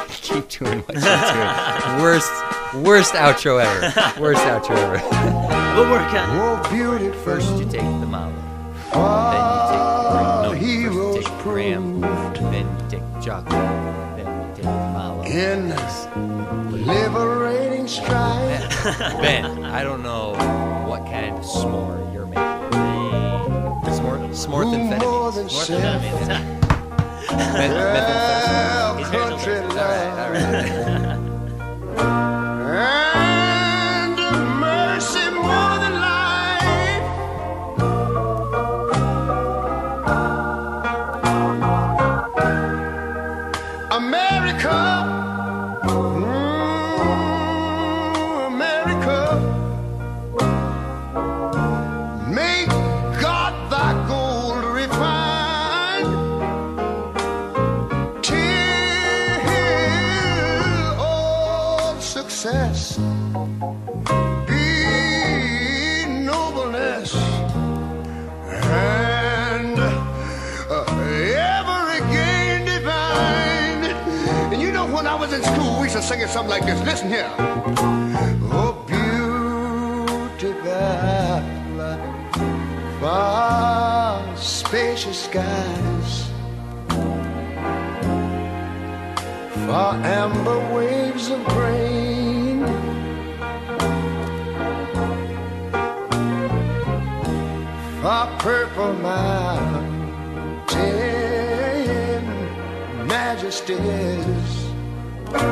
Keep doing what you're
*laughs*
doing. worst, worst outro ever. Worst outro ever.
We'll work on it.
Oh, beautiful.
First, you take the model. Then you take no, first you take Graham. Then you take chocolate. Then you take the model.
In liberating strife.
Ben, I don't know what kind of s'more you're making. S'more? Smorthamphetamines. Smorthamphetamines. Meth- methamphetamines.
He's married to Liz.
All right, all right.
And mercy more than life. America, mm, America, make God thy gold refine till all success be nobleness and uh, every gain divine. And you know, when I was in school, we used to sing it something like this. Listen here. Oh, beautiful, far spacious skies. For amber waves of grain, for purple mountain majesties, above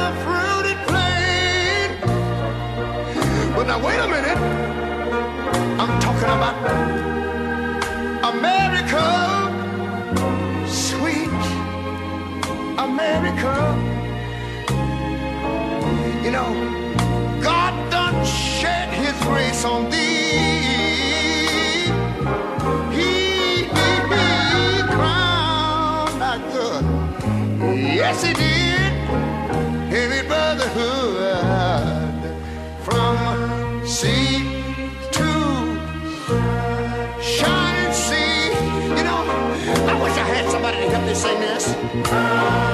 the fruited plain. But now wait a minute, I'm talking about America sweet America. You know, God done shed his grace on thee. He, he, he crowned thy good. Yes, he did. Heavy brotherhood from sea to shine and see. You know, I wish I had somebody to help me sing this. Oh, Oh,